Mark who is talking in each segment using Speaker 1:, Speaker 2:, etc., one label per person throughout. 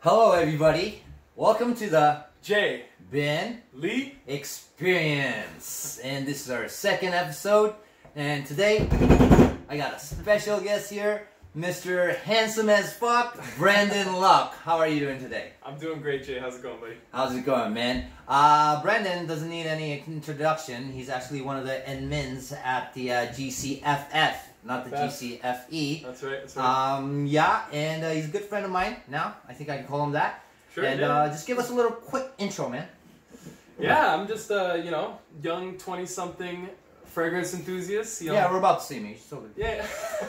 Speaker 1: Hello, everybody. Welcome to the
Speaker 2: Jay
Speaker 1: Ben
Speaker 2: Lee.
Speaker 1: Experience. And this is our second episode. And today, I got a special guest here, Mr. Handsome as Fuck, Brandon Luck. How are you doing today?
Speaker 2: I'm doing great, Jay. How's it going, buddy?
Speaker 1: How's it going, man? Uh, Brandon doesn't need any introduction. He's actually one of the admins at the uh, GCFF, not the
Speaker 2: That's-
Speaker 1: GCFE.
Speaker 2: That's right. That's right.
Speaker 1: E. Um, yeah, and uh, he's a good friend of mine now. I think I can call him that.
Speaker 2: sure.
Speaker 1: and
Speaker 2: yeah.
Speaker 1: uh, just give us a little quick intro, man.
Speaker 2: yeah, I'm just uh, you know, young twenty-something fragrance enthusiast. You know,
Speaker 1: Yeah, we're about to see me. So good.
Speaker 2: Yeah,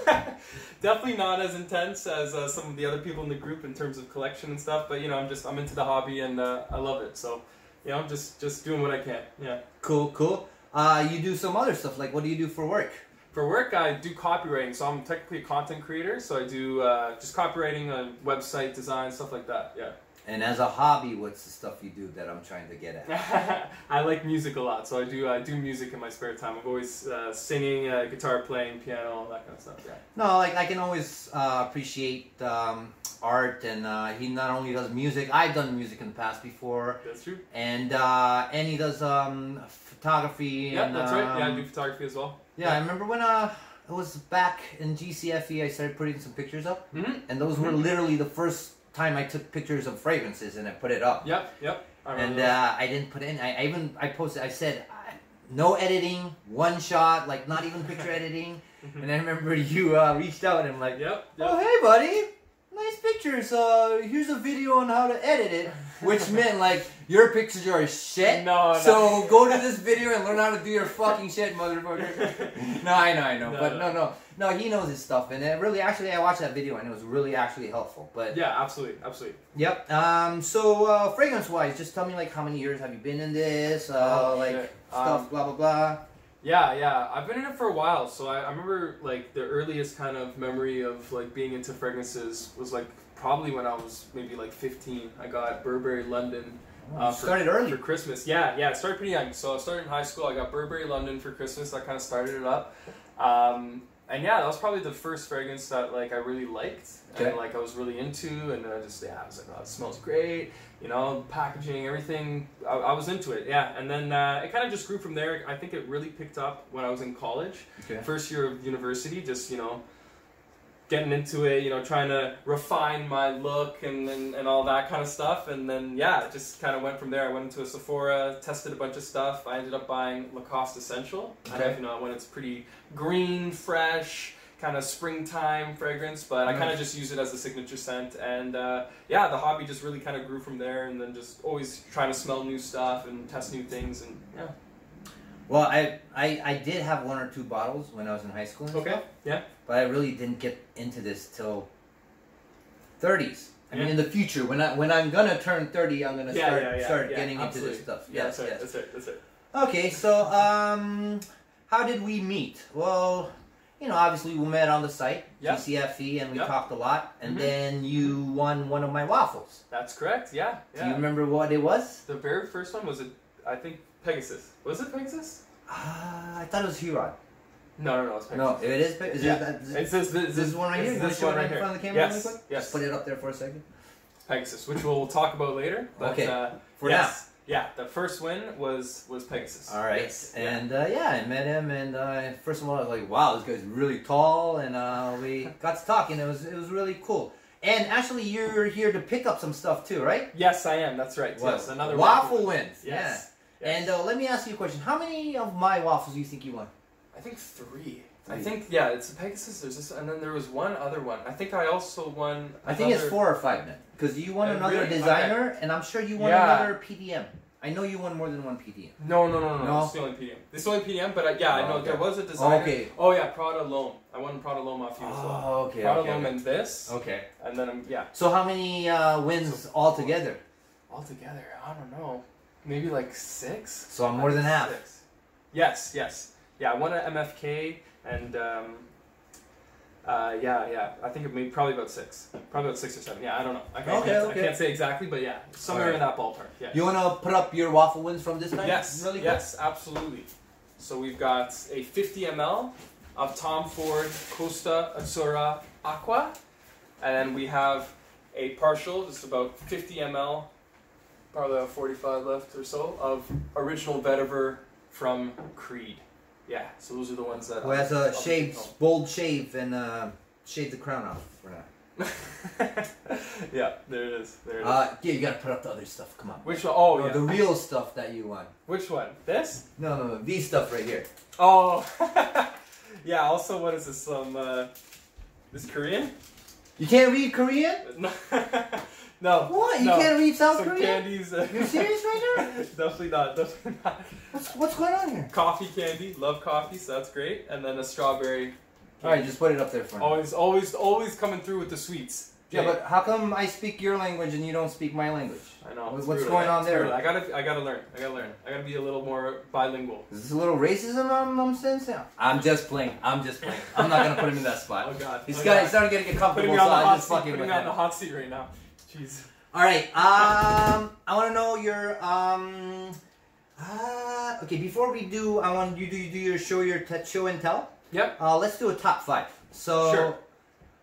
Speaker 2: definitely not as intense as uh, some of the other people in the group in terms of collection and stuff. But you know, I'm just I'm into the hobby and uh, I love it. So you know, I'm just just doing what I can. Yeah.
Speaker 1: Cool, cool. Uh, you do some other stuff. Like, what do you do for work?
Speaker 2: For work, I do copywriting, so I'm technically a content creator. So I do uh, just copywriting, uh, website design, stuff like that. Yeah.
Speaker 1: And as a hobby, what's the stuff you do that I'm trying to get at?
Speaker 2: I like music a lot, so I do I do music in my spare time. I'm always uh, singing, uh, guitar playing, piano, all that kind of stuff. Yeah.
Speaker 1: No, like I can always uh, appreciate um, art, and uh, he not only does music. I've done music in the past before,
Speaker 2: That's true.
Speaker 1: and uh, and he does um, photography.
Speaker 2: Yeah,
Speaker 1: and,
Speaker 2: that's right. Yeah, I
Speaker 1: um,
Speaker 2: do photography as well.
Speaker 1: yeah, I remember when uh, it was back in GCFE. E, I started putting some pictures up.
Speaker 2: Mm-hmm.
Speaker 1: and those were literally the first time I took pictures of fragrances and I put it up.
Speaker 2: Yep, yep. I remember
Speaker 1: And
Speaker 2: that.
Speaker 1: uh, I didn't put in. I, I even I posted. I said I, no editing, one shot, like not even picture editing.
Speaker 2: Mhm.
Speaker 1: And I remember you uh, reached out and I'm like,
Speaker 2: Yep,
Speaker 1: oh
Speaker 2: yep.
Speaker 1: hey buddy, nice pictures. Uh, here's a video on how to edit it, which meant like your pictures are shit.
Speaker 2: No, no.
Speaker 1: So go to this video and learn how to do your fucking shit, motherfucker. No, I know, I know,
Speaker 2: No,
Speaker 1: but no,
Speaker 2: no.
Speaker 1: no, no. He knows his stuff, and it really, actually, I watched that video, and it was really actually helpful. But
Speaker 2: yeah, absolutely, absolutely.
Speaker 1: yep. Um. So uh, fragrance wise, just tell me like how many years have you been in this? Uh,
Speaker 2: Oh,
Speaker 1: like
Speaker 2: shit.
Speaker 1: stuff,
Speaker 2: Um,
Speaker 1: blah blah blah.
Speaker 2: Yeah, yeah. I've been in it for a while, so I, I remember like the earliest kind of memory of like being into fragrances was like probably when I was maybe like 15. I got Burberry London
Speaker 1: Oh, you
Speaker 2: for-
Speaker 1: started early.
Speaker 2: for Christmas. Yeah, yeah, it started pretty young. So I started in high school. I got Burberry London for Christmas. That kind of started it up. Um, and yeah, that was probably the first fragrance that like I really liked
Speaker 1: Okay.
Speaker 2: and like I was really into. And I just yeah, I was like, oh, it smells great. You know, packaging, everything. I, I was into it. Yeah, and then uh, it kind of just grew from there. I think it really picked up when I was in college
Speaker 1: Okay.
Speaker 2: first year of university, just you know, getting into it, you know, trying to refine my look and, and, and all that kind of stuff. And then yeah, it just kind of went from there. I went into a Sephora, tested a bunch of stuff. I ended up buying Lacoste Essential. I don't know if you know it when it's pretty green, fresh. Kind of springtime fragrance, but I kind of
Speaker 1: Nice.
Speaker 2: just use it as a signature scent, and uh, yeah, the hobby just really kind of grew from there, and then just always trying to smell new stuff and test new things, and yeah.
Speaker 1: Well, I, I I did have one or two bottles when I was in high school. and
Speaker 2: Okay.
Speaker 1: stuff,
Speaker 2: Yeah.
Speaker 1: But I really didn't get into this till 30s. I mean,
Speaker 2: Yeah.
Speaker 1: in the future, when I when I'm gonna turn 30, I'm gonna
Speaker 2: Yeah,
Speaker 1: start
Speaker 2: yeah, yeah,
Speaker 1: start
Speaker 2: yeah,
Speaker 1: getting into
Speaker 2: absolutely.
Speaker 1: this stuff.
Speaker 2: Yeah,
Speaker 1: Yes,
Speaker 2: that's right.
Speaker 1: yes.
Speaker 2: That's right. That's right.
Speaker 1: Okay, so um, how did we meet? Well, you know, obviously we met on the site,
Speaker 2: Yeah.
Speaker 1: GCFE, E, and we
Speaker 2: Yeah.
Speaker 1: talked a lot. And
Speaker 2: Mhm.
Speaker 1: then you won one of my waffles.
Speaker 2: That's correct. Yeah.
Speaker 1: Do you
Speaker 2: yeah.
Speaker 1: remember what it was?
Speaker 2: The very first one was a, I think Pegasus. Was it Pegasus?
Speaker 1: Ah, I thought it was Huron.
Speaker 2: No, no, no, it's Pegasus.
Speaker 1: No, it is. Pe- Is
Speaker 2: Yeah.
Speaker 1: it, that, is it-
Speaker 2: It's this, this,
Speaker 1: is this one right
Speaker 2: it's
Speaker 1: here? You wanna
Speaker 2: This
Speaker 1: show
Speaker 2: one
Speaker 1: it
Speaker 2: right
Speaker 1: in
Speaker 2: here.
Speaker 1: front of the camera,
Speaker 2: yes,
Speaker 1: real quick?
Speaker 2: yes.
Speaker 1: Just put it up there for a second.
Speaker 2: Pegasus, which we'll talk about later. But,
Speaker 1: Okay.
Speaker 2: Uh,
Speaker 1: For
Speaker 2: yes. Yeah, the first win was was Pegasus.
Speaker 1: now. All right,
Speaker 2: Yes, yeah.
Speaker 1: and uh, yeah, I met him, and uh, first of all, I was like, "Wow, this guy's really tall," and uh, we got to talking. It was it was really cool. And actually, you're here to pick up some stuff too, right?
Speaker 2: Yes, I am. That's right.
Speaker 1: What?
Speaker 2: Yes, another
Speaker 1: waffle wins.
Speaker 2: Yes.
Speaker 1: Yeah. And uh, let me ask you a question. How many of my waffles do you think you won?
Speaker 2: I think three. I
Speaker 1: Three.
Speaker 2: think yeah, it's Pegasus. There's this, and then there was one other one. I think I also won.
Speaker 1: I think it's
Speaker 2: another-
Speaker 1: four or five now. Because you won
Speaker 2: Uh,
Speaker 1: another
Speaker 2: really?
Speaker 1: designer, and I'm sure you won
Speaker 2: Yeah.
Speaker 1: another PDM. I know you won more than one PDM.
Speaker 2: No, no, no, no.
Speaker 1: No?
Speaker 2: no. It's the only PDM. It's the only PDM, but I, yeah,
Speaker 1: Oh,
Speaker 2: I know
Speaker 1: okay.
Speaker 2: there was a designer.
Speaker 1: Okay. Oh,
Speaker 2: Oh yeah, Prada Loam. I won Prada Loam off you as well.
Speaker 1: okay.
Speaker 2: Prada
Speaker 1: okay,
Speaker 2: Loam
Speaker 1: okay.
Speaker 2: and this,
Speaker 1: Okay.
Speaker 2: and then I'm, yeah,
Speaker 1: So how many uh, wins altogether?
Speaker 2: all together. I don't know, maybe like six.
Speaker 1: So I'm Oh, more than half.
Speaker 2: Six. Yes, yes, yeah. I won at MFK, and um, uh, yeah, yeah. I think it made probably about six, probably about six or seven. Yeah, I don't know. I can't,
Speaker 1: Okay,
Speaker 2: I can't,
Speaker 1: okay.
Speaker 2: I can't say exactly, but yeah, somewhere
Speaker 1: Alright.
Speaker 2: in that ballpark. Yeah.
Speaker 1: You want to put up your waffle wins from this night?
Speaker 2: Yes,
Speaker 1: Really quick?
Speaker 2: yes, absolutely. So we've got a 50 ml of Tom Ford Costa Azura Aqua, and then we have a partial, just about 50 ml, probably about 45 left or so, of original vetiver from Creed. Yeah, so those are the ones that.
Speaker 1: Who has a
Speaker 2: I'll-
Speaker 1: shaved, bold shave and uh, shave the crown off for now.
Speaker 2: yeah, there it is. There it is.
Speaker 1: Uh, yeah, you gotta put up the other stuff. Come on.
Speaker 2: which one? Oh,
Speaker 1: No,
Speaker 2: yeah.
Speaker 1: The real stuff that you want.
Speaker 2: Which one? This?
Speaker 1: No, no, no. These stuff right here.
Speaker 2: Oh, yeah. Also, what is this? Um, uh, this Korean?
Speaker 1: You can't read Korean?
Speaker 2: No, no.
Speaker 1: What? You
Speaker 2: no.
Speaker 1: can't read South
Speaker 2: Some
Speaker 1: Korean?
Speaker 2: candies. uh,
Speaker 1: You're serious right now?
Speaker 2: definitely not. Definitely not.
Speaker 1: What's, what's going on here?
Speaker 2: Coffee candy. Love coffee, so that's great. And then a strawberry.
Speaker 1: All right, just put it up there for me.
Speaker 2: Always, always, always coming through with the sweets.
Speaker 1: yeah, but how come I speak your language and you don't speak my language?
Speaker 2: I know.
Speaker 1: What-
Speaker 2: it's
Speaker 1: what's
Speaker 2: brutal.
Speaker 1: going on
Speaker 2: It's
Speaker 1: there?
Speaker 2: brutal. I gotta, I gotta learn. I gotta learn. I gotta be a little more bilingual.
Speaker 1: Is this a little racism I'm, I'm sensing? I'm just playing. I'm just playing. I'm not gonna put him in that
Speaker 2: Oh
Speaker 1: spot.
Speaker 2: God.
Speaker 1: He's
Speaker 2: oh,
Speaker 1: got.
Speaker 2: God.
Speaker 1: He's starting to get
Speaker 2: putting
Speaker 1: comfortable,
Speaker 2: me
Speaker 1: so
Speaker 2: on the
Speaker 1: I
Speaker 2: hot
Speaker 1: just
Speaker 2: seat.
Speaker 1: fucking
Speaker 2: Putting
Speaker 1: with
Speaker 2: me on the
Speaker 1: him.
Speaker 2: hot seat right now. Jeez.
Speaker 1: All right. Um, I want to know your um. Uh, okay, before we do, I want you do you do your show your te- show and tell.
Speaker 2: Yep.
Speaker 1: Uh, let's do a top five. So,
Speaker 2: Sure.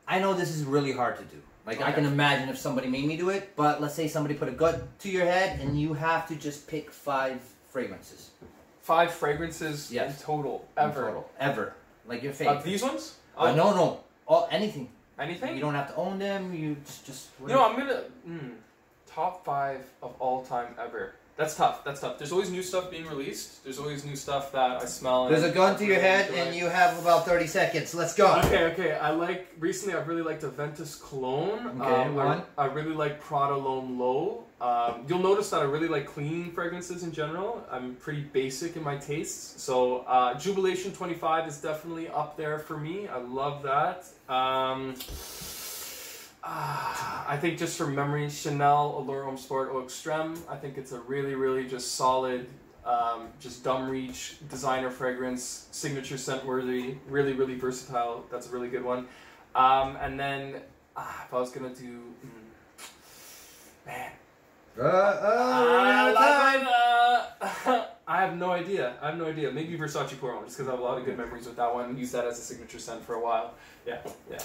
Speaker 1: I know this is really hard to do. Like I
Speaker 2: Okay.
Speaker 1: can imagine if somebody made me do it, but let's say somebody put a gun to your head and you have to just pick five fragrances
Speaker 2: Five fragrances
Speaker 1: Yes.
Speaker 2: in total
Speaker 1: in
Speaker 2: ever.
Speaker 1: total, ever, like your
Speaker 2: Of
Speaker 1: favorite.
Speaker 2: these ones?
Speaker 1: Uh, no, no, all anything.
Speaker 2: Anything?
Speaker 1: You
Speaker 2: You
Speaker 1: don't have to own them. You just just.
Speaker 2: know, I'm gonna mm, top five of all time ever. That's tough. That's tough. There's always new stuff being released. There's always new stuff that I smell. and
Speaker 1: There's a gun to your
Speaker 2: really
Speaker 1: head
Speaker 2: enjoy.
Speaker 1: and you have about 30 seconds. Let's go.
Speaker 2: Okay, okay. I like recently. I've really liked Aventus Cologne.
Speaker 1: Okay,
Speaker 2: um, I-
Speaker 1: one.
Speaker 2: I, really like Prada Lone Low. Um, you'll notice that I really like clean fragrances in general. I'm pretty basic in my tastes, so uh, Jubilation 25 is definitely up there for me. I love that. Um, ah, I think just from memory, Chanel Allure Homme Sport Au Extreme. I think it's a really, really just solid um, just dumb reach, designer fragrance, signature scent worthy, really, really versatile. That's a really good one. Um, and then ah, if I was gonna do, mm, man,
Speaker 1: Uh, uh, we're running out
Speaker 2: I,
Speaker 1: of
Speaker 2: like
Speaker 1: time.
Speaker 2: my- uh, I have no idea. I have no idea. Maybe Versace Porno, just because I have a lot of good memories with that one. Use that as a signature scent for a while. Yeah, yeah.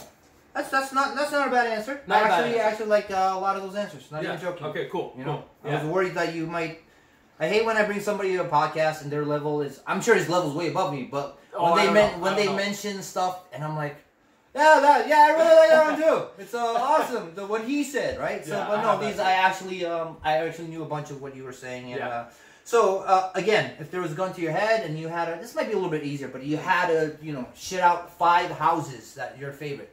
Speaker 1: That's, that's not that's not a bad answer.
Speaker 2: Not
Speaker 1: I
Speaker 2: a bad
Speaker 1: actually
Speaker 2: answer.
Speaker 1: actually like uh, a lot of those answers. Not
Speaker 2: yeah.
Speaker 1: even joking.
Speaker 2: Okay, cool.
Speaker 1: You know,
Speaker 2: cool.
Speaker 1: I was worried that you might. I hate when I bring somebody to a podcast and their level is. I'm sure his level's way above me, but
Speaker 2: Oh, I
Speaker 1: when they
Speaker 2: don't
Speaker 1: men,
Speaker 2: know.
Speaker 1: when
Speaker 2: I
Speaker 1: they
Speaker 2: don't know.
Speaker 1: mention stuff and I'm like, yeah, that, yeah, I really like that one too. It's uh, awesome. The, what he said, right? So,
Speaker 2: Yeah,
Speaker 1: but
Speaker 2: I
Speaker 1: no,
Speaker 2: have that
Speaker 1: these
Speaker 2: too.
Speaker 1: I actually um I actually knew a bunch of what you were saying and.
Speaker 2: Yeah.
Speaker 1: Uh, so uh, again, if there was a gun to your head and you had a, this might be a little bit easier, but you had to, you know, shit out five houses that your favorite.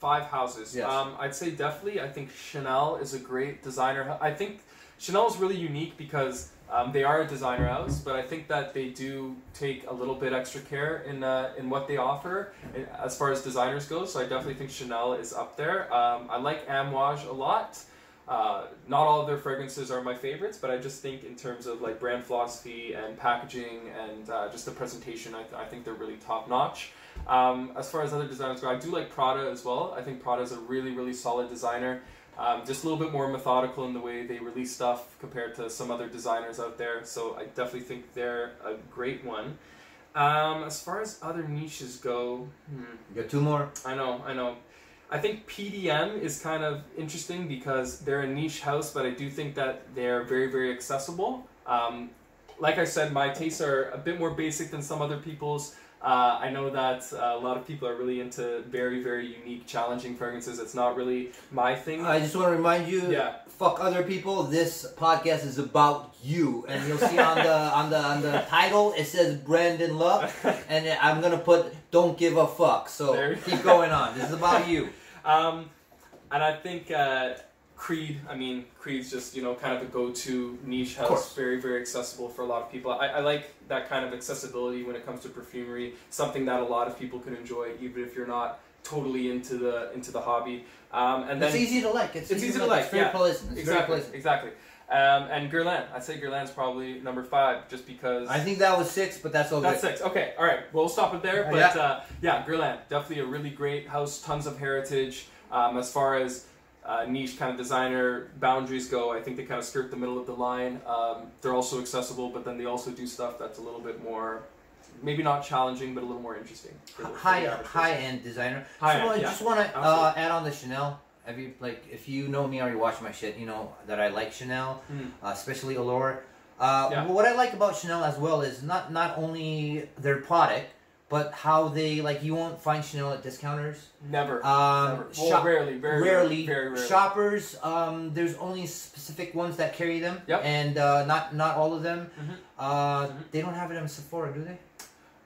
Speaker 2: Five houses.
Speaker 1: Yes.
Speaker 2: Um, I'd say definitely. I think Chanel is a great designer. I think Chanel is really unique because um, they are a designer house, but I think that they do take a little bit extra care in uh, in what they offer in- as far as designers go. So I definitely think Chanel is up there. Um, I like Amouage a lot. Uh, not all of their fragrances are my favorites, but I just think in terms of like brand philosophy and packaging and uh, just the presentation, I, I think they're really top notch. Um, as far as other designers go, I do like Prada as well. I think Prada is a really, really solid designer. Um, just a little bit more methodical in the way they release stuff compared to some other designers out there. So I definitely think they're a great one. Um, as far as other niches go, hmm.
Speaker 1: You got two more.
Speaker 2: I know, I know. I think PDM is kind of interesting because they're a niche house, but I do think that they're very, very accessible. Um, like I said, my tastes are a bit more basic than some other people's. Uh, I know that uh, a lot of people are really into very, very unique, challenging fragrances. It's not really my thing.
Speaker 1: I just want to remind you,
Speaker 2: Mm-hmm. yeah,
Speaker 1: fuck other people. This podcast is about you, and you'll see on the on the on the title it says Brandon Love, and I'm gonna put "Don't give a fuck." So
Speaker 2: There-
Speaker 1: keep going on. This is about you.
Speaker 2: Um, and I think uh, Creed. I mean, Creed's just you know kind of a go-to niche
Speaker 1: Of course.
Speaker 2: house, very very accessible for a lot of people. I, I like that kind of accessibility when it comes to perfumery. Something that a lot of people can enjoy, even if you're not totally into the into the hobby. Um, and
Speaker 1: it's
Speaker 2: then
Speaker 1: easy to like. It's,
Speaker 2: It's
Speaker 1: easy to like. It's very
Speaker 2: yeah.
Speaker 1: pleasant. It's
Speaker 2: exactly
Speaker 1: very pleasant.
Speaker 2: exactly. Um, and Guerlain, I'd say Guerlain's probably number five, just because.
Speaker 1: I think that was six, but that's all
Speaker 2: That's
Speaker 1: good.
Speaker 2: six. Okay, all right. We'll stop it there.
Speaker 1: Uh,
Speaker 2: But
Speaker 1: yeah.
Speaker 2: uh, yeah, Guerlain, definitely a really great house, tons of heritage. Um, as far as uh, niche kind of designer boundaries go, I think they kind of skirt the middle of the line. Um, they're also accessible, but then they also do stuff that's a little bit more, maybe not challenging, but a little more interesting. for the- for the
Speaker 1: High
Speaker 2: average
Speaker 1: high end designer.
Speaker 2: High
Speaker 1: so
Speaker 2: end,
Speaker 1: I
Speaker 2: yeah.
Speaker 1: just want to uh,
Speaker 2: Absolutely.
Speaker 1: add on the Chanel. Have you like if you know me or you watch my shit, you know that I like Chanel,
Speaker 2: Mm.
Speaker 1: uh, especially Allure. Uh,
Speaker 2: Yeah.
Speaker 1: What I like about Chanel as well is not not only their product, but how they like you won't find Chanel at discounters.
Speaker 2: Never.
Speaker 1: Um,
Speaker 2: never. Well,
Speaker 1: shop-
Speaker 2: rarely, very
Speaker 1: rarely,
Speaker 2: very rarely.
Speaker 1: shoppers um, there's only specific ones that carry them
Speaker 2: Yep.
Speaker 1: and uh, not not all of them
Speaker 2: Mhm.
Speaker 1: uh,
Speaker 2: Mhm.
Speaker 1: they don't have it in sephora do they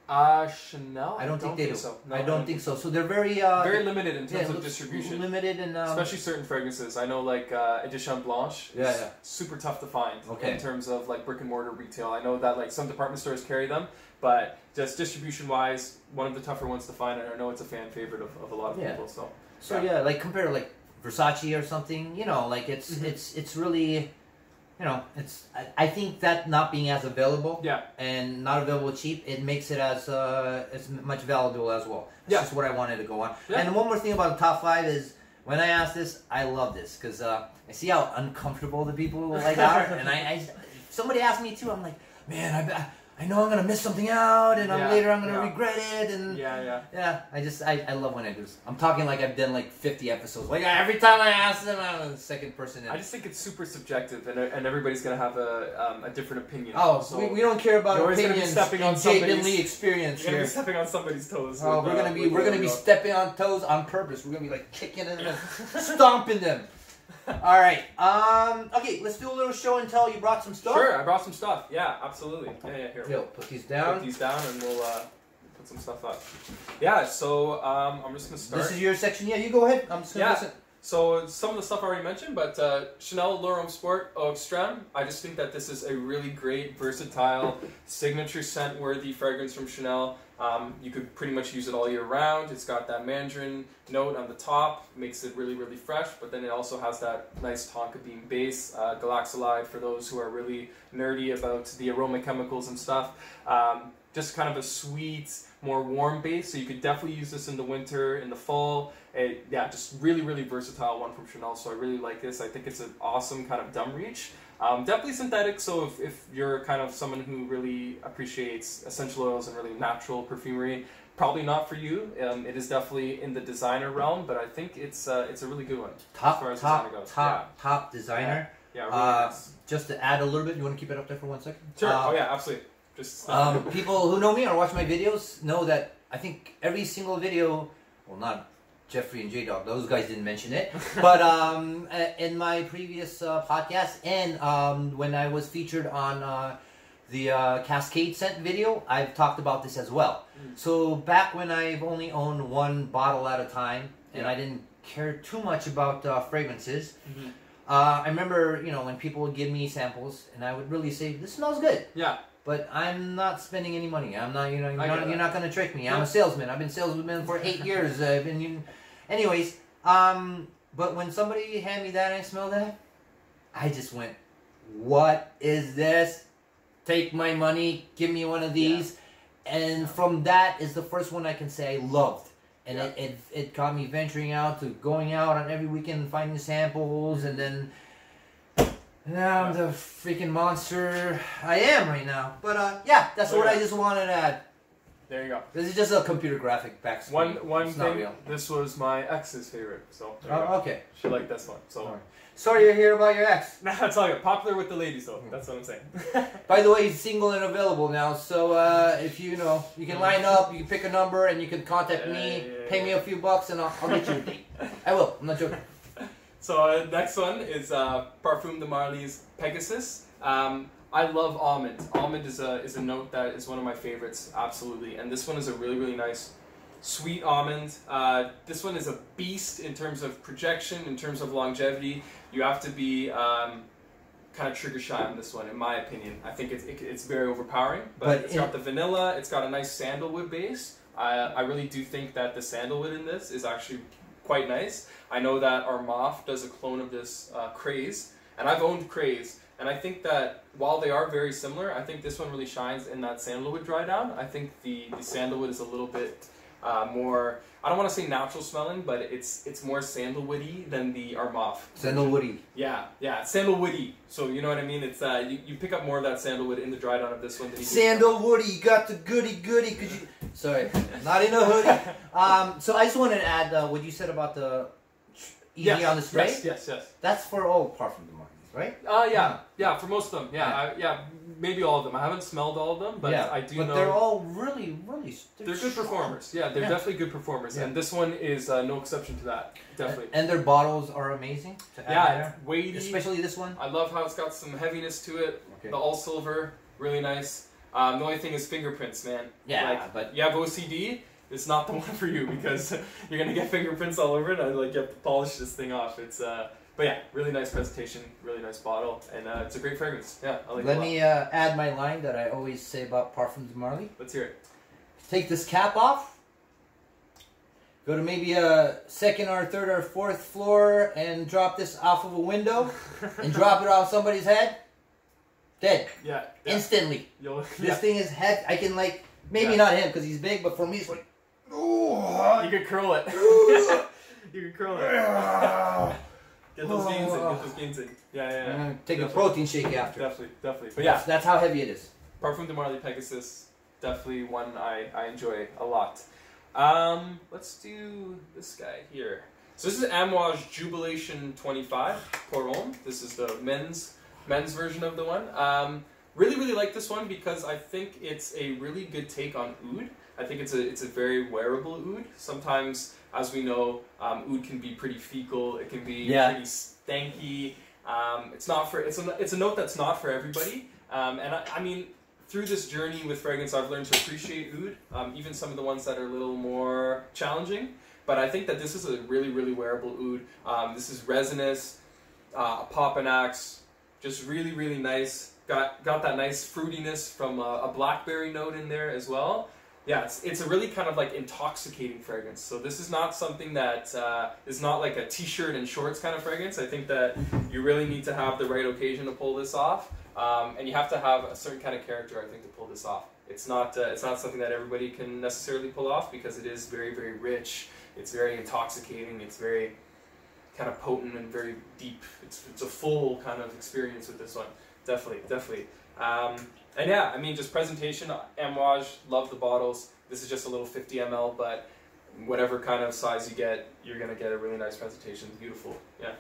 Speaker 2: Uh, Chanel.
Speaker 1: i don't think they do
Speaker 2: so. No,
Speaker 1: i don't think so so they're very uh,
Speaker 2: Very limited in
Speaker 1: yeah,
Speaker 2: terms of
Speaker 1: looks
Speaker 2: distribution.
Speaker 1: limited and um,
Speaker 2: Especially certain fragrances. I know like uh, Edition Blanche is
Speaker 1: Yeah, yeah.
Speaker 2: super tough to find
Speaker 1: Okay.
Speaker 2: in terms of like brick and mortar retail. I know that like some department stores carry them, but just distribution wise, one of the tougher ones to find. And I know it's a fan favorite of, of a lot of
Speaker 1: Yeah.
Speaker 2: people. So
Speaker 1: so yeah like compare like versace or something you know like it's
Speaker 2: Mhm.
Speaker 1: it's it's really you know it's I, I think that not being as available
Speaker 2: yeah,
Speaker 1: and not available cheap, it makes it as uh, as much valuable as well. That's
Speaker 2: Yeah.
Speaker 1: just what I wanted to go on.
Speaker 2: Yeah.
Speaker 1: And one more thing about the top five is when I asked this, I love this because uh, I see how uncomfortable the people like are, and I, I somebody asked me too. I'm like, man, I. I know I'm gonna miss something out, and
Speaker 2: Yeah,
Speaker 1: I'm later I'm gonna
Speaker 2: yeah.
Speaker 1: regret it, and yeah.
Speaker 2: yeah, yeah.
Speaker 1: I just I, I love when I do this. I'm talking like I've done like 50 episodes. Like every time I ask them, I'm the second person. In.
Speaker 2: I just think it's super subjective, and, and everybody's gonna have a, um, a different opinion.
Speaker 1: oh,
Speaker 2: so
Speaker 1: we, we don't care about
Speaker 2: You're always gonna be
Speaker 1: opinions.
Speaker 2: stepping on
Speaker 1: and Jake and
Speaker 2: somebody's-
Speaker 1: Lee experience
Speaker 2: you're gonna
Speaker 1: here.
Speaker 2: be stepping on somebody's toes.
Speaker 1: Oh,
Speaker 2: with,
Speaker 1: we're
Speaker 2: uh,
Speaker 1: gonna be
Speaker 2: with
Speaker 1: we're
Speaker 2: where
Speaker 1: gonna
Speaker 2: we
Speaker 1: be
Speaker 2: go.
Speaker 1: stepping on toes on purpose. We're gonna be like kicking them and stomping them. All right. Um. Okay. Let's do a little show and tell. You brought some stuff.
Speaker 2: Sure, I brought some stuff. Yeah, absolutely. Yeah, yeah. Here,
Speaker 1: Yo, put these
Speaker 2: put
Speaker 1: down.
Speaker 2: these down, and we'll uh, put some stuff up. Yeah. So um, I'm just gonna start.
Speaker 1: This is your section. Yeah. You go ahead. I'm just gonna
Speaker 2: Yeah.
Speaker 1: listen.
Speaker 2: So some of the stuff I already mentioned, but uh, Chanel L'Homme Sport Eau Extreme, I just think that this is a really great, versatile, signature scent-worthy fragrance from Chanel. Um, you could pretty much use it all year round. It's got that mandarin note on the top, makes it really, really fresh. But then it also has that nice tonka bean base, uh, galaxolide for those who are really nerdy about the aroma chemicals and stuff. Um, just kind of a sweet, more warm base. So you could definitely use this in the winter, in the fall. It, yeah, just really, really versatile one from Chanel. So I really like this. I think it's an awesome kind of dumb reach. Um, definitely synthetic. So if, if you're kind of someone who really appreciates essential oils and really natural perfumery, probably not for you. Um, it is definitely in the designer realm, but I think it's uh, it's a really good one.
Speaker 1: Top
Speaker 2: as far as
Speaker 1: top
Speaker 2: designer goes,
Speaker 1: top top designer.
Speaker 2: Yeah, really
Speaker 1: Uh,
Speaker 2: nice.
Speaker 1: Just to add a little bit. You want to keep it up there for one second?
Speaker 2: Sure.
Speaker 1: Uh,
Speaker 2: oh yeah, absolutely. Just
Speaker 1: um, people who know me or watch my videos know that I think every single video, well, not Jeffrey and J Dog, those guys didn't mention it, but um, uh, in my previous uh, podcast and um, when I was featured on uh, the uh, Cascade Scent video, I've talked about this as well. So back when I've only owned one bottle at a time and
Speaker 2: Yeah.
Speaker 1: I didn't care too much about uh, fragrances,
Speaker 2: Mhm.
Speaker 1: uh, I remember, you know, when people would give me samples, and I would really say, "This smells good."
Speaker 2: Yeah.
Speaker 1: But I'm not spending any money. I'm not, you know, you're
Speaker 2: I get
Speaker 1: not,
Speaker 2: that.
Speaker 1: you're not going to trick me. I'm
Speaker 2: Yeah.
Speaker 1: a salesman. I've been salesman for eight years. I've been, in- anyways. Um, but when somebody handed me that and I smelled that, I just went, "What is this? Take my money. Give me one of these." And from that is the first one I can say I loved. And
Speaker 2: Yeah.
Speaker 1: it, it, it got me venturing out to going out on every weekend and finding samples and then now I'm the freaking monster I am right now. But uh, yeah, that's
Speaker 2: Look
Speaker 1: what I
Speaker 2: at that.
Speaker 1: just wanted to add.
Speaker 2: there you go.
Speaker 1: This is just a computer graphic back
Speaker 2: One
Speaker 1: screen.
Speaker 2: one
Speaker 1: it's not
Speaker 2: thing.
Speaker 1: real.
Speaker 2: This was my ex's favorite, so there you go.
Speaker 1: Oh, okay.
Speaker 2: she liked this one. So.
Speaker 1: Sorry. Sorry to hear about your ex.
Speaker 2: Nah, it's all good. Popular with the ladies, though. That's what I'm saying.
Speaker 1: Mm-hmm. By the way, he's single and available now, so uh, if you, you know, you can line up, you can pick a number, and you can contact
Speaker 2: Yeah,
Speaker 1: me,
Speaker 2: yeah, yeah,
Speaker 1: pay me
Speaker 2: yeah.
Speaker 1: a few bucks, and I'll, I'll get you a date. I will. I'm not joking.
Speaker 2: So uh, next one is uh, Parfum de Marly's Pegasus. Um, I love almond. Almond is a is a note that is one of my favorites, absolutely. And this one is a really really nice, sweet almond. Uh, this one is a beast in terms of projection, in terms of longevity. You have to be um, kind of trigger shy on this one, in my opinion. I think it's it, it's very overpowering, but,
Speaker 1: But
Speaker 2: it's
Speaker 1: in-
Speaker 2: got the vanilla. It's got a nice sandalwood base. I I really do think that the sandalwood in this is actually quite nice. I know that Armaf does a clone of this uh, Craze, and I've owned Craze, and I think that while they are very similar, I think this one really shines in that sandalwood dry down. I think the, the sandalwood is a little bit uh, more. I don't want to say natural smelling, but it's it's more sandalwoody than the Armaf.
Speaker 1: Sandal Woody.
Speaker 2: Yeah, yeah, sandalwoody. So you know what I mean. It's uh, you, you pick up more of that sandalwood in the dry down of this one than you do-
Speaker 1: Sandal Woody, you got the goody goody. Cause you, sorry, not in a hoodie. Um, so I just wanted to add uh, what you said about the easy on the spray.
Speaker 2: Yes, yes, yes.
Speaker 1: That's for all parfum markets, right?
Speaker 2: Uh, yeah,
Speaker 1: Mm-hmm.
Speaker 2: yeah, for most of them. Yeah, I, yeah, maybe all of them. I haven't smelled all of them, but
Speaker 1: yeah,
Speaker 2: I do
Speaker 1: but
Speaker 2: know
Speaker 1: they're all really, really.
Speaker 2: they're good performers. Yeah, they're
Speaker 1: Yeah.
Speaker 2: definitely good performers,
Speaker 1: Yeah.
Speaker 2: and this one is uh, no exception to that. Definitely.
Speaker 1: And their bottles are amazing. To add
Speaker 2: yeah,
Speaker 1: there.
Speaker 2: it's weighty.
Speaker 1: especially this one.
Speaker 2: I love how it's got some heaviness to it.
Speaker 1: Okay.
Speaker 2: The all silver, really nice. Um, the only thing is fingerprints, man.
Speaker 1: Yeah,
Speaker 2: Like,
Speaker 1: but-
Speaker 2: you have OCD. It's not the one for you because you're gonna get fingerprints all over it. I like you have to polish this thing off. It's uh, but yeah, really nice presentation, really nice bottle, and uh, it's a great fragrance. Yeah, I like it a
Speaker 1: Let
Speaker 2: lot.
Speaker 1: me uh, add my line that I always say about Parfum de Marley.
Speaker 2: Let's hear it.
Speaker 1: Take this cap off. Go to maybe a second or third or fourth floor and drop this off of a window and drop it off somebody's head. Dead.
Speaker 2: Yeah. yeah.
Speaker 1: Instantly.
Speaker 2: You'll,
Speaker 1: This
Speaker 2: yeah.
Speaker 1: thing is head. I can like maybe
Speaker 2: Yeah.
Speaker 1: not him because he's big, but for me it's like.
Speaker 2: You could curl it. you could curl it. get those gains in. Get those gains in. Yeah, yeah.
Speaker 1: I'm
Speaker 2: yeah.
Speaker 1: gonna take a
Speaker 2: Definitely.
Speaker 1: protein shake after.
Speaker 2: Definitely, definitely. But yeah,
Speaker 1: That's- that's how heavy it is.
Speaker 2: Parfum de Marley Pegasus, definitely one I, I enjoy a lot. Um, let's do this guy here. So this is Amouage Jubilation 25 Pour Homme. This is the men's men's version of the one. Um, really, really like this one because I think it's a really good take on oud. I think it's a it's a very wearable oud. Sometimes, as we know, um, oud can be pretty fecal. It can be
Speaker 1: Yeah.
Speaker 2: pretty stanky. Um, it's not for it's a it's a note that's not for everybody. Um, and I, I mean, through this journey with fragrance, I've learned to appreciate oud, um, even some of the ones that are a little more challenging. But I think that this is a really, really wearable oud. Um, this is resinous, uh, Popinax, just really, really nice. Got got that nice fruitiness from a, a blackberry note in there as well. Yeah, it's, it's a really kind of like intoxicating fragrance. So this is not something that uh, is not like a t-shirt and shorts kind of fragrance. I think that you really need to have the right occasion to pull this off, um, and you have to have a certain kind of character, I think, to pull this off. It's not uh, it's not something that everybody can necessarily pull off because it is very, very rich. It's very intoxicating. It's very kind of potent and very deep. It's, it's a full kind of experience with this one. Definitely, definitely. Um, and yeah, I mean, just presentation, Amouage, love the bottles. This is just a little 50 ml, but whatever kind of size you get, you're going to get a really nice presentation. Beautiful. Yeah.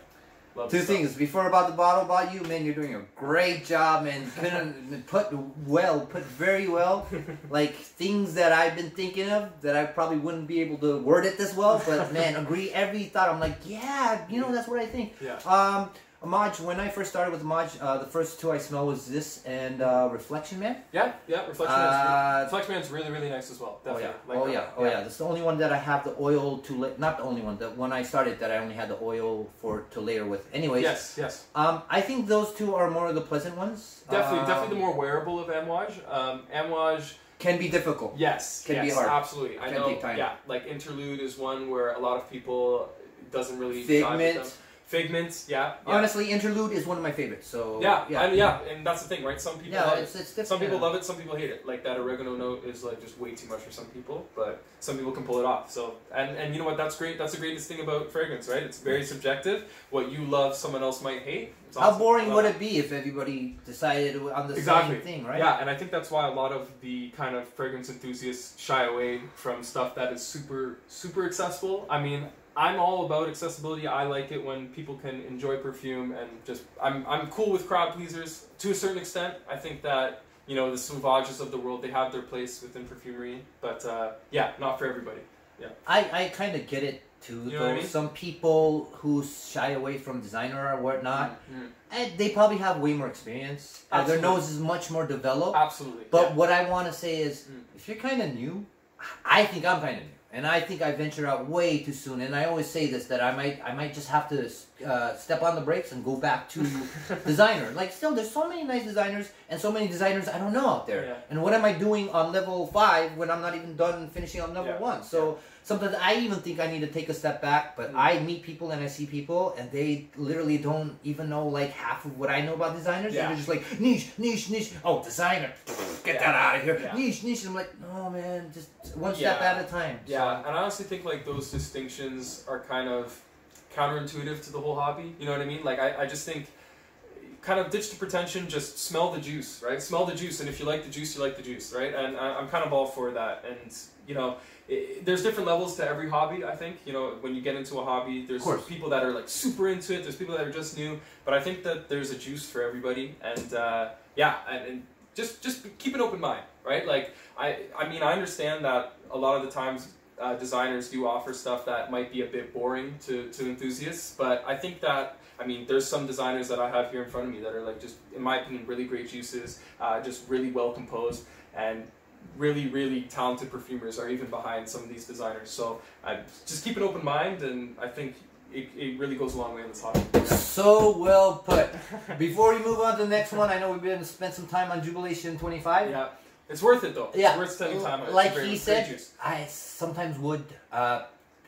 Speaker 2: Love
Speaker 1: Two
Speaker 2: the stuff.
Speaker 1: things before about the bottle about you, man. You're doing a great job, man. Couldn't- put well, put very well. Like things that I've been thinking of that I probably wouldn't be able to word it this well, but man, agree every thought. I'm like, yeah, you know, that's what I think.
Speaker 2: Yeah.
Speaker 1: Um, Amaj, when I first started with Amaj, uh, the first two I smelled was this and uh, Reflection Man.
Speaker 2: Yeah, yeah. Reflection Man's,
Speaker 1: Uh,
Speaker 2: Reflection Man's really, really nice as well.
Speaker 1: Oh
Speaker 2: Definitely.
Speaker 1: yeah.
Speaker 2: Like uh,
Speaker 1: oh
Speaker 2: that.
Speaker 1: yeah. Oh yeah. That's the only one that I have the oil to la- not the only one. The one I started that I only had the oil for to layer with. Anyways,
Speaker 2: uh, Yes, yes.
Speaker 1: Um, I think those two are more of the pleasant ones.
Speaker 2: Definitely, definitely
Speaker 1: Um,
Speaker 2: the more wearable of Amouage. Um, Amouage
Speaker 1: can be difficult.
Speaker 2: Yes,
Speaker 1: Can be
Speaker 2: yes,
Speaker 1: hard.
Speaker 2: absolutely. I
Speaker 1: Can
Speaker 2: know.
Speaker 1: take time.
Speaker 2: Yeah, like interlude is one where a lot of people it doesn't really jive with
Speaker 1: Figment.
Speaker 2: them. Figments, yeah, yeah.
Speaker 1: Honestly, interlude is one of my favorites. So
Speaker 2: yeah,
Speaker 1: Oh, yeah,
Speaker 2: And, yeah, and that's the thing, right? Some people
Speaker 1: Yeah,
Speaker 2: love
Speaker 1: it's
Speaker 2: it.
Speaker 1: it's different.
Speaker 2: Some people love it. Some people hate it. Like that oregano note is like just way too much for some people, but some people can pull it off. So, and and you know what? That's great. That's the greatest thing about fragrance, right? It's very subjective. What you love, someone else might hate. It's
Speaker 1: How
Speaker 2: awesome.
Speaker 1: boring
Speaker 2: Love
Speaker 1: would it be if everybody decided on the
Speaker 2: Exactly.
Speaker 1: same thing, right?
Speaker 2: Yeah, and I think that's why a lot of the kind of fragrance enthusiasts shy away from stuff that is super, super accessible. I mean, I'm all about accessibility. I like it when people can enjoy perfume and just. I'm, I'm cool with crowd pleasers to a certain extent. I think that, you know, the sauvages of the world, they have their place within perfumery, but uh, yeah, not for everybody.
Speaker 1: I, I kind of get it too.
Speaker 2: You know
Speaker 1: though
Speaker 2: what I mean?
Speaker 1: some people who shy away from designer or whatnot, and Eh, they probably have way more experience. and Their
Speaker 2: Absolutely.
Speaker 1: nose is much more developed.
Speaker 2: Absolutely.
Speaker 1: But
Speaker 2: yeah.
Speaker 1: what I want to say is,
Speaker 2: Mm.
Speaker 1: if you're kind of new, I think I'm kind of new, and I think I venture out way too soon. And I always say this that I might I might just have to uh, step on the brakes and go back to
Speaker 2: Mm-hmm.
Speaker 1: designer. Like still, there's so many nice designers and so many designers I don't know out there.
Speaker 2: Yeah.
Speaker 1: And what am I doing on level five when I'm not even done finishing on level
Speaker 2: Yeah.
Speaker 1: one? So sometimes I even think I need to take a step back. But
Speaker 2: Mm.
Speaker 1: I meet people and I see people, and they literally don't even know like half of what I know about designers.
Speaker 2: Yeah.
Speaker 1: And they're just like niche, niche, niche. Oh, designer, get
Speaker 2: Yeah.
Speaker 1: that out of here.
Speaker 2: Yeah.
Speaker 1: Niche, niche. And I'm like, no, man, just one step
Speaker 2: Yeah.
Speaker 1: at a time.
Speaker 2: Yeah, and I honestly think like those distinctions are kind of counterintuitive to the whole hobby. You know what I mean? Like I, I just think kind of ditch the pretension, just smell the juice, right? Smell the juice, and if you like the juice, you like the juice, right? And I, I'm kind of all for that. And you know, it, there's different levels to every hobby. I think you know when you get into a hobby, there's
Speaker 1: Of course.
Speaker 2: people that are like super into it. There's people that are just new, but I think that there's a juice for everybody. And uh, yeah, and, and just just keep an open mind, right? Like I I mean I understand that a lot of the times uh, designers do offer stuff that might be a bit boring to, to enthusiasts, but I think that, I mean, there's some designers that I have here in front of me that are like just, in my opinion, really great juices, uh, just really well composed, and really, really talented perfumers are even behind some of these designers. So I just keep an open mind, and I think it, it really goes a long way in this hobby.
Speaker 1: So well put. Before we move on to the next one, I know we've been spent some time on Jubilation 25.
Speaker 2: yeah. It's worth it though.
Speaker 1: Yeah.
Speaker 2: It's worth spending time on. It's
Speaker 1: Like
Speaker 2: great-
Speaker 1: he
Speaker 2: great
Speaker 1: said,
Speaker 2: juice.
Speaker 1: I sometimes would. uh,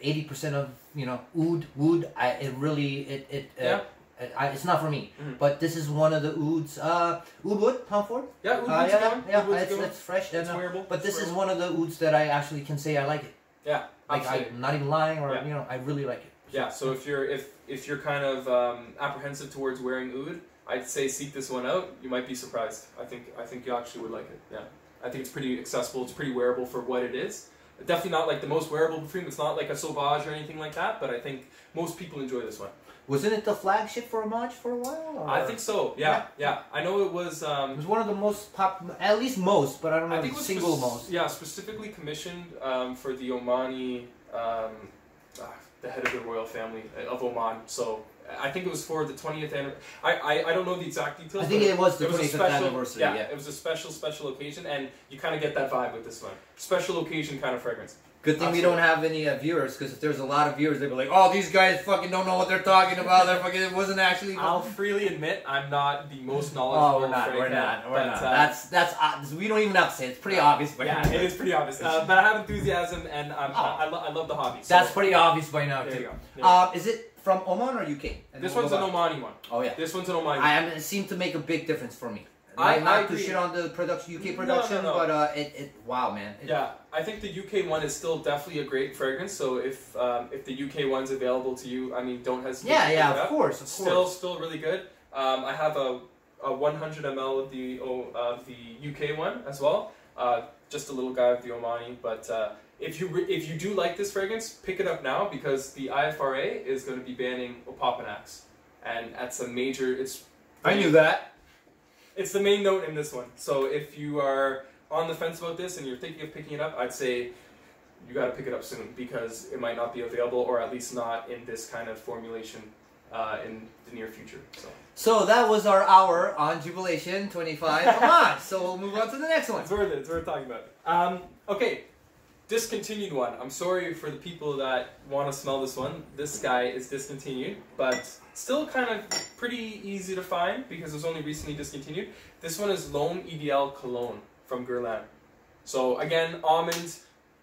Speaker 1: Eighty percent of you know oud wood. I it really it it. Uh,
Speaker 2: Yeah.
Speaker 1: it- I, it's not for me,
Speaker 2: Mhm.
Speaker 1: but this is one of the ouds. Uh, oud wood, Pomfort.
Speaker 2: yeah, Ubuntu's
Speaker 1: Uh, yeah,
Speaker 2: good.
Speaker 1: yeah,
Speaker 2: Ubuntu's
Speaker 1: it's,
Speaker 2: good.
Speaker 1: it's fresh. and,
Speaker 2: It's
Speaker 1: uh,
Speaker 2: wearable.
Speaker 1: but this
Speaker 2: It's
Speaker 1: is one of the ouds that I actually can say I like it.
Speaker 2: Yeah,
Speaker 1: Like
Speaker 2: absolutely.
Speaker 1: I'm not even lying, or
Speaker 2: Yeah.
Speaker 1: you know, I really like it.
Speaker 2: Yeah, so if you're if if you're kind of um, apprehensive towards wearing oud, I'd say seek this one out. You might be surprised. I think I think you actually would like it. Yeah, I think it's pretty accessible. It's pretty wearable for what it is. Definitely not like the most wearable perfume. It's not like a Sauvage or anything like that. But I think most people enjoy this one.
Speaker 1: Wasn't it the flagship for Amage for a while? or-
Speaker 2: I think so. Yeah, yeah. I know it was.
Speaker 1: it
Speaker 2: Um,
Speaker 1: was one of the most pop, at least most, but I don't know
Speaker 2: I think
Speaker 1: if
Speaker 2: it was
Speaker 1: single
Speaker 2: spec-
Speaker 1: most.
Speaker 2: Yeah, specifically commissioned um, for the Omani, um, ah, the head of the royal family uh, of Oman. So I think it was for the 20th anniversary. I, I, I don't know the exact details.
Speaker 1: I think
Speaker 2: but
Speaker 1: it was the
Speaker 2: was a
Speaker 1: 25th
Speaker 2: special,
Speaker 1: anniversary.
Speaker 2: Yeah,
Speaker 1: yeah.
Speaker 2: it was a special, special occasion, and you kind of get that vibe with this one. Special occasion kind of fragrance.
Speaker 1: Good thing we don't have any uh, viewers, because if there's a lot of viewers, they'd be like, "Oh, these guys fucking don't know what they're talking about. They're fucking it wasn't actually."
Speaker 2: I'll freely admit I'm not the most knowledgeable.
Speaker 1: oh, we're not.
Speaker 2: right
Speaker 1: We're
Speaker 2: now,
Speaker 1: not. We're
Speaker 2: but,
Speaker 1: not.
Speaker 2: uh,
Speaker 1: that's that's ob- we don't even have to say. it. It's pretty obvious. By
Speaker 2: yeah,
Speaker 1: now.
Speaker 2: it is pretty obvious. Uh, but I have enthusiasm, and I'm, I, I, lo- I love the hobby. So
Speaker 1: Oh. that's pretty obvious by now
Speaker 2: there you
Speaker 1: too.
Speaker 2: go. There you
Speaker 1: Uh, is it from Oman or UK?
Speaker 2: go.
Speaker 1: And
Speaker 2: this
Speaker 1: we'll
Speaker 2: one's
Speaker 1: go
Speaker 2: an
Speaker 1: back.
Speaker 2: Omani one.
Speaker 1: Oh yeah.
Speaker 2: This one's an Omani.
Speaker 1: I am, it seemed to make a big difference for me.
Speaker 2: I-
Speaker 1: Like, not
Speaker 2: I
Speaker 1: to
Speaker 2: agree.
Speaker 1: shit on the production UK
Speaker 2: No,
Speaker 1: production,
Speaker 2: no, no.
Speaker 1: but uh, it, it wow man. It-
Speaker 2: Yeah, I think the UK one is still definitely a great fragrance. So if um, if the UK one's available to you, I mean, don't hesitate. to
Speaker 1: Yeah,
Speaker 2: pick
Speaker 1: yeah,
Speaker 2: it
Speaker 1: of
Speaker 2: up.
Speaker 1: course, of
Speaker 2: Still,
Speaker 1: course.
Speaker 2: still really good. Um, I have a, a 100 ml of the O- of the UK one as well. Uh, just a little guy of the Omani, but. Uh, if you re- if you do like this fragrance, pick it up now because the IFRA is going to be banning opopanax, and that's a major. It's
Speaker 1: that.
Speaker 2: it's the main note in this one. So if you are on the fence about this and you're thinking of picking it up, I'd say you got to pick it up soon because it might not be available or at least not in this kind of formulation uh, in the near future. So
Speaker 1: So that was our hour on Jubilation 25. Come on. So we'll move on to the next one.
Speaker 2: it's worth it. It's worth talking about. Um, okay, discontinued one. I'm sorry for the people that want to smell this one. This guy is discontinued, but still kind of pretty easy to find because it was only recently discontinued. This one is Loam EDL Cologne from Guerlain. So again, almond.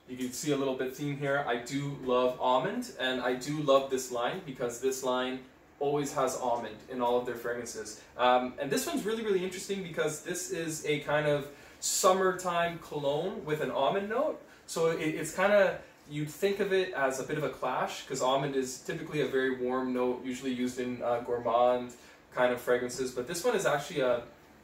Speaker 2: You can see a little bit theme here. I do love almond, and I do love this line because this line always has almond in all of their fragrances. Um, and this one's really, really interesting because this is a kind of summertime cologne with an almond note. So it, it's kind of you'd think of it as a bit of a clash because almond is typically a very warm note, usually used in uh, gourmand kind of fragrances. But this one is actually a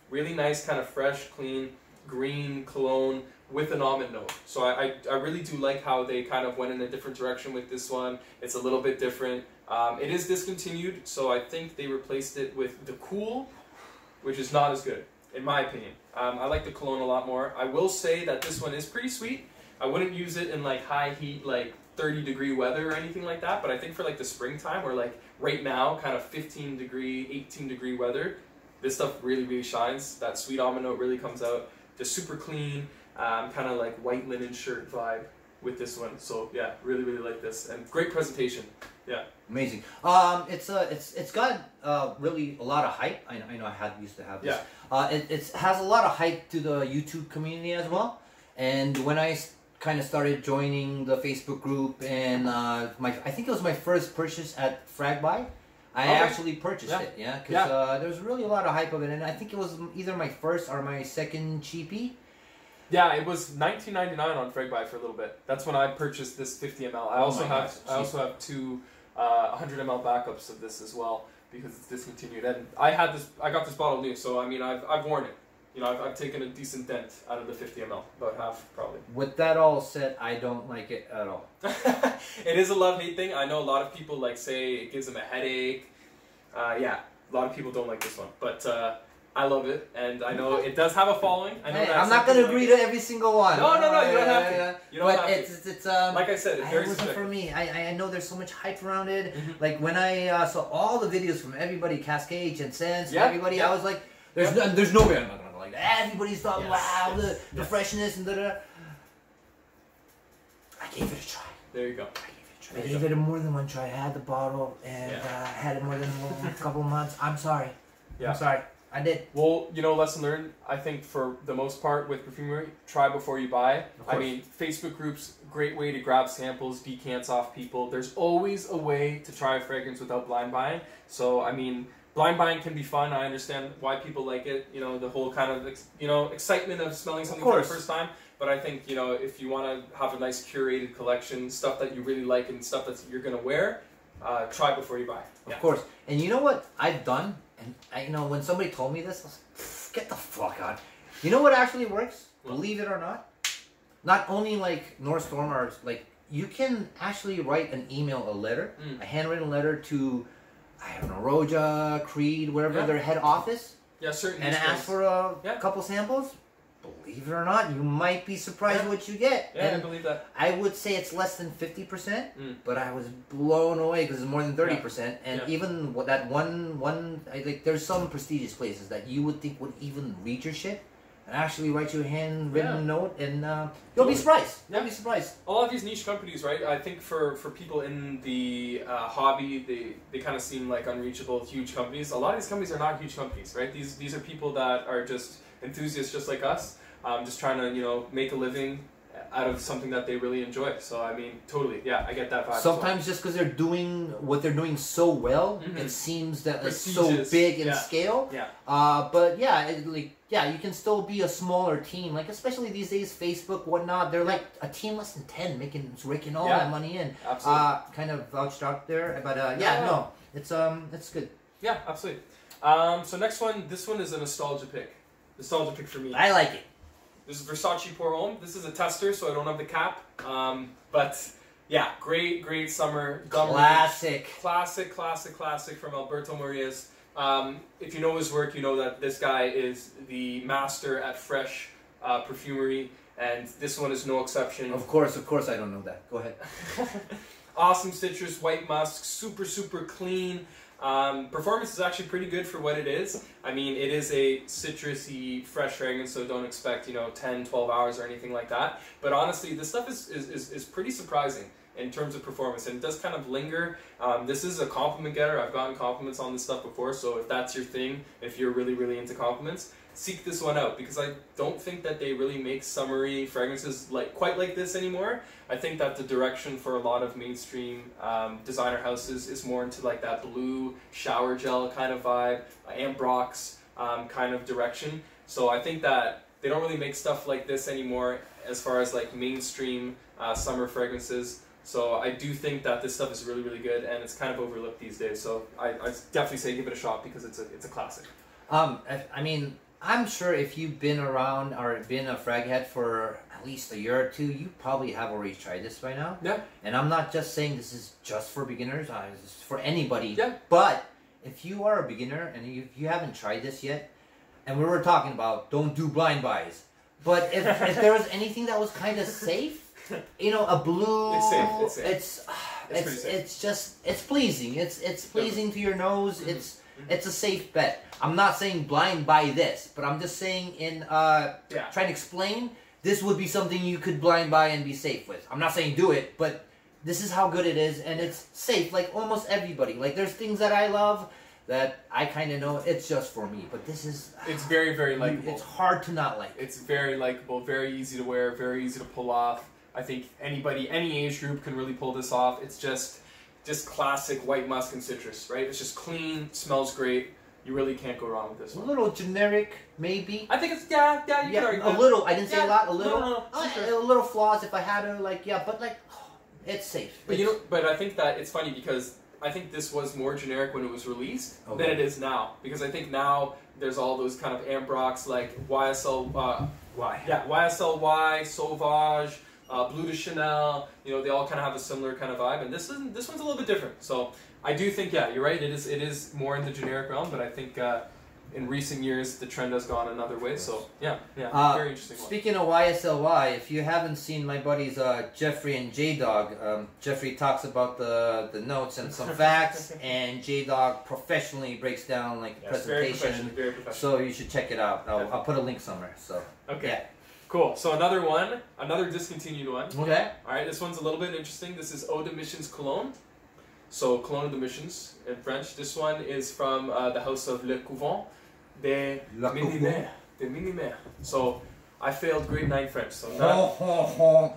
Speaker 2: really nice kind of fresh, clean green cologne with an almond note. So I, I, I really do like how they kind of went in a different direction with this one. It's a little bit different. Um, it is discontinued, so I think they replaced it with the Cool, which is not as good, in my opinion. Um, I like the cologne a lot more. I will say that this one is pretty sweet. I wouldn't use it in like high heat, like 30 degree weather or anything like that, but I think for like the springtime or like right now, kind of 15 degree, 18 degree weather, this stuff really, really shines. That sweet almond note really comes out. Just super clean, um, kind of like white linen shirt vibe with this one. So yeah, really, really like this. And great presentation.
Speaker 1: Amazing. Um, it's uh, it's it's got uh, really a lot of hype. I know, I know I had used to have this.
Speaker 2: Yeah.
Speaker 1: Uh, it it's, has a lot of hype to the YouTube community as well. And when I kind of started joining the Facebook group and uh, my I think it was my first purchase at Fragby. I
Speaker 2: Okay.
Speaker 1: actually purchased
Speaker 2: Yeah.
Speaker 1: it, yeah, because
Speaker 2: Yeah.
Speaker 1: uh, there was really a lot of hype of it, and I think it was either my first or my second cheapie.
Speaker 2: Yeah, it was 19.99 on Fregbuy for a little bit. That's when I purchased this 50 ml. I
Speaker 1: Oh
Speaker 2: also
Speaker 1: my
Speaker 2: have
Speaker 1: gosh,
Speaker 2: I also have two uh, 100 ml backups of this as well. because it's discontinued. And I had this, I got this bottle new, so I mean, I've, I've worn it. You know, I've, I've taken a decent dent out of the 50 ml, about half probably.
Speaker 1: With that all said, I don't like it at all.
Speaker 2: it is a love hate thing. I know a lot of people like say it gives them a headache. Uh, yeah, a lot of people don't like this one, but uh, I love it, and I know it does have a following. I know
Speaker 1: Hey,
Speaker 2: that
Speaker 1: I'm not
Speaker 2: some
Speaker 1: gonna
Speaker 2: people
Speaker 1: agree
Speaker 2: like
Speaker 1: to every single one.
Speaker 2: No, no, no, you don't
Speaker 1: Yeah,
Speaker 2: have to.
Speaker 1: yeah, yeah.
Speaker 2: You don't
Speaker 1: but
Speaker 2: have to.
Speaker 1: it's, it's it's um.
Speaker 2: it. Like I said, it's
Speaker 1: I-
Speaker 2: very
Speaker 1: it wasn't
Speaker 2: subjective.
Speaker 1: for me. I, I know there's so much hype around it.
Speaker 2: Mhm.
Speaker 1: Like when I uh, saw all the videos from everybody, Cascade and Sense,
Speaker 2: Yeah,
Speaker 1: everybody, I
Speaker 2: yeah.
Speaker 1: was like, there's
Speaker 2: Yeah.
Speaker 1: no, there's no way I'm not gonna like that. Everybody's thought,
Speaker 2: Yes,
Speaker 1: wow, the,
Speaker 2: yes,
Speaker 1: the
Speaker 2: yes.
Speaker 1: freshness and da da. I gave it a try.
Speaker 2: There you
Speaker 1: I
Speaker 2: go.
Speaker 1: gave it a try.
Speaker 2: There
Speaker 1: I
Speaker 2: you
Speaker 1: gave
Speaker 2: go.
Speaker 1: it a more than one try. I had the bottle and
Speaker 2: Yeah.
Speaker 1: uh, had it more than one, a couple months. I'm sorry.
Speaker 2: Yeah.
Speaker 1: I'm sorry. I did.
Speaker 2: Well, you know, lesson learned. I think for the most part with perfumery, try before you buy.
Speaker 1: Of
Speaker 2: I
Speaker 1: course.
Speaker 2: mean, Facebook groups great way to grab samples, decants off people. There's always a way to try a fragrance without blind buying. So I mean, blind buying can be fun. I understand why people like it. You know, the whole kind of ex- you know excitement of smelling
Speaker 1: Of
Speaker 2: something for the
Speaker 1: course.
Speaker 2: first time. But I think you know if you want to have a nice curated collection, stuff that you really like and stuff that you're gonna wear, uh, try before you buy.
Speaker 1: Of course. And you know what I've done? And I, you know, when somebody told me this, I was like, "Pff, get the fuck out. You know what actually works?
Speaker 2: What?
Speaker 1: Believe it or not, not only like North Storm or like you can actually write an email, a letter,
Speaker 2: Mm.
Speaker 1: a handwritten letter to I don't know, Roja, Creed, whatever
Speaker 2: Yeah.
Speaker 1: their head office,
Speaker 2: Yeah, certain.
Speaker 1: and
Speaker 2: use
Speaker 1: ask
Speaker 2: cases.
Speaker 1: for a
Speaker 2: Yeah.
Speaker 1: couple samples. Believe it or not, you might be surprised
Speaker 2: Yeah.
Speaker 1: what you get.
Speaker 2: Yeah, I
Speaker 1: And
Speaker 2: believe that.
Speaker 1: I would say it's less than 50%,
Speaker 2: Mm.
Speaker 1: but I was blown away because it's more than 30%. And
Speaker 2: Yeah.
Speaker 1: even what that one, one, I like, there's some prestigious places that you would think would even read your shit and actually write you a handwritten
Speaker 2: Yeah.
Speaker 1: note, and uh, you'll be
Speaker 2: Totally.
Speaker 1: surprised.
Speaker 2: Yeah.
Speaker 1: You'll be surprised.
Speaker 2: a lot of these niche companies, right? I think for, for people in the uh, hobby, they, they kind of seem like unreachable, huge companies. A lot of these companies are not huge companies, right? These these are people that are just enthusiasts, just like us, um, just trying to you know make a living out of something that they really enjoy. So I mean, totally, yeah, I get that vibe. as well.
Speaker 1: Sometimes just because they're doing what they're doing so well,
Speaker 2: Mhm.
Speaker 1: it seems that it's so
Speaker 2: Prestigious.
Speaker 1: big in
Speaker 2: Yeah.
Speaker 1: scale.
Speaker 2: Yeah.
Speaker 1: Uh, but yeah, it, like yeah, you can still be a smaller team. Like especially these days, Facebook, whatnot, they're like a team less than ten, making raking all
Speaker 2: Yeah.
Speaker 1: that money in.
Speaker 2: absolutely.
Speaker 1: uh, kind of vouched out there, but uh, yeah,
Speaker 2: Yeah.
Speaker 1: no, it's um, it's good.
Speaker 2: yeah, absolutely. Um, so next one, this one is a nostalgia pick. Nostalgia pick for me.
Speaker 1: I like it.
Speaker 2: This is Versace Pour Homme. This is a tester, so I don't have the cap. Um, but yeah, great, great summer. gum range.
Speaker 1: Classic.
Speaker 2: Classic, classic, classic from Alberto Marias. Um, if you know his work, you know that this guy is the master at fresh uh, perfumery, and this one is no exception.
Speaker 1: Of course, of course, I don't know that. Go ahead.
Speaker 2: awesome citrus, white musk, super, super clean. Um, performance is actually pretty good for what it is. I mean, it is a citrusy, fresh fragrance, so don't expect, you know, 10, 12 hours or anything like that. But honestly, this stuff is, is, is, is pretty surprising in terms of performance, and it does kind of linger. Um, this is a compliment getter. I've gotten compliments on this stuff before, so if that's your thing, if you're really, really into compliments, seek this one out because I don't think that they really make summery fragrances like quite like this anymore. I think that the direction for a lot of mainstream um, designer houses is more into like that blue shower gel kind of vibe, uh, Ambrox um, kind of direction. So I think that they don't really make stuff like this anymore as far as like mainstream uh, summer fragrances. So I do think that this stuff is really really good and it's kind of overlooked these days. So I I definitely say give it a shot because it's a it's a classic.
Speaker 1: Um, I, I mean, I'm sure if you've been around or been a frag head for at least a year or two, you probably have already tried this by now.
Speaker 2: Yeah.
Speaker 1: And I'm not just saying this is just for beginners. Uh, this is for anybody.
Speaker 2: Yeah.
Speaker 1: But if you are a beginner and you, you haven't tried this yet, and we were talking about don't do blind buys, but if, if there was anything that was kind of safe. You know, a blue.
Speaker 2: It's safe, it's safe.
Speaker 1: It's ah,
Speaker 2: It's
Speaker 1: it's,
Speaker 2: pretty
Speaker 1: it's,
Speaker 2: safe.
Speaker 1: just it's pleasing. It's it's pleasing to your nose.
Speaker 2: Mhm.
Speaker 1: It's it's a safe bet. I'm not saying blind buy this, but I'm just saying in uh,
Speaker 2: Yeah.
Speaker 1: trying to explain this would be something you could blind buy and be safe with. I'm not saying do it, but this is how good it is, and it's safe. Like almost everybody. Like there's things that I love that I kind of know it's just for me, but this is
Speaker 2: It's very very likable.
Speaker 1: it's hard to not like.
Speaker 2: It's very likable, very easy to wear, very easy to pull off. I think anybody, any age group can really pull this off. It's just, just classic white musk and citrus, right? It's just clean, smells great. You really can't go wrong with this
Speaker 1: It's a
Speaker 2: one.
Speaker 1: little generic, maybe.
Speaker 2: I think it's yeah, yeah. You can
Speaker 1: Yeah,
Speaker 2: argue
Speaker 1: a
Speaker 2: that.
Speaker 1: little. I didn't say a
Speaker 2: Yeah,
Speaker 1: lot. A
Speaker 2: no,
Speaker 1: little.
Speaker 2: no, no,
Speaker 1: Uh,
Speaker 2: sure.
Speaker 1: a little flaws if I had her. Like yeah, but like, it's safe.
Speaker 2: But you know, but I think that it's funny because I think this was more generic when it was released
Speaker 1: Okay.
Speaker 2: than it is now because I think now there's all those kind of Ambrox like YSL, uh,
Speaker 3: Why?
Speaker 2: yeah, YSLY, Sauvage, uh, Blue de Chanel. You know, they all kind of have a similar kind of vibe, and this isn't. This one's a little bit different. So I do think, yeah, you're right. It is it is more in the generic realm, but I think. Uh, in recent years, the trend has gone another way. So yeah, yeah,
Speaker 1: Uh,
Speaker 2: very interesting one.
Speaker 1: Speaking of YSLY, if you haven't seen my buddies uh, Jeffrey and J Dog, um, Jeffrey talks about the, the notes and some facts, and J Dog professionally breaks down like a
Speaker 3: Yes,
Speaker 2: Very
Speaker 1: presentation.
Speaker 2: professional, very professional.
Speaker 1: So you should check it out. I'll,
Speaker 2: Okay.
Speaker 1: I'll put a link somewhere. So
Speaker 2: Okay,
Speaker 1: yeah.
Speaker 2: cool. So another one, another discontinued one.
Speaker 1: okay,
Speaker 2: All right, this one's a little bit interesting. This is Eau de Missions Cologne. So, Cologne de Missions in French. This one is from uh, the house of Le Couvent de
Speaker 1: La Couvent.
Speaker 2: Minimere. De Minimere. So, I failed grade 9 French. So, I'm not,
Speaker 1: Ho, ho, ho.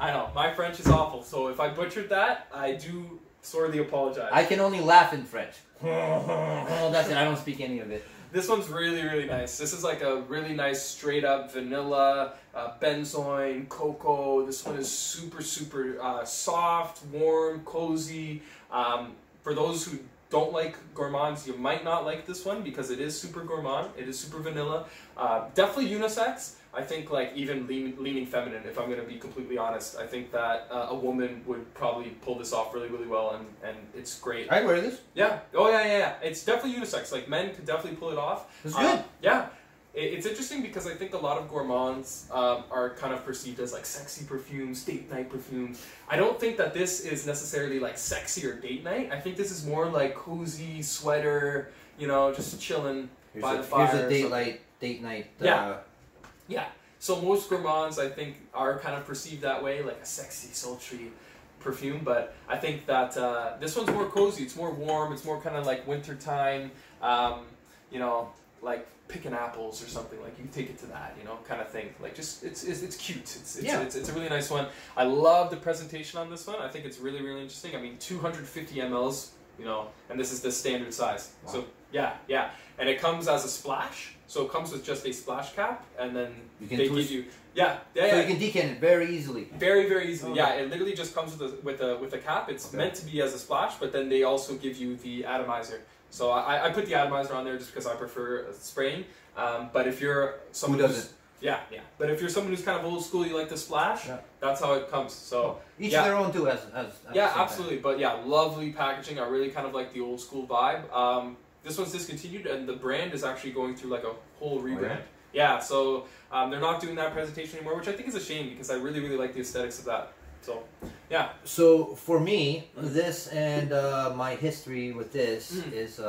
Speaker 2: I know, my French is awful. So, if I butchered that, I do sorely apologize.
Speaker 1: I can only laugh in French. Ho, ho, ho. That's it. I don't speak any of it.
Speaker 2: This one's really, really nice. This is like a really nice straight up vanilla, uh, benzoin, cocoa. This one is super, super uh, soft, warm, cozy. Um, for those who don't like gourmands, you might not like this one because it is super gourmand. It is super vanilla. Uh, definitely unisex. I think like even lean, leaning feminine. If I'm gonna be completely honest, I think that uh, a woman would probably pull this off really, really well, and and it's great.
Speaker 1: I wear this.
Speaker 2: Yeah. Oh yeah, yeah, yeah. It's definitely unisex. Like men could definitely pull it off.
Speaker 1: It's
Speaker 2: Um,
Speaker 1: good.
Speaker 2: yeah. It, it's interesting because I think a lot of gourmands um, are kind of perceived as like sexy perfumes, date night perfumes. I don't think that this is necessarily like sexy or date night. I think this is more like cozy sweater, you know, just chilling.
Speaker 1: Here's
Speaker 2: by
Speaker 1: a,
Speaker 2: the fire
Speaker 1: here's a
Speaker 2: or
Speaker 1: date
Speaker 2: something.
Speaker 1: night. Date night. Uh,
Speaker 2: Yeah. So most gourmands, I think, are kind of perceived that way, like a sexy, sultry perfume. But I think that uh, this one's more cozy. It's more warm. It's more kind of like wintertime. Um, you know, like picking apples or something. Like you take it to that, you know, kind of thing. Like just it's it's, it's cute. It's it's,
Speaker 1: Yeah.
Speaker 2: it's it's a really nice one. I love the presentation on this one. I think it's really really interesting. I mean, 250 mls. You know, and this is the standard size.
Speaker 1: Wow.
Speaker 2: So yeah, yeah, and it comes as a splash. So it comes with just a splash cap, and then
Speaker 1: You can
Speaker 2: they
Speaker 1: twist-
Speaker 2: give you yeah, yeah,
Speaker 1: So
Speaker 2: yeah.
Speaker 1: you can decant it very easily.
Speaker 2: very, very easily.
Speaker 3: Oh.
Speaker 2: Yeah, it literally just comes with a with a with a cap. It's
Speaker 1: Okay.
Speaker 2: meant to be as a splash, but then they also give you the atomizer. So I, I put the atomizer on there just because I prefer uh, spraying. Um, but if you're someone
Speaker 1: doesn't?
Speaker 2: Who's, yeah, yeah. But if you're someone who's kind of old school, you like to splash.
Speaker 1: Yeah.
Speaker 2: That's how it comes. So
Speaker 1: Each
Speaker 2: Yeah.
Speaker 1: their own too. As, as, as
Speaker 2: yeah,
Speaker 1: sometimes.
Speaker 2: absolutely. But yeah, lovely packaging. I really kind of like the old school vibe. Um, this one's discontinued, and the brand is actually going through like a whole
Speaker 1: Oh, yeah?
Speaker 2: rebrand. yeah? so um, they're not doing that presentation anymore, which I think is a shame because I really, really like the aesthetics of that. So
Speaker 1: So for me, this and uh, my history with this
Speaker 2: Mm.
Speaker 1: is uh,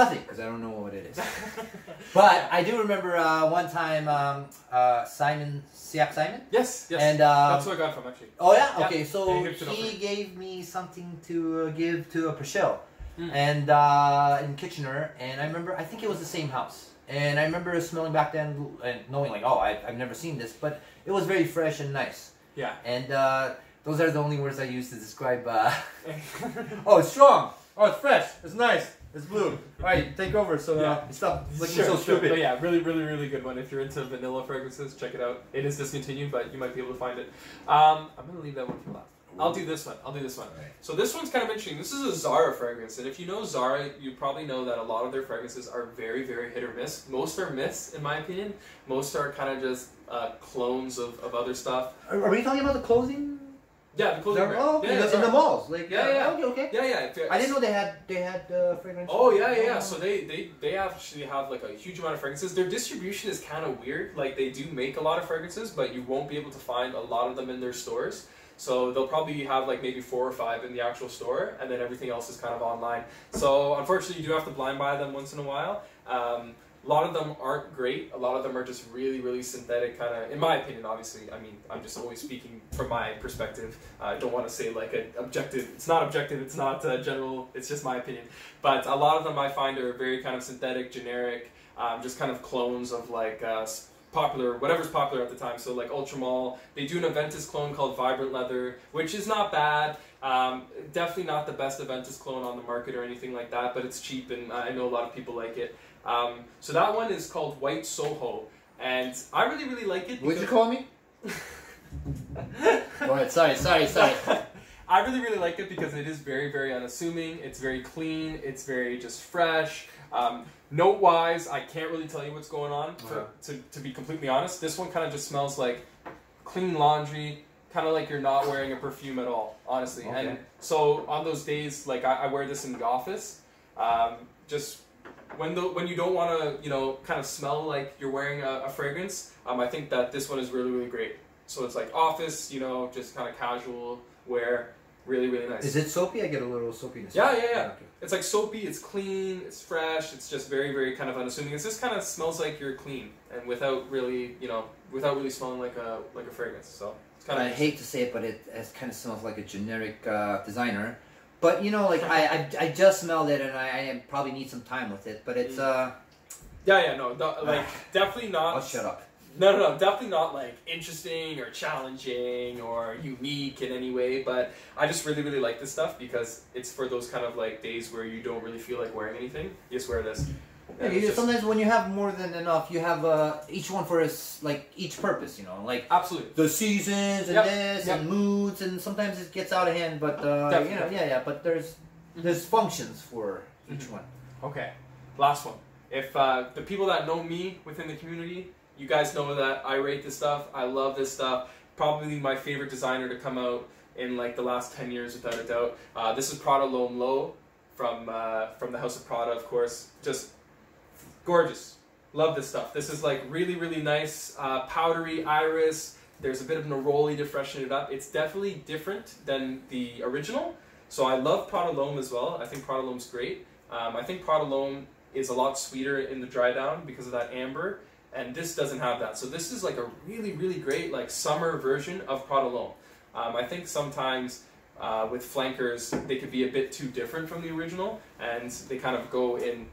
Speaker 1: nothing because I don't know what it is. But I do remember uh, one time um, uh, Simon Siak Simon
Speaker 2: yes, yes,
Speaker 1: and um,
Speaker 2: that's where I got it from actually.
Speaker 1: oh yeah
Speaker 2: Yeah.
Speaker 1: okay
Speaker 2: Yeah,
Speaker 1: so
Speaker 2: he hooked it up for
Speaker 1: he gave me something to uh, give to a Pashel
Speaker 2: Mm.
Speaker 1: and uh, in Kitchener and I remember I think it was the same house and I remember smelling back then and knowing like oh I, I've never seen this but it was very fresh and nice
Speaker 2: Yeah.
Speaker 1: and uh, those are the only words I use to describe. Uh, Oh, it's strong. Oh, it's fresh. It's nice. It's blue. All right, take over. So
Speaker 2: Yeah.
Speaker 1: uh, stop looking
Speaker 2: Sure,
Speaker 1: so
Speaker 2: sure.
Speaker 1: stupid.
Speaker 2: But yeah, really, really, really good one. If you're into vanilla fragrances, check it out. It is discontinued, but you might be able to find it. Um, I'm gonna leave that one for last. I'll do this one. I'll do this one.
Speaker 1: Alright.
Speaker 2: So this one's kind of interesting. This is a Zara fragrance, and if you know Zara, you probably know that a lot of their fragrances are very, very hit or miss. Most are miss, in my opinion. Most are kind of just uh, clones of, of other stuff.
Speaker 1: Are, are we talking about the closing?
Speaker 2: Yeah, the clothing
Speaker 1: They're-
Speaker 2: brand.
Speaker 1: oh, okay,
Speaker 2: yeah,
Speaker 1: that's in the
Speaker 2: Zara.
Speaker 1: malls. Like
Speaker 2: Yeah,
Speaker 1: uh,
Speaker 2: yeah.
Speaker 1: Okay, okay.
Speaker 2: yeah, yeah. if-
Speaker 1: I didn't know they had they had uh, fragrance.
Speaker 2: Oh yeah, yeah, yeah. So they, they they actually have like a huge amount of fragrances. Their distribution is kind of weird. Like they do make a lot of fragrances, but you won't be able to find a lot of them in their stores. So they'll probably have like maybe four or five in the actual store, and then everything else is kind of online. So unfortunately, you do have to blind buy them once in a while. Um, a lot of them aren't great. A lot of them are just really, really synthetic, kind of, in my opinion, obviously. I mean, I'm just always speaking from my perspective. I don't want to say like an objective. It's not objective, it's not uh, general, it's just my opinion. But a lot of them I find are very kind of synthetic, generic, um, just kind of clones of like uh, s- popular, whatever's popular at the time. So like Ultramall, they do an Aventus clone called Vibrant Leather, which is not bad. Um, definitely not the best Aventus clone on the market or anything like that, but it's cheap and uh, I know a lot of people like it. Um, so that one is called White Soho, and I really really like it.
Speaker 1: Would you
Speaker 2: because-
Speaker 1: call me? All right. Sorry. Sorry. Sorry.
Speaker 2: I really, really like it because it is very, very unassuming. It's very clean. It's very just fresh. Um, note wise, I can't really tell you what's going on. for-
Speaker 3: Okay.
Speaker 2: to, to be completely honest, this one kind of just smells like clean laundry, kind of like you're not wearing a perfume at all, honestly. And
Speaker 1: Okay.
Speaker 2: so on those days, like I, I wear this in the office, um, just when the when you don't want to, you know, kind of smell like you're wearing a, a fragrance. Um, I think that this one is really, really great. So it's like office, you know, just kind of casual wear, really, really nice.
Speaker 1: Is it soapy? I get a little soapiness.
Speaker 2: Yeah, yeah, yeah.
Speaker 1: okay.
Speaker 2: It's like soapy, it's clean, it's fresh, it's just very, very kind of unassuming. It just kind of smells like you're clean and without really, you know, without really smelling like a like a fragrance. So it's kind
Speaker 1: I
Speaker 2: of
Speaker 1: hate to say it, but it, it kind of smells like a generic uh, designer. But you know, like I, I, I just smelled it, and I, I probably need some time with it. But it's uh,
Speaker 2: yeah, yeah, no, no like definitely not.
Speaker 1: I'll shut up.
Speaker 2: No, no, no, definitely not like interesting or challenging or unique in any way. But I just really, really like this stuff because it's for those kind of like days where you don't really feel like wearing anything. You just wear this.
Speaker 1: Yeah,
Speaker 2: And
Speaker 1: you
Speaker 2: it's just-
Speaker 1: sometimes when you have more than enough, you have uh, each one for its like each purpose. You know, like
Speaker 2: absolutely.
Speaker 1: the seasons and
Speaker 2: Yep,
Speaker 1: this
Speaker 2: yep.
Speaker 1: and moods, and sometimes it gets out of hand. But uh, you know,
Speaker 2: Definitely. Mm-hmm.
Speaker 1: yeah, yeah. But there's there's functions for each one.
Speaker 2: Okay, last one. If uh, the people that know me within the community, you guys know that I rate this stuff. I love this stuff. Probably my favorite designer to come out in like the last ten years, without a doubt. Uh, this is Prada Lone Low from uh, from the House of Prada, of course. Just gorgeous. Love this stuff. This is like really, really nice, uh, powdery iris. There's a bit of neroli to freshen it up. It's definitely different than the original. So I love Prada Loam as well. I think Prada Loam's great. Um, I think Prada Loam is a lot sweeter in the dry down because of that amber, and this doesn't have that. So this is like a really, really great like summer version of Prada Loam. Um, I think sometimes uh, with flankers they could be a bit too different from the original, and they kind of go in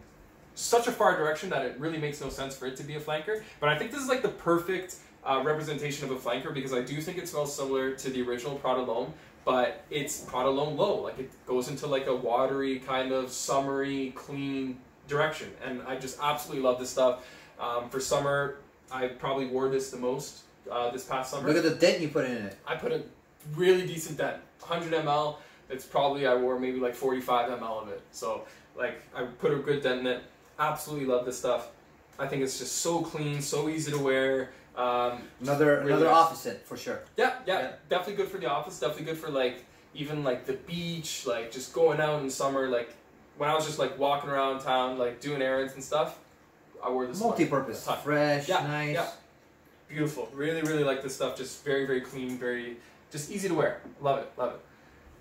Speaker 2: such a far direction that it really makes no sense for it to be a flanker. But I think this is like the perfect uh, representation of a flanker because I do think it smells similar to the original Prada Loam, but it's Prada Loam low. Like it goes into like a watery kind of summery, clean direction, and I just absolutely love this stuff. Um, for summer, I probably wore this the most uh, this past summer.
Speaker 1: Look at the dent you put in it.
Speaker 2: I put a really decent dent, 100 ml. It's probably I wore maybe like 45 ml of it. So like I put a good dent in it. Absolutely love this stuff. I think it's just so clean, so easy to wear. Um,
Speaker 1: Another
Speaker 2: Really
Speaker 1: another
Speaker 2: nice.
Speaker 1: opposite for sure.
Speaker 2: yeah, yeah,
Speaker 1: Yeah.
Speaker 2: definitely good for the office. Definitely good for like even like the beach, like just going out in summer. Like when I was just like walking around town, like doing errands and stuff. I wore this one.
Speaker 1: Multi-purpose,
Speaker 2: Ton.
Speaker 1: fresh,
Speaker 2: Yeah,
Speaker 1: nice.
Speaker 2: yeah. Beautiful. Really, really like this stuff. Just very, very clean. Very just easy to wear. Love it. Love it.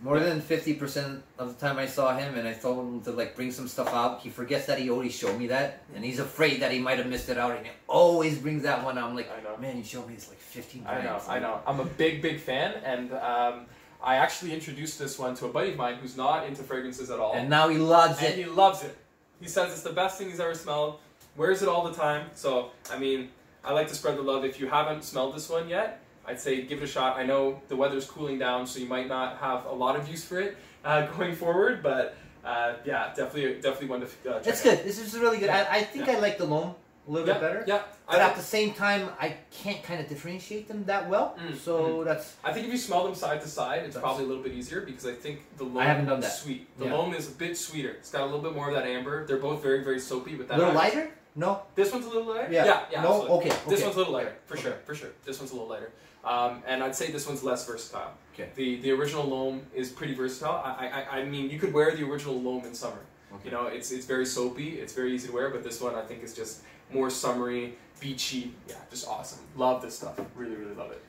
Speaker 1: More than fifty percent of the time I saw him and I told him to like bring some stuff out, he forgets that he already showed me that, and he's afraid that he might have missed it out, and he always brings that one. out. I'm like,
Speaker 2: I know.
Speaker 1: man, you showed me this like fifteen
Speaker 2: I
Speaker 1: times.
Speaker 2: know, I know. I'm a big, big fan, and um, I actually introduced this one to a buddy of mine who's not into fragrances at all,
Speaker 1: And now he loves
Speaker 2: and
Speaker 1: it.
Speaker 2: he loves it. He says it's the best thing he's ever smelled. Wears it all the time. So I mean, I like to spread the love. If you haven't smelled this one yet, I'd say give it a shot. I know the weather's cooling down, so you might not have a lot of use for it uh, going forward, but uh, yeah, definitely, definitely one to uh, check
Speaker 1: It's
Speaker 2: out.
Speaker 1: good. This is really good. I, I think
Speaker 2: Yeah.
Speaker 1: I like the loam a little
Speaker 2: yeah,
Speaker 1: bit better.
Speaker 2: Yeah, I
Speaker 1: But
Speaker 2: think-
Speaker 1: at the same time, I can't kind of differentiate them that well.
Speaker 2: Mm,
Speaker 1: So that's
Speaker 2: I think if you smell them side to side, it's
Speaker 1: That's-
Speaker 2: probably a little bit easier because I think the loam
Speaker 1: I haven't done that.
Speaker 2: is sweet. The
Speaker 1: Yeah.
Speaker 2: loam is a bit sweeter. It's got a little bit more of that amber. They're both very, very soapy with
Speaker 1: a
Speaker 2: that.
Speaker 1: little
Speaker 2: iris.
Speaker 1: lighter. No,
Speaker 2: This one's a little lighter.
Speaker 1: Yeah.
Speaker 2: yeah, yeah,
Speaker 1: no.
Speaker 2: absolutely.
Speaker 1: Okay,
Speaker 2: This
Speaker 1: okay.
Speaker 2: one's a little lighter, for
Speaker 1: Okay.
Speaker 2: sure, for sure. This one's a little lighter, um, and I'd say this one's less versatile.
Speaker 1: Okay.
Speaker 2: The the original loam is pretty versatile. I, I- I I mean, you could wear the original loam in summer. You know, it's it's very soapy. It's very easy to wear, but this one I think is just more summery, beachy. Yeah, just awesome. Love this stuff. Really, really love it.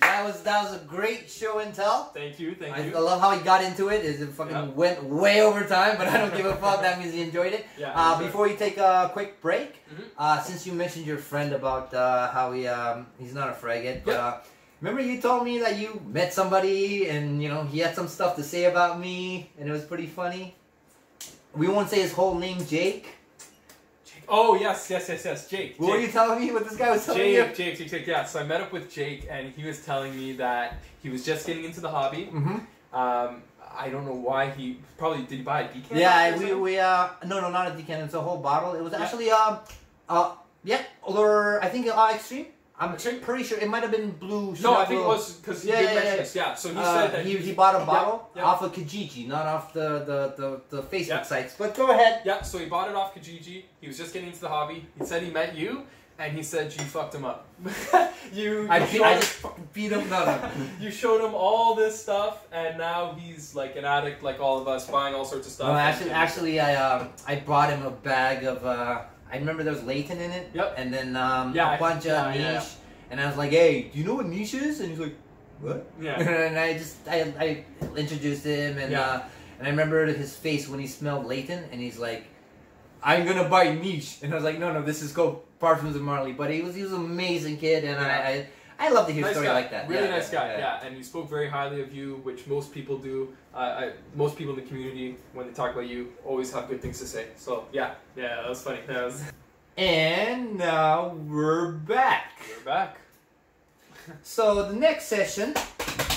Speaker 1: That was that was a great show and tell.
Speaker 2: Thank you. Thank
Speaker 1: I, I
Speaker 2: you.
Speaker 1: love how he got into it. Is it fucking
Speaker 2: Yeah.
Speaker 1: went way over time, but I don't give a fuck. That means he enjoyed it.
Speaker 2: yeah.
Speaker 1: Uh,
Speaker 2: sure.
Speaker 1: before you take a quick break,
Speaker 2: Mhm.
Speaker 1: uh, since you mentioned your friend about uh, how he um, he's not a fragate, but
Speaker 2: Yeah.
Speaker 1: uh, remember you told me that you met somebody and you know he had some stuff to say about me and it was pretty funny. We won't say his whole name, Jake.
Speaker 2: Jake. Oh yes, yes, yes, yes. Jake.
Speaker 1: What were you
Speaker 2: Jake.
Speaker 1: telling me? What this guy was telling
Speaker 2: Jake, Jake, Jake, Jake. Yeah. So I met up with Jake, and he was telling me that he was just getting into the hobby.
Speaker 1: you? hmm
Speaker 2: Um, I don't know why he probably did he buy a decan.
Speaker 1: Yeah,
Speaker 2: or
Speaker 1: we,
Speaker 2: something?
Speaker 1: we uh no no not a decan. It's a whole bottle. It was
Speaker 2: Yeah.
Speaker 1: actually um uh yeah or I think uh, extreme. I'm tr- pretty sure it might have been blue.
Speaker 2: No, I
Speaker 1: Schnabel.
Speaker 2: think it was because he
Speaker 1: Yeah,
Speaker 2: did
Speaker 1: yeah,
Speaker 2: mention
Speaker 1: yeah.
Speaker 2: this. Yeah, so he
Speaker 1: Uh,
Speaker 2: said that
Speaker 1: he, he bought a bottle
Speaker 2: yeah.
Speaker 1: off of Kijiji, not off the, the, the, the Facebook
Speaker 2: Yeah.
Speaker 1: sites. But go ahead.
Speaker 2: Yeah, so he bought it off Kijiji. He was just getting into the hobby. He said he met you, and he said you fucked him up. you,
Speaker 1: I,
Speaker 2: you
Speaker 1: beat,
Speaker 2: showed
Speaker 1: I
Speaker 2: him-
Speaker 1: just fucking beat him. No, no.
Speaker 2: you showed him all this stuff, and now he's like an addict, like all of us, buying all sorts of stuff.
Speaker 1: No,
Speaker 2: and-
Speaker 1: actually, actually, I um, I brought him a bag of. Uh, I remember there was Leighton in it.
Speaker 2: Yep.
Speaker 1: And then um,
Speaker 2: Yeah, I-
Speaker 1: a bunch
Speaker 2: yeah,
Speaker 1: of niche.
Speaker 2: yeah,
Speaker 1: And I was like, "Hey, do you know what niche is?" And he's like, "What?"
Speaker 2: yeah,
Speaker 1: and I just I, I introduced him, and
Speaker 2: Yeah.
Speaker 1: uh, and I remember his face when he smelled Leighton, and he's like, "I'm gonna buy niche," and I was like, "No, no, this is called Parfums of Marley." But he was he was an amazing kid, and I. I I love to hear
Speaker 2: nice
Speaker 1: stories
Speaker 2: guy,
Speaker 1: like that.
Speaker 2: really
Speaker 1: Yeah,
Speaker 2: nice guy. Yeah. and he spoke very highly of you, which most people do. Uh, I, most people in the community, when they talk about you, always have good things to say. So yeah, yeah, that was funny. That was,
Speaker 1: And now we're back.
Speaker 2: we're back.
Speaker 1: So the next session,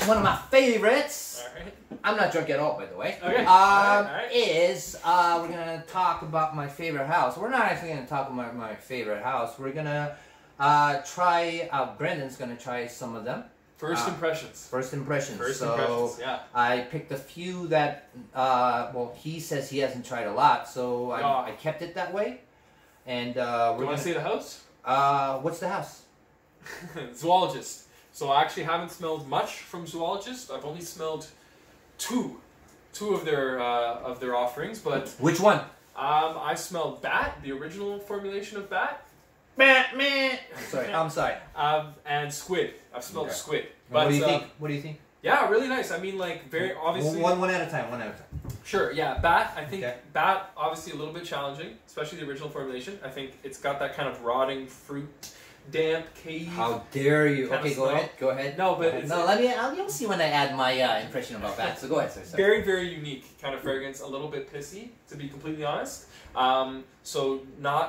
Speaker 1: one of my favorites.
Speaker 2: All right.
Speaker 1: I'm not drunk at all, by the way.
Speaker 2: Okay.
Speaker 1: Um,
Speaker 2: All right.
Speaker 1: Is uh, we're gonna talk about my favorite house. We're not actually gonna talk about my favorite house. We're gonna uh, try. Uh, Brendan's gonna try some of them.
Speaker 2: First
Speaker 1: Uh,
Speaker 2: impressions.
Speaker 1: First impressions.
Speaker 2: First
Speaker 1: so
Speaker 2: impressions. Yeah.
Speaker 1: I picked a few that. Uh, well, he says he hasn't tried a lot, so I,
Speaker 2: Yeah.
Speaker 1: I kept it that way. And uh,
Speaker 2: Do
Speaker 1: we're
Speaker 2: Oh. you want
Speaker 1: gonna.
Speaker 2: to see the house?
Speaker 1: uh, what's the house?
Speaker 2: zoologist. So I actually haven't smelled much from zoologist. I've only smelled two, two of their uh, of their offerings. But
Speaker 1: Which one?
Speaker 2: um, I smelled bat, the original formulation of bat,
Speaker 1: Batman. I'm sorry. I'm sorry.
Speaker 2: um, and squid. I've smelled
Speaker 1: Okay.
Speaker 2: squid. But
Speaker 1: What do you
Speaker 2: uh,
Speaker 1: think? What do you think?
Speaker 2: yeah, really nice. I mean, like very obviously.
Speaker 1: One, one at a time. One at a time.
Speaker 2: Sure, yeah, bat. I think
Speaker 1: Okay.
Speaker 2: bat obviously a little bit challenging, especially the original formulation. I think it's got that kind of rotting fruit, damp cave.
Speaker 1: How dare you?
Speaker 2: Kinda
Speaker 1: Okay, go
Speaker 2: slow.
Speaker 1: ahead. Go ahead.
Speaker 2: No, but
Speaker 1: Go ahead.
Speaker 2: it's-
Speaker 1: no. Let me. I'll, you'll see when I add my uh, impression about that. So go ahead, sir. sir.
Speaker 2: Very, very unique kind of fragrance. A little bit pissy, to be completely honest. Um, so not,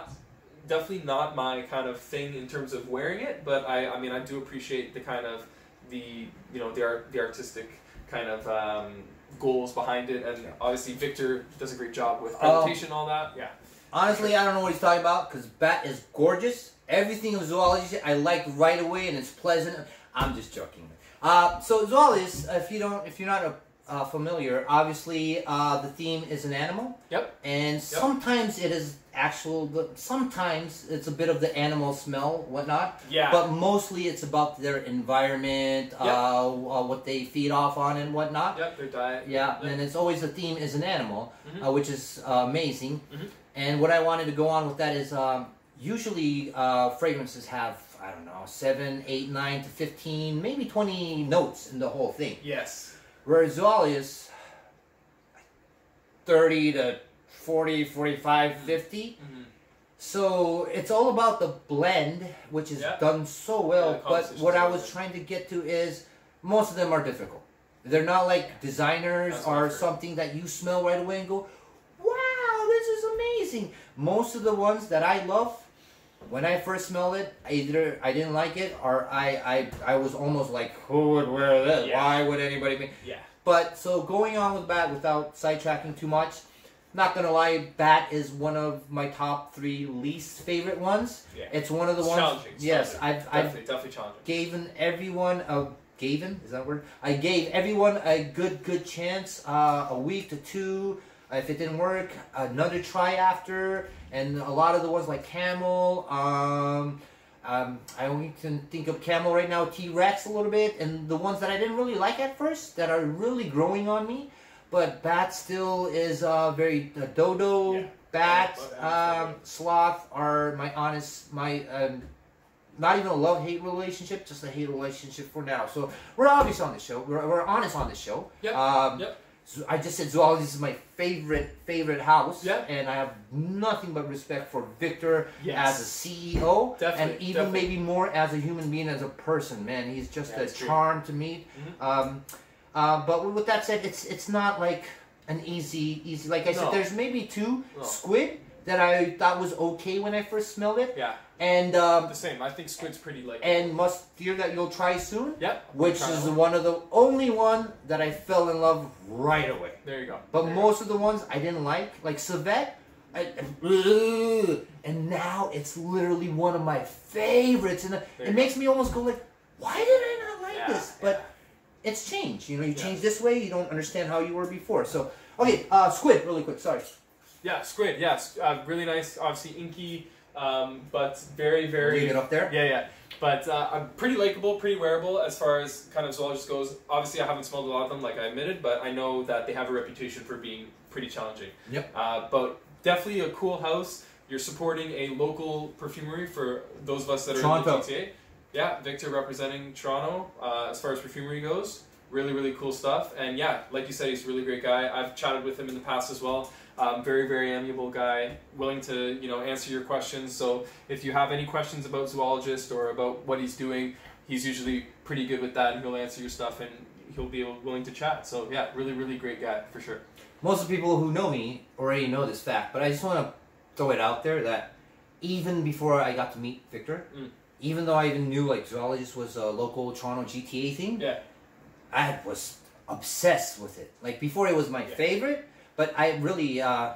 Speaker 2: definitely not my kind of thing in terms of wearing it. But I, I mean, I do appreciate the kind of the you know the art, the artistic kind of um, goals behind it, and
Speaker 1: Yeah.
Speaker 2: obviously Victor does a great job with
Speaker 1: Um,
Speaker 2: presentation, and all that. Yeah.
Speaker 1: Honestly, I don't know what he's talking about because bat is gorgeous. Everything of zoology I like right away, and it's pleasant. I'm just joking. Uh, so zoologists, if you don't, if you're not a, uh, familiar, obviously uh, the theme is an animal.
Speaker 2: Yep.
Speaker 1: And sometimes it is actual. But sometimes it's a bit of the animal smell, whatnot.
Speaker 2: Yeah.
Speaker 1: But mostly it's about their environment, uh, uh, what they feed off on, and whatnot.
Speaker 2: yep. Their diet.
Speaker 1: Yeah,
Speaker 2: Yeah.
Speaker 1: and it's always the theme is an animal,
Speaker 2: Mhm.
Speaker 1: uh, which is uh, amazing.
Speaker 2: Mhm.
Speaker 1: And what I wanted to go on with that is um, usually uh, fragrances have, I don't know, seven, eight, nine to 15, maybe 20 notes in the whole thing.
Speaker 2: Yes.
Speaker 1: Whereas Zollys, 30 to 40, 45, 50.
Speaker 2: Mhm.
Speaker 1: So it's all about the blend, which is
Speaker 2: Yeah.
Speaker 1: done so
Speaker 2: Yeah,
Speaker 1: well.
Speaker 2: the
Speaker 1: but
Speaker 2: composition's
Speaker 1: what I
Speaker 2: really
Speaker 1: was
Speaker 2: good.
Speaker 1: trying to get to is most of them are difficult. They're not like designers
Speaker 2: That's what
Speaker 1: or
Speaker 2: I've heard.
Speaker 1: something that you smell right away and go, wow, this is amazing. Most of the ones that I love, when I first smelled it, either I didn't like it or I, I, I was almost like, who would wear this?
Speaker 2: Yeah.
Speaker 1: Why would anybody? Make?
Speaker 2: Yeah.
Speaker 1: But so going on with Bat without sidetracking too much, not gonna lie, Bat is one of my top three least favorite ones.
Speaker 2: Yeah.
Speaker 1: It's one of the
Speaker 2: It's
Speaker 1: ones.
Speaker 2: challenging. It's
Speaker 1: Yes,
Speaker 2: challenging.
Speaker 1: I've I've
Speaker 2: Definitely, definitely challenging.
Speaker 1: given everyone a given is that a word? I gave everyone a good good chance, uh, a week to two. Uh, If it didn't work, another try after, and a lot of the ones like Camel. Um, um, I only can think of Camel right now, T Rex a little bit, and the ones that I didn't really like at first that are really growing on me. But Bat still is uh, very uh, Dodo,
Speaker 2: Yeah.
Speaker 1: Bat,
Speaker 2: Yeah, but-
Speaker 1: um, Sloth are my honest, my um, not even a love hate relationship, just a hate relationship for now. So we're obvious on this show. We're, we're honest on this show.
Speaker 2: Yep,
Speaker 1: Um,
Speaker 2: yep.
Speaker 1: so I just said zoology is my favorite favorite house.
Speaker 2: Yeah.
Speaker 1: And I have nothing but respect for Victor
Speaker 2: Yes.
Speaker 1: as a CEO,
Speaker 2: Definitely,
Speaker 1: and even
Speaker 2: definitely.
Speaker 1: maybe more as a human being, as a person. Man, he's just
Speaker 2: Yeah,
Speaker 1: a
Speaker 2: it's true. Mm-hmm.
Speaker 1: charm to meet. Um, uh, but with that said, it's it's not like an easy easy. Like I
Speaker 2: No.
Speaker 1: said, there's maybe two
Speaker 2: No.
Speaker 1: squid that I thought was okay when I first smelled it,
Speaker 2: Yeah.
Speaker 1: and um,
Speaker 2: The same. I think squid's pretty like.
Speaker 1: and must deer that you'll try soon
Speaker 2: yep. I'll
Speaker 1: which
Speaker 2: try
Speaker 1: is
Speaker 2: that one.
Speaker 1: one of the only one that i fell in love right away
Speaker 2: There you go.
Speaker 1: but
Speaker 2: There you go.
Speaker 1: most of the ones i didn't like like savette I, and now it's literally one of my favorites, and
Speaker 2: you
Speaker 1: it makes me almost go like, why did I not like
Speaker 2: Yeah,
Speaker 1: this? But it's changed. You know, you
Speaker 2: Yeah.
Speaker 1: change this way, you don't understand how you were before. So okay, uh, squid, really quick. Sorry.
Speaker 2: Yeah, squid. Yes, uh, really nice. Obviously inky, um, but very, very.
Speaker 1: Leave it up there.
Speaker 2: Yeah, yeah. But uh, I'm pretty likable, pretty wearable as far as kind of zoologist goes. Obviously, I haven't smelled a lot of them, like I admitted, but I know that they have a reputation for being pretty challenging.
Speaker 1: Yep.
Speaker 2: Uh, but definitely a cool house. You're supporting a local perfumery for those of us that are
Speaker 1: Toronto.
Speaker 2: in the GTA. Yeah, Victor representing Toronto uh, as far as perfumery goes. Really, really cool stuff. And yeah, like you said, he's a really great guy. I've chatted with him in the past as well. Um, very, very amiable guy, willing to you know answer your questions. So if you have any questions about zoologist or about what he's doing, he's usually pretty good with that, and he'll answer your stuff and he'll be willing to chat. So yeah, really, really great guy for sure.
Speaker 1: Most of the people who know me already know this fact, but I just want to throw it out there that even before I got to meet Victor,
Speaker 2: Mm.
Speaker 1: even though I even knew like zoologist was a local Toronto GTA thing,
Speaker 2: Yeah.
Speaker 1: I was obsessed with it. Like before, it was my
Speaker 2: Yeah.
Speaker 1: favorite, but I really, uh,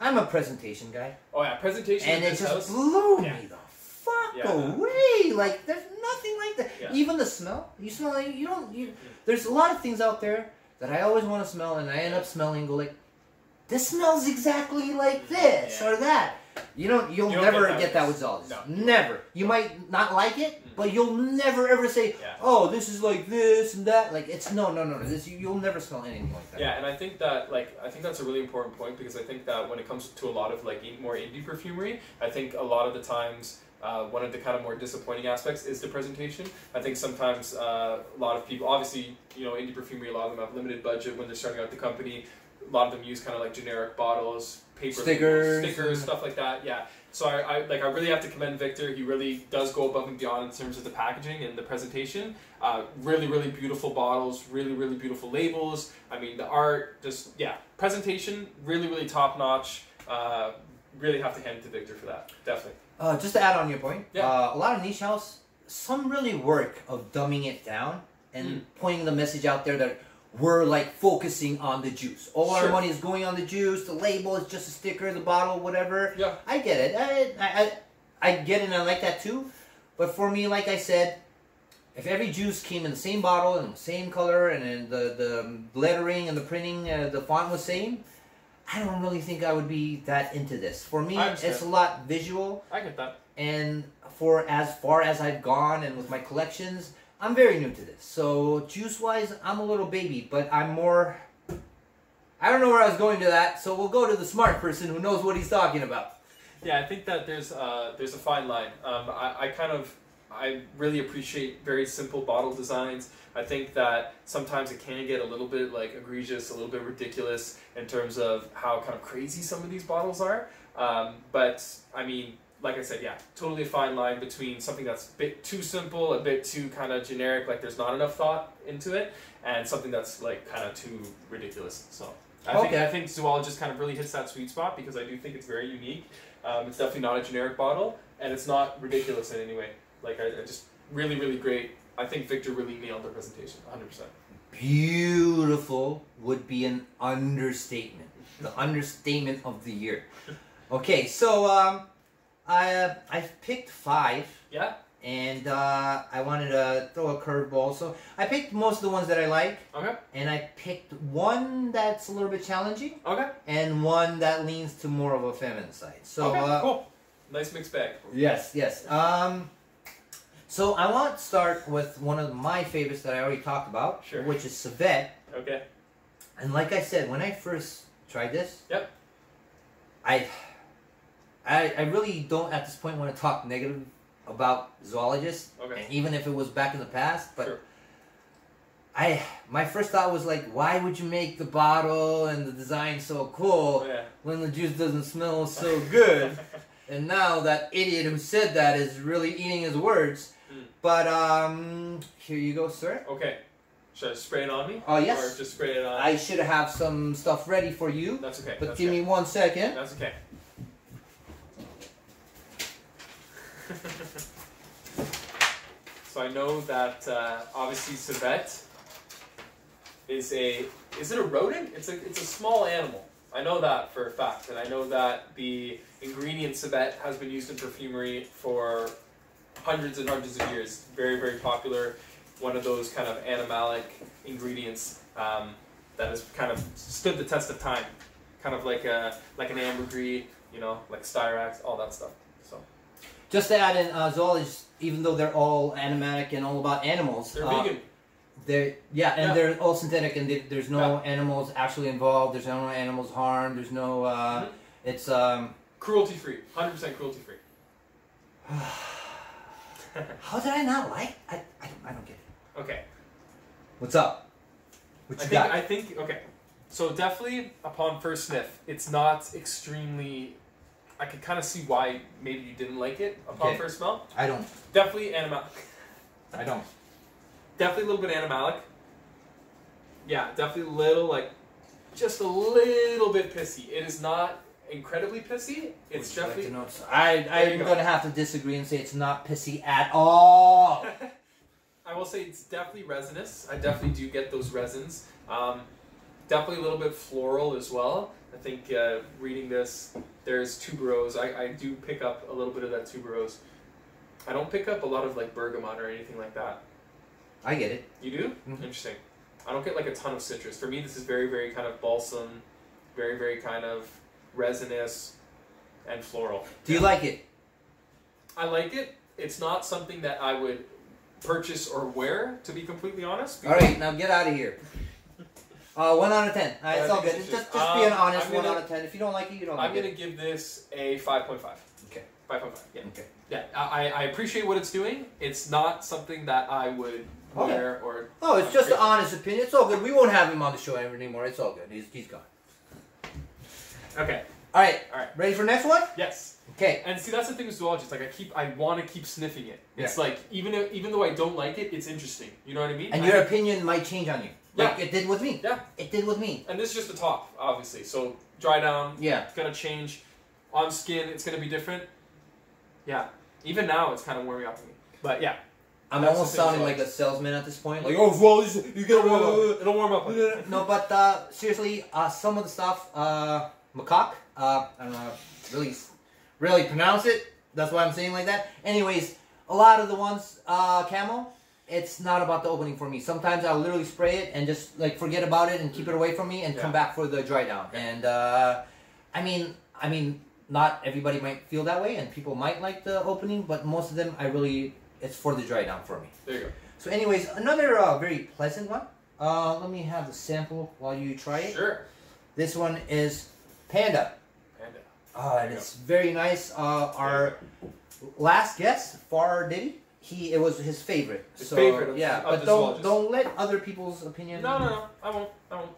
Speaker 1: I'm a presentation guy,
Speaker 2: Oh yeah, presentation.
Speaker 1: and
Speaker 2: at
Speaker 1: it
Speaker 2: this
Speaker 1: just
Speaker 2: house.
Speaker 1: blew
Speaker 2: Yeah.
Speaker 1: me the fuck
Speaker 2: Yeah.
Speaker 1: away. Like there's nothing like that.
Speaker 2: Yeah.
Speaker 1: Even the smell, you smell like you don't. You, There's a lot of things out there that I always want to smell, and I end up smelling go like, this smells exactly like this
Speaker 2: Yeah.
Speaker 1: or that. You don't. You'll
Speaker 2: You don't
Speaker 1: never
Speaker 2: get that
Speaker 1: get that
Speaker 2: with-
Speaker 1: with zoologists.
Speaker 2: no.
Speaker 1: Never. You might not like it,
Speaker 2: Mm.
Speaker 1: but you'll never ever say,
Speaker 2: Yeah.
Speaker 1: "Oh, this is like this and that." Like it's no, no, no, no. This you, you'll never smell anything like that.
Speaker 2: Yeah, and I think that like I think that's a really important point because I think that when it comes to a lot of like in- more indie perfumery, I think a lot of the times uh, one of the kind of more disappointing aspects is the presentation. I think sometimes uh, a lot of people, obviously, you know, indie perfumery, a lot of them have limited budget when they're starting out the company. A lot of them use kind of like generic bottles, paper labels,
Speaker 1: Stickers
Speaker 2: stickers,
Speaker 1: and-
Speaker 2: stuff like that. Yeah. So I, I like I really have to commend Victor. He really does go above and beyond in terms of the packaging and the presentation. Uh, really, really beautiful bottles. Really, really beautiful labels. I mean, the art, just yeah, presentation, really, really top notch. Uh, really have to hand it to Victor for that. Definitely.
Speaker 1: Uh, just to add on your point,
Speaker 2: Yeah.
Speaker 1: uh, a lot of niche house, some really work of dumbing it down and
Speaker 2: Mm.
Speaker 1: pointing the message out there that we're like focusing on the juice. All
Speaker 2: Sure.
Speaker 1: our money is going on the juice. The label is just a sticker, the bottle, whatever.
Speaker 2: Yeah.
Speaker 1: I get it. I, I, I, I get it, and I like that too. But for me, like I said, if every juice came in the same bottle and the same color, and then the the lettering and the printing, uh, the font was same, I don't really think I would be that into this. For me,
Speaker 2: I understand.
Speaker 1: it's a lot visual
Speaker 2: I get that.
Speaker 1: and for as far as I've gone and with my collections, I'm very new to this. So juice wise, I'm a little baby, but I'm more. I don't know where I was going to that, so we'll go to the smart person who knows what he's talking about.
Speaker 2: Yeah, I think that there's uh, there's a fine line. Um, I, I kind of I really appreciate very simple bottle designs. I think that sometimes it can get a little bit like egregious, a little bit ridiculous in terms of how kind of crazy some of these bottles are. Um, but I mean, like I said, yeah, totally a fine line between something that's a bit too simple, a bit too kind of generic, like there's not enough thought into it, and something that's like kind of too ridiculous. So. I think,
Speaker 1: Okay.
Speaker 2: I think zoologist kind of really hits that sweet spot because I do think it's very unique um, it's definitely not a generic bottle, and it's not ridiculous in any way. Like, I, I just really, really great. I think Victor really nailed the presentation, 100%.
Speaker 1: Beautiful would be an understatement. The understatement of the year. Okay, so um, I uh, I've picked five.
Speaker 2: Yeah?
Speaker 1: And uh, I wanted to throw a curveball, so I picked most of the ones that I like.
Speaker 2: Okay.
Speaker 1: and I picked one that's a little bit challenging
Speaker 2: Okay.
Speaker 1: and one that leans to more of a feminine side. So
Speaker 2: okay.
Speaker 1: uh,
Speaker 2: cool. Nice mixed bag.
Speaker 1: yes, yes. Um, so I want to start with one of my favorites that I already talked about,
Speaker 2: Sure.
Speaker 1: which is Savet.
Speaker 2: Okay.
Speaker 1: And like I said, when I first tried this,
Speaker 2: Yep.
Speaker 1: I, I, I really don't at this point want to talk negative about zoologists,
Speaker 2: Okay.
Speaker 1: and even if it was back in the past, but.
Speaker 2: Sure.
Speaker 1: I my first thought was like, why would you make the bottle and the design so cool?
Speaker 2: Oh, yeah.
Speaker 1: when the juice doesn't smell so good. and now that idiot who said that is really eating his words.
Speaker 2: Mm.
Speaker 1: But um, here you go, sir.
Speaker 2: okay. Should I spray it on me?
Speaker 1: Oh, yes.
Speaker 2: Or just spray it on?
Speaker 1: I should have some stuff ready for you,
Speaker 2: That's okay.
Speaker 1: but
Speaker 2: That's
Speaker 1: give
Speaker 2: okay.
Speaker 1: me one second.
Speaker 2: That's okay. so I know that uh, obviously civet is a is it a rodent? It's a it's a small animal. I know that for a fact, and I know that the ingredient civet has been used in perfumery for hundreds and hundreds of years. Very, very popular. One of those kind of animalic ingredients um, that has kind of stood the test of time, kind of like a like an ambergris, you know, like styrax, all that stuff. So
Speaker 1: Just to add in, uh, zoologists, even though they're all animatic and all about animals,
Speaker 2: they're
Speaker 1: uh,
Speaker 2: vegan.
Speaker 1: They yeah, and
Speaker 2: Yeah.
Speaker 1: they're all synthetic, and they, there's no animals actually involved. There's no animals harmed. There's no. Uh,
Speaker 2: Mhm.
Speaker 1: It's um.
Speaker 2: Cruelty free, hundred percent cruelty free.
Speaker 1: How did I not like? I I, don't- I don't get it.
Speaker 2: Okay,
Speaker 1: What's up? What
Speaker 2: I
Speaker 1: you
Speaker 2: think
Speaker 1: got?
Speaker 2: I think okay. So definitely upon first sniff, it's not extremely. I could kind of see why maybe you didn't like it upon
Speaker 1: Okay.
Speaker 2: first smell.
Speaker 1: I, don't.
Speaker 2: Definitely animal.
Speaker 1: I don't.
Speaker 2: Definitely a little bit animalic. Yeah, definitely a little like just a little bit pissy. It is not incredibly pissy. It's
Speaker 1: Would you like
Speaker 2: definitely
Speaker 1: to know it's- I
Speaker 2: There
Speaker 1: I'm
Speaker 2: you go.
Speaker 1: gonna have to disagree and say it's not pissy at all.
Speaker 2: I will say it's definitely resinous. I definitely do get those resins. Um, definitely a little bit floral as well. I think uh, reading this, there's tuberose. I, I do pick up a little bit of that tuberose. I don't pick up a lot of like bergamot or anything like that.
Speaker 1: I get it.
Speaker 2: You do?
Speaker 1: Mhm.
Speaker 2: Interesting. I don't get like a ton of citrus. For me, this is very, very kind of balsam, very, very kind of resinous and floral.
Speaker 1: Do you like it?
Speaker 2: I like it. It's not something that I would purchase or wear, to be completely honest.
Speaker 1: All right, now get out of here. Uh, one out of ten. Uh,
Speaker 2: I
Speaker 1: it's all
Speaker 2: think
Speaker 1: good.
Speaker 2: it's
Speaker 1: Just, just
Speaker 2: just-
Speaker 1: be an
Speaker 2: um,
Speaker 1: honest
Speaker 2: I'm
Speaker 1: one
Speaker 2: gonna-
Speaker 1: out of ten. If you don't like it, you don't like
Speaker 2: I'm gonna
Speaker 1: it.
Speaker 2: give this a 5.5.
Speaker 1: Okay.
Speaker 2: 5.5. Yeah.
Speaker 1: Okay.
Speaker 2: Yeah. I, I appreciate what it's doing. It's not something that I would
Speaker 1: Okay.
Speaker 2: wear or.
Speaker 1: Oh, it's just an
Speaker 2: Okay.
Speaker 1: honest opinion. It's all good. We won't have him on the show anymore. It's all good. He's, he's gone.
Speaker 2: Okay.
Speaker 1: All right.
Speaker 2: All right.
Speaker 1: Ready for next one?
Speaker 2: Yes.
Speaker 1: Okay.
Speaker 2: And see, that's the thing with zoologists. Like, I keep, I want to keep sniffing it. It's like even if, even though I don't like it, it's interesting. You know what I mean?
Speaker 1: And
Speaker 2: I-
Speaker 1: your opinion might change on you.
Speaker 2: Yeah.
Speaker 1: Like it did with me.
Speaker 2: Yeah.
Speaker 1: It did with me.
Speaker 2: And this is just the top, obviously. So dry down.
Speaker 1: Yeah.
Speaker 2: It's gonna change. On skin, it's gonna be different. Yeah. Even now, it's kind of warming up to me. But yeah.
Speaker 1: I'm
Speaker 2: That's
Speaker 1: almost
Speaker 2: the thing,
Speaker 1: sounding
Speaker 2: so-
Speaker 1: like a salesman at this point. Like, oh, well, this- you get
Speaker 2: It'll warm
Speaker 1: a
Speaker 2: up. It'll warm up.
Speaker 1: No, but uh, seriously, uh, some of the stuff, uh, macaque, uh, I don't know, how to really, really pronounce it. That's why I'm saying like that. Anyways, a lot of the ones, uh, camel, it's not about the opening for me. Sometimes I'll literally spray it and just like forget about it and keep it away from me and come back for the dry down. And uh, I mean, I mean, not everybody might feel that way, and people might like the opening, but most of them, I really, it's for the dry down for me.
Speaker 2: There you go.
Speaker 1: So, anyways, another uh, very pleasant one. Uh, let me have the sample while you try it.
Speaker 2: Sure.
Speaker 1: This one is Panda.
Speaker 2: Panda.
Speaker 1: Uh, and
Speaker 2: There you
Speaker 1: it's very nice. Uh, our last guest, Far Diddy, he it was his favorite.
Speaker 2: His
Speaker 1: so,
Speaker 2: favorite of-
Speaker 1: yeah.
Speaker 2: of
Speaker 1: but
Speaker 2: the
Speaker 1: don't
Speaker 2: zoologist.
Speaker 1: don't let other people's opinion
Speaker 2: No, no, no. I won't. I won't.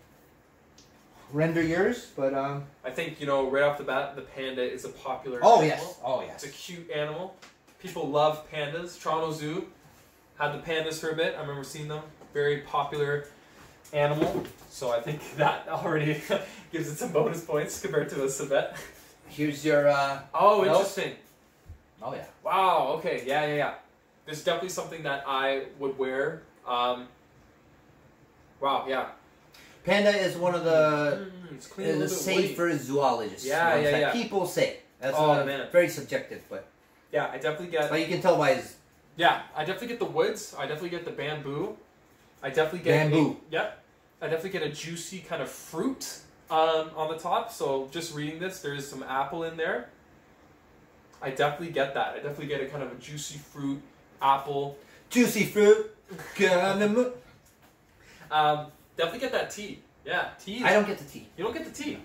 Speaker 1: render yours. But um,
Speaker 2: I think you know right off the bat, the panda is a popular.
Speaker 1: oh
Speaker 2: animal.
Speaker 1: yes, oh yes.
Speaker 2: It's a cute animal. People love pandas. Toronto Zoo had the pandas for a bit. I remember seeing them. Very popular animal. So I think that already gives it some bonus points compared to a civet.
Speaker 1: Here's your. Uh,
Speaker 2: Oh,
Speaker 1: No.
Speaker 2: interesting.
Speaker 1: oh yeah.
Speaker 2: Wow. Okay. Yeah. Yeah. Yeah. This is definitely something that I would wear. Um, wow. Yeah.
Speaker 1: Panda is one of the
Speaker 2: Mm, it's clean. a
Speaker 1: is the
Speaker 2: little bit woody.
Speaker 1: safer zoologists. you
Speaker 2: Yeah,
Speaker 1: know, it's
Speaker 2: yeah,
Speaker 1: like
Speaker 2: yeah.
Speaker 1: People say that's
Speaker 2: Oh,
Speaker 1: uh,
Speaker 2: man.
Speaker 1: very subjective, but
Speaker 2: Yeah, I definitely get.
Speaker 1: but you can tell by his
Speaker 2: Yeah, I definitely get the woods. I definitely get the bamboo. I definitely get
Speaker 1: Bamboo.
Speaker 2: A, yep. I definitely get a juicy kind of fruit um, on the top. So just reading this, there is some apple in there. I definitely get that. I definitely get a kind of a juicy fruit apple.
Speaker 1: juicy fruit. gonna mo-
Speaker 2: Um, definitely get that tea. Yeah, tea. is-
Speaker 1: I don't get the tea.
Speaker 2: You don't get the tea.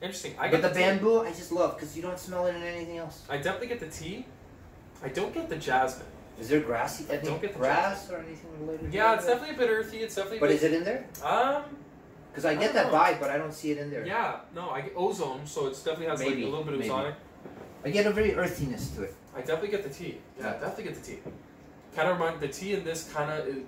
Speaker 2: Interesting. I
Speaker 1: but
Speaker 2: get
Speaker 1: the,
Speaker 2: tea.
Speaker 1: bamboo, I just love because you don't smell it in anything else.
Speaker 2: I definitely get the tea. I don't get the jasmine.
Speaker 1: Is there grassy? I
Speaker 2: Don't get the
Speaker 1: grass or anything related. to
Speaker 2: Yeah,
Speaker 1: it?
Speaker 2: it's definitely a bit earthy. It's definitely. a
Speaker 1: But
Speaker 2: bit-
Speaker 1: is it in there?
Speaker 2: Um.
Speaker 1: Because I
Speaker 2: I
Speaker 1: get
Speaker 2: don't
Speaker 1: that
Speaker 2: know.
Speaker 1: vibe, but I don't see it in there.
Speaker 2: Yeah, no, I get ozone, so it's definitely has
Speaker 1: Maybe,
Speaker 2: like a little bit of
Speaker 1: maybe.
Speaker 2: ozonic.
Speaker 1: I get a very earthiness to it.
Speaker 2: I definitely get the tea. Yeah, I definitely get the tea. Kind of remind the tea in this kind of is,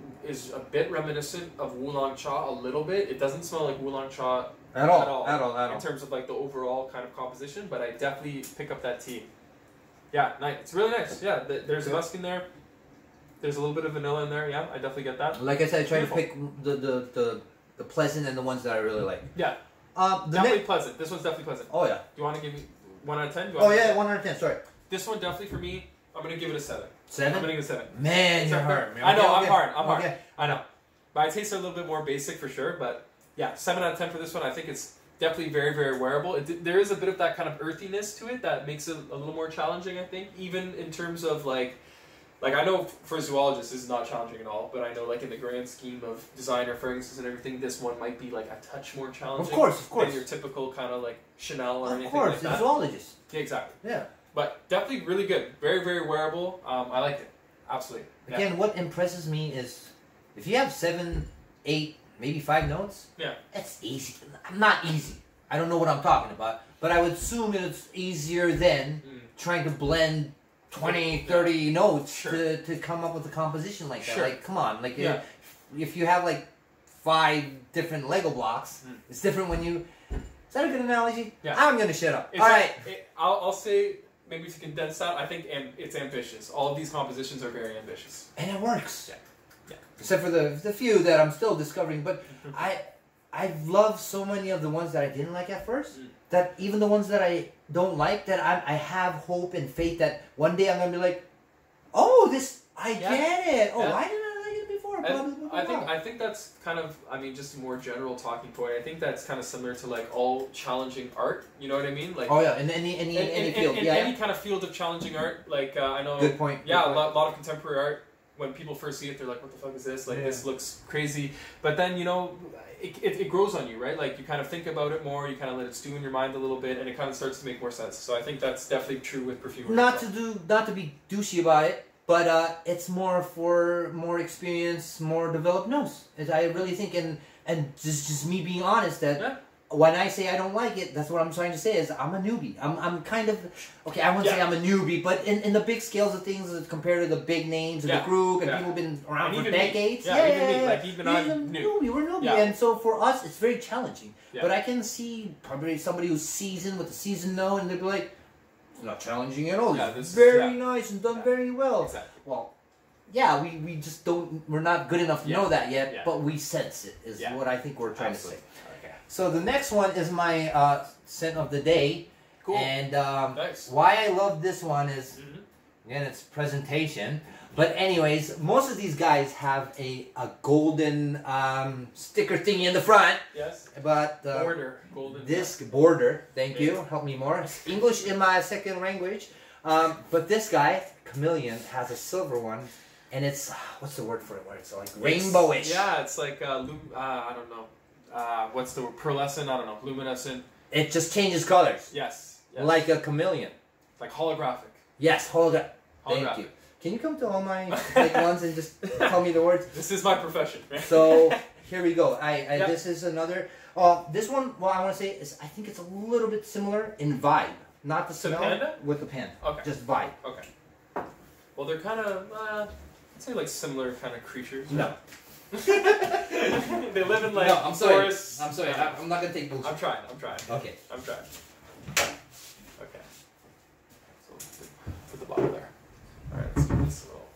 Speaker 2: is a bit reminiscent of Wulong Cha a little bit. It doesn't smell like Wulong Cha
Speaker 1: At
Speaker 2: all, At all. at
Speaker 1: all, at
Speaker 2: in terms of like the overall kind of composition, but I definitely pick up that tea. Yeah, nice. It's really nice. Yeah, th- there's
Speaker 1: Good.
Speaker 2: musk in there. There's a little bit of vanilla in there. Yeah, I definitely get that.
Speaker 1: Like I said, I try to
Speaker 2: Beautiful.
Speaker 1: pick the, the the the pleasant and the ones that I really like.
Speaker 2: Yeah.
Speaker 1: Uh, the
Speaker 2: Definitely
Speaker 1: ne-
Speaker 2: pleasant. This one's definitely pleasant.
Speaker 1: oh yeah.
Speaker 2: Do you want to give me one out of ten? Do you
Speaker 1: Oh
Speaker 2: want
Speaker 1: yeah. One hundred ten. Sorry.
Speaker 2: This one definitely for me. I'm gonna give it a seven. I'm
Speaker 1: Seven.
Speaker 2: gonna give it a seven.
Speaker 1: Man,
Speaker 2: Is
Speaker 1: you're
Speaker 2: that fair?
Speaker 1: hard. man.
Speaker 2: I know,
Speaker 1: Okay,
Speaker 2: I'm
Speaker 1: okay.
Speaker 2: hard, I'm hard.
Speaker 1: Okay.
Speaker 2: I know. My tastes are a little bit more basic for sure, but yeah, seven out of ten for this one. I think it's definitely very, very wearable. It, did- there is a bit of that kind of earthiness to it that makes it a little more challenging. I think, even in terms of like, like I know for zoologists this is not challenging at all, but I know like in the grand scheme of designer fragrances and everything, this one might be like a touch more
Speaker 1: Of
Speaker 2: challenging.
Speaker 1: course, of
Speaker 2: Than your
Speaker 1: course.
Speaker 2: typical kind of like Chanel or
Speaker 1: Of
Speaker 2: anything
Speaker 1: course.
Speaker 2: like
Speaker 1: the
Speaker 2: that.
Speaker 1: zoologist.
Speaker 2: yeah, exactly.
Speaker 1: Yeah.
Speaker 2: But definitely really good. Very, very wearable. Um, I like it. Absolutely. Yeah.
Speaker 1: Again, what impresses me is if you have seven, eight, maybe five notes.
Speaker 2: Yeah.
Speaker 1: That's easy. I'm not easy. I don't know what I'm talking about, but I would assume it's easier than
Speaker 2: Mm.
Speaker 1: trying to blend 20,
Speaker 2: Yeah.
Speaker 1: 30 notes
Speaker 2: Sure.
Speaker 1: to, to come up with a composition like that.
Speaker 2: Sure.
Speaker 1: Like, come on. Like,
Speaker 2: Yeah.
Speaker 1: if, if you have like five different Lego blocks,
Speaker 2: Mm.
Speaker 1: it's different when you. Is that a good analogy?
Speaker 2: Yeah.
Speaker 1: I'm gonna shut up.
Speaker 2: It's
Speaker 1: All right.
Speaker 2: it- I'll, I'll say maybe to condense that, I think am, it's ambitious. All of these compositions are very ambitious.
Speaker 1: and it works.
Speaker 2: Yeah. Yeah.
Speaker 1: Except for the the few that I'm still discovering, but I I love so many of the ones that I didn't like at first
Speaker 2: Mm.
Speaker 1: that even the ones that I don't like that I I have hope and faith that one day I'm gonna be like, oh this I
Speaker 2: Yeah.
Speaker 1: get it. Oh
Speaker 2: Yeah.
Speaker 1: why didn't I like it before? Blah, blah, blah,
Speaker 2: And
Speaker 1: blah,
Speaker 2: I think
Speaker 1: blah.
Speaker 2: I think that's kind of I mean just a more general talking point. I think that's kind of similar to like all challenging art. You know what I mean? Like
Speaker 1: oh yeah, in any any
Speaker 2: in,
Speaker 1: any
Speaker 2: in-
Speaker 1: field,
Speaker 2: in
Speaker 1: yeah.
Speaker 2: any kind of field of challenging art. Like uh, I know.
Speaker 1: Good point. good
Speaker 2: Yeah, a
Speaker 1: point.
Speaker 2: lot, lot of contemporary art. When people first see it, they're like, "What the fuck is this? Like,
Speaker 1: Yeah.
Speaker 2: this looks crazy." But then you know, it, it, it grows on you, right? Like you kind of think about it more. You kind of let it stew in your mind a little bit, and it kind of starts to make more sense. So I think that's definitely true with perfumery.
Speaker 1: not
Speaker 2: as
Speaker 1: to
Speaker 2: well.
Speaker 1: do not to be douchey about it but uh, it's more for more experience more developed nose as i really think and and just just me being honest that
Speaker 2: Yeah.
Speaker 1: when i say i don't like it that's what i'm trying to say is i'm a newbie i'm, I'm kind of okay i won't say
Speaker 2: Yeah.
Speaker 1: i'm a newbie but in, in the big scales of things as compared to the big names of
Speaker 2: Yeah,
Speaker 1: the group and
Speaker 2: yeah.
Speaker 1: people who've been around
Speaker 2: And
Speaker 1: for
Speaker 2: even me.
Speaker 1: decades
Speaker 2: Yeah,
Speaker 1: yeah,
Speaker 2: even
Speaker 1: yeah,
Speaker 2: me,
Speaker 1: yeah,
Speaker 2: like, even I'm new.
Speaker 1: newbie, we're newbie
Speaker 2: Yeah.
Speaker 1: and so for us it's very challenging
Speaker 2: Yeah.
Speaker 1: but i can see probably somebody who's seasoned with the season know and they'd be like it's not challenging at all.
Speaker 2: Yeah,
Speaker 1: it's
Speaker 2: this-
Speaker 1: very
Speaker 2: yeah.
Speaker 1: nice and done
Speaker 2: Yeah.
Speaker 1: very well.
Speaker 2: Exactly.
Speaker 1: Well, yeah, we, we just don't, we're not good enough to
Speaker 2: Yeah.
Speaker 1: know that yet,
Speaker 2: Yeah.
Speaker 1: but we sense it, is
Speaker 2: Yeah.
Speaker 1: what I think we're trying to
Speaker 2: Absolutely.
Speaker 1: say.
Speaker 2: Okay.
Speaker 1: So the next one is my uh, scent of the day.
Speaker 2: Cool.
Speaker 1: And um,
Speaker 2: Nice.
Speaker 1: why I love this one is,
Speaker 2: Mhm.
Speaker 1: again, it's presentation. But, anyways, most of these guys have a, a golden um, sticker thingy in the front,
Speaker 2: Yes.
Speaker 1: but uh,
Speaker 2: Border. Golden.
Speaker 1: this border. Thank
Speaker 2: Yeah.
Speaker 1: you. Help me more. English in my second language. Um, but this guy, chameleon, has a silver one, and it's what's the word for it? Where it's like rainbowish.
Speaker 2: Yeah, it's like uh, lum- uh, I don't know. Uh, what's the word? Pearlescent? I don't know. Luminescent.
Speaker 1: It just changes colors
Speaker 2: Yes. yes.
Speaker 1: like a chameleon.
Speaker 2: like holographic.
Speaker 1: Yes, hold up. Thank
Speaker 2: Holographic.
Speaker 1: you. Can you come to all my like, ones and just tell me the words?
Speaker 2: This is my profession. man.
Speaker 1: So here we go. I, I
Speaker 2: Yep.
Speaker 1: this is another. Uh, this one. Well, I want to say is I think it's a little bit similar in vibe, not the
Speaker 2: To
Speaker 1: smell
Speaker 2: panda?
Speaker 1: with the pen,
Speaker 2: okay.
Speaker 1: just vibe.
Speaker 2: Okay. Well, they're kind of, uh, I'd say, like similar kind of creatures.
Speaker 1: No.
Speaker 2: they live in like
Speaker 1: no, I'm sorry.
Speaker 2: forests.
Speaker 1: I'm sorry. I,
Speaker 2: I'm,
Speaker 1: I'm not gonna take bullshit.
Speaker 2: trying. I'm trying.
Speaker 1: uh, Okay.
Speaker 2: I'm trying. Okay. So put the bottle there. All right. Let's give this a little.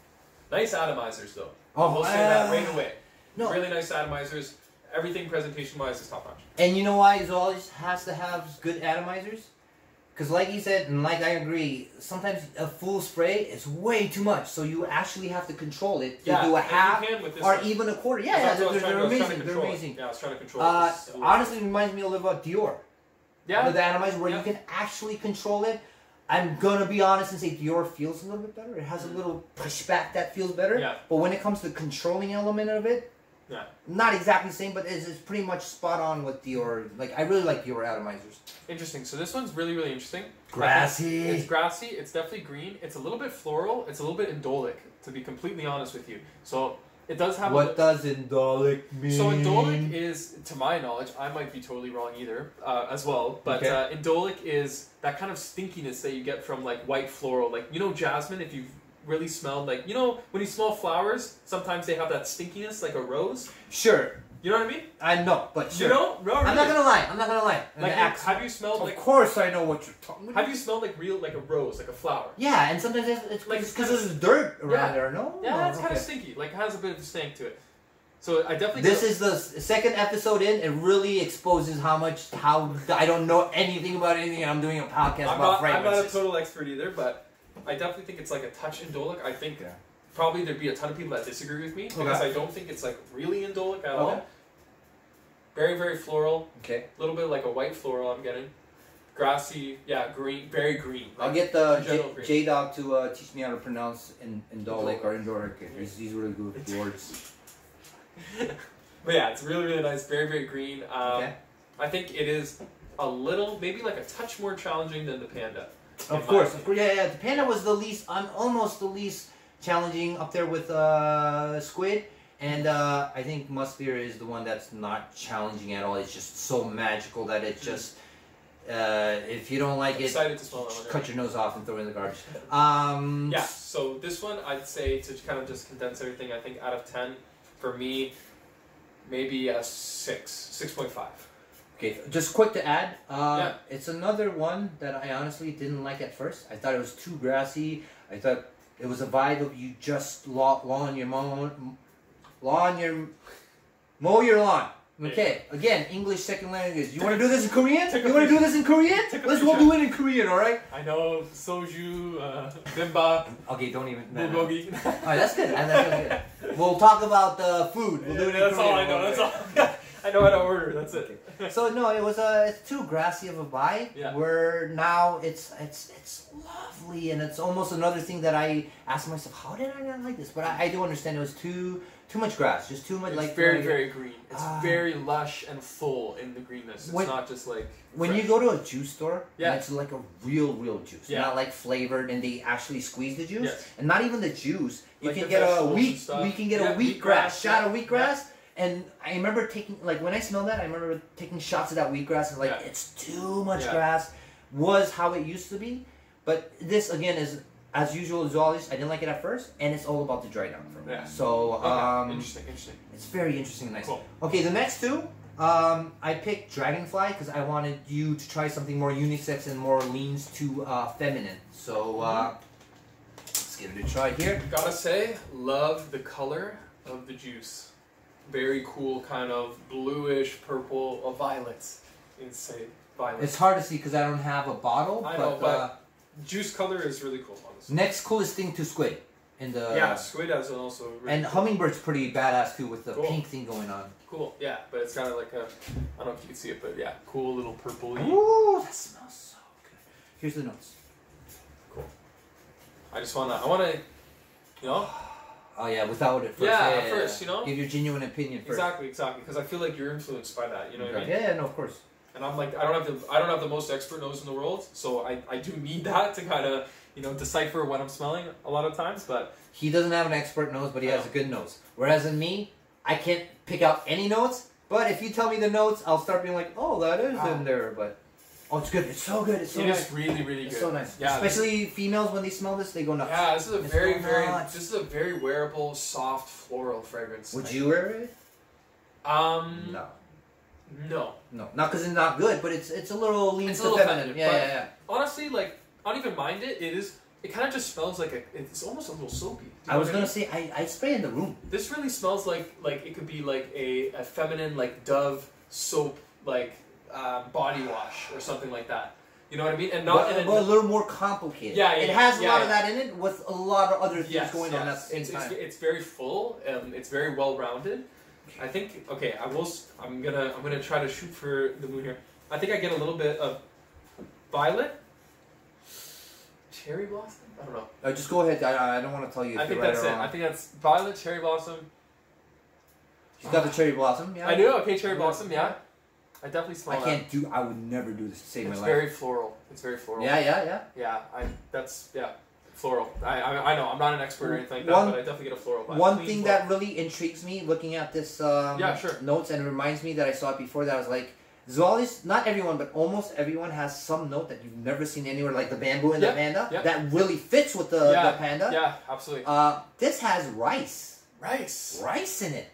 Speaker 2: Nice atomizers, though.
Speaker 1: Oh,
Speaker 2: we'll say that right
Speaker 1: uh,
Speaker 2: away.
Speaker 1: No,
Speaker 2: Really nice atomizers. Everything presentation-wise is top-notch.
Speaker 1: and you know why zoologist has to have good atomizers? Because, like you said, and like I agree, sometimes a full spray is way too much. So you actually have to control it to do a
Speaker 2: and you
Speaker 1: half
Speaker 2: can with this
Speaker 1: or
Speaker 2: one.
Speaker 1: even a quarter. Yeah,
Speaker 2: That's
Speaker 1: yeah
Speaker 2: what I
Speaker 1: they're,
Speaker 2: was trying to-
Speaker 1: they're
Speaker 2: I was trying to
Speaker 1: amazing. They're
Speaker 2: control it.
Speaker 1: amazing.
Speaker 2: Yeah, I was trying to control
Speaker 1: Uh,
Speaker 2: this.
Speaker 1: honestly, it reminds me a little about Dior.
Speaker 2: yeah,
Speaker 1: With the atomizers, where you
Speaker 2: Yeah.
Speaker 1: can actually control it. I'm gonna be honest and say Dior feels a little bit better. It has a
Speaker 2: Mm.
Speaker 1: little pushback that feels better.
Speaker 2: Yeah.
Speaker 1: But when it comes to the controlling element of it,
Speaker 2: Yeah.
Speaker 1: not exactly the same, but it's, it's pretty much spot on with Dior. Like I really like Dior atomizers.
Speaker 2: interesting. So this one's really, really interesting. It's
Speaker 1: Grassy.
Speaker 2: grassy. It's definitely green. It's a little bit floral. It's a little bit indolic, to be completely honest with you. So it does have.
Speaker 1: What
Speaker 2: a,
Speaker 1: does indolic mean?
Speaker 2: so indolic is, to my knowledge, I might be totally wrong either, uh, as well. But
Speaker 1: Okay.
Speaker 2: uh, indolic is that kind of stinkiness that you get from like white floral, like you know jasmine. If you've really smelled like you know when you smell flowers, sometimes they have that stinkiness, like a rose.
Speaker 1: sure.
Speaker 2: You know what I mean?
Speaker 1: I know, but sure.
Speaker 2: You know, no,
Speaker 1: I'm
Speaker 2: really.
Speaker 1: not gonna lie. I'm not gonna lie. And
Speaker 2: like
Speaker 1: the axe-
Speaker 2: have you smelled
Speaker 1: of
Speaker 2: like
Speaker 1: course, I know what you're talking. about.
Speaker 2: have you smelled like real like a rose, like a flower?
Speaker 1: Yeah, and sometimes it's because
Speaker 2: Like,
Speaker 1: there's dirt around
Speaker 2: Yeah.
Speaker 1: there. No,
Speaker 2: Yeah,
Speaker 1: no,
Speaker 2: it's kind
Speaker 1: Oh, okay.
Speaker 2: of stinky. Like, it has a bit of a stink to it. So I definitely
Speaker 1: This
Speaker 2: go-
Speaker 1: is the s- second episode in. It really exposes how much how I don't know anything about anything, and I'm doing a podcast
Speaker 2: I'm
Speaker 1: about
Speaker 2: not, I'm not a
Speaker 1: fragrances.
Speaker 2: total expert either, but I definitely think it's like a touch indolic. I think
Speaker 1: Yeah.
Speaker 2: probably there'd be a ton of people that disagree with me because
Speaker 1: Okay.
Speaker 2: I don't think it's like really indolic at
Speaker 1: Okay.
Speaker 2: all. Very very floral,
Speaker 1: okay,
Speaker 2: a little bit like a white floral. I'm getting grassy, yeah, green, very green.
Speaker 1: I'll get the
Speaker 2: General
Speaker 1: J, J Dog to uh, teach me how to pronounce in Indolic or Indoric. He's, he's really good with words.
Speaker 2: But yeah, it's really really nice. Very very green. Um,
Speaker 1: Okay,
Speaker 2: I think it is a little, maybe like a touch more challenging than the panda.
Speaker 1: of
Speaker 2: my
Speaker 1: course, of
Speaker 2: opinion.
Speaker 1: course. Yeah, yeah. The panda was the least. I'm almost the least challenging up there with uh, squid. And uh, I think Muskdeer is the one that's not challenging at all. It's just so magical that it just, uh, if you don't like it,
Speaker 2: Excited to smell that one. yeah.
Speaker 1: cut your nose off and throw it in the garbage. Um,
Speaker 2: Yeah, so this one I'd say to kind of just condense everything, I think out of 10, for me, maybe a 6, 6.5.
Speaker 1: Okay, just quick to add, uh,
Speaker 2: Yeah.
Speaker 1: it's another one that I honestly didn't like at first. I thought it was too grassy. I thought it was a vibe of you just law, law on your mom, law on your, mow your lawn.
Speaker 2: Yeah.
Speaker 1: Okay, again, English second language. You want to do this in Korean?
Speaker 2: Take a
Speaker 1: You want to do
Speaker 2: picture.
Speaker 1: this in Korean?
Speaker 2: Take a
Speaker 1: Let's all
Speaker 2: picture.
Speaker 1: do it in Korean, all right?
Speaker 2: I know soju, uh, bimba,
Speaker 1: Okay, don't even. no, no.
Speaker 2: bulgogi.
Speaker 1: All right, that's good. I- that's good. We'll talk about the food. We'll do it in
Speaker 2: that's all
Speaker 1: Korean
Speaker 2: I know.
Speaker 1: one
Speaker 2: That's
Speaker 1: day.
Speaker 2: all. I know how to order. That's it.
Speaker 1: So no, it was a it's too grassy of a vibe.
Speaker 2: Yeah.
Speaker 1: Where now it's it's it's lovely and it's almost another thing that I ask myself, how did I not like this? But I, I do understand it was too too much grass, just too much
Speaker 2: It's
Speaker 1: like
Speaker 2: very,
Speaker 1: uh,
Speaker 2: very green. It's
Speaker 1: Ah.
Speaker 2: very lush and full in the greenness. It's
Speaker 1: When-
Speaker 2: not just like
Speaker 1: When you
Speaker 2: fresh.
Speaker 1: go to a juice store,
Speaker 2: Yeah.
Speaker 1: and it's like a real, real juice,
Speaker 2: Yeah.
Speaker 1: not like flavored, and they actually squeeze the juice,
Speaker 2: Yes.
Speaker 1: and not even the juice. You
Speaker 2: Like
Speaker 1: can
Speaker 2: the
Speaker 1: get a
Speaker 2: vegetables and
Speaker 1: wheat.
Speaker 2: stuff.
Speaker 1: We can get
Speaker 2: Yeah,
Speaker 1: a wheatgrass
Speaker 2: wheatgrass,
Speaker 1: shot of
Speaker 2: yeah.
Speaker 1: wheatgrass, and I remember taking like when I smell that, I remember taking shots of that wheatgrass, and like
Speaker 2: Yeah.
Speaker 1: it's too much
Speaker 2: Yeah.
Speaker 1: grass. Was how it used to be, but this again is as usual zoologist. I didn't like it at first, and it's all about the dry down for me.
Speaker 2: Yeah.
Speaker 1: So
Speaker 2: Okay,
Speaker 1: um,
Speaker 2: interesting, interesting.
Speaker 1: it's very interesting and nice.
Speaker 2: Cool.
Speaker 1: Okay, the next two, um, I picked Dragonfly because I wanted you to try something more unisex and more leans to uh, feminine. So
Speaker 2: Mm-hmm.
Speaker 1: uh, let's give it a try here.
Speaker 2: Gotta say, love the color of the juice. Very cool, kind of bluish purple, a violet. Insane violet.
Speaker 1: It's hard to see because I don't have a bottle,
Speaker 2: I
Speaker 1: but,
Speaker 2: know, but-
Speaker 1: uh,
Speaker 2: Juice color is really cool, honestly.
Speaker 1: next coolest thing to squid in the
Speaker 2: yeah, squid has an also really
Speaker 1: Mm, and
Speaker 2: cool.
Speaker 1: hummingbird's pretty badass too with the
Speaker 2: Cool.
Speaker 1: pink thing going on.
Speaker 2: cool. Yeah, but it's kind of like a I don't know if you can see it, but yeah, cool little purpley.
Speaker 1: Ooh, that smells so good. Here's the notes.
Speaker 2: I just wanna I wanna you know
Speaker 1: Oh yeah, without it first.
Speaker 2: Yeah, at first, you know?
Speaker 1: Give your genuine opinion first.
Speaker 2: exactly exactly because I feel like you're influenced by that. You know what I mean?
Speaker 1: Yeah, yeah, no, of course.
Speaker 2: and I'm like, I don't have the I don't have the most expert nose in the world, so I, I do need that to kind of you know decipher what I'm smelling a lot of times. But
Speaker 1: He doesn't have an expert nose, but he has a good nose. Whereas in me, I can't pick out any notes. But if you tell me the notes, I'll start being like, "Oh, that is
Speaker 2: Ah.
Speaker 1: in there." But oh, it's good. It's so good. It's so
Speaker 2: it
Speaker 1: nice.
Speaker 2: is really really
Speaker 1: it's
Speaker 2: good.
Speaker 1: so nice.
Speaker 2: Yeah, this-
Speaker 1: Especially females when they smell this, they go nuts.
Speaker 2: yeah. This is a
Speaker 1: It's
Speaker 2: very
Speaker 1: so
Speaker 2: very
Speaker 1: nice.
Speaker 2: this is a very wearable, soft floral fragrance.
Speaker 1: Would
Speaker 2: I-
Speaker 1: you wear it?
Speaker 2: Um,
Speaker 1: No,
Speaker 2: no.
Speaker 1: no, not because it's not good, but it's it's a little lean
Speaker 2: It's a
Speaker 1: to
Speaker 2: little
Speaker 1: feminine.
Speaker 2: feminine,
Speaker 1: Yeah,
Speaker 2: but-
Speaker 1: yeah, yeah.
Speaker 2: Honestly, like I don't even mind it. It is. It kind of just smells like a. It's almost a little soapy. Do you
Speaker 1: I
Speaker 2: know
Speaker 1: was
Speaker 2: what
Speaker 1: gonna
Speaker 2: mean?
Speaker 1: say I I spray in the room.
Speaker 2: This really smells like like it could be like a, a feminine like Dove soap like uh, body wash or something like that. You know what I mean? And not
Speaker 1: but,
Speaker 2: in a,
Speaker 1: but a little more complicated.
Speaker 2: Yeah, yeah,
Speaker 1: It has a
Speaker 2: yeah,
Speaker 1: lot of
Speaker 2: yeah.
Speaker 1: that in it, with a lot of other things
Speaker 2: yes,
Speaker 1: going on at
Speaker 2: yes.
Speaker 1: the same
Speaker 2: it's, it's,
Speaker 1: time.
Speaker 2: it's very full. Um, it's very well rounded. I think. Okay, I will. s- I'm gonna. I'm gonna try to shoot for the moon here. I think I get a little bit of violet, cherry blossom. I don't know.
Speaker 1: Uh, just go ahead. I, I don't want to tell you. If
Speaker 2: I think
Speaker 1: you're right
Speaker 2: that's
Speaker 1: or
Speaker 2: it.
Speaker 1: wrong.
Speaker 2: I think that's violet, cherry blossom.
Speaker 1: She's got the cherry blossom. Yeah.
Speaker 2: I knew. Okay, cherry blossom. Yeah, I definitely smell
Speaker 1: I can't do. I would never do this to
Speaker 2: that.
Speaker 1: save
Speaker 2: it's
Speaker 1: my life.
Speaker 2: very floral. It's very floral.
Speaker 1: Yeah, yeah, yeah.
Speaker 2: Yeah. I. That's yeah. Floral. I. I, I know. I'm not an expert or anything like that,
Speaker 1: One-
Speaker 2: but I definitely get a floral. Vibe.
Speaker 1: One
Speaker 2: Clean
Speaker 1: thing
Speaker 2: floral.
Speaker 1: that really intrigues me looking at this um,
Speaker 2: Yeah, sure.
Speaker 1: notes and it reminds me that I saw it before that I was like, zoologists, not everyone, but almost everyone has some note that you've never seen anywhere, like the bamboo and
Speaker 2: Yeah,
Speaker 1: the panda,
Speaker 2: yeah.
Speaker 1: that really fits with the,
Speaker 2: Yeah,
Speaker 1: the panda.
Speaker 2: Yeah, absolutely.
Speaker 1: Uh, this has rice.
Speaker 2: Rice.
Speaker 1: Rice in it.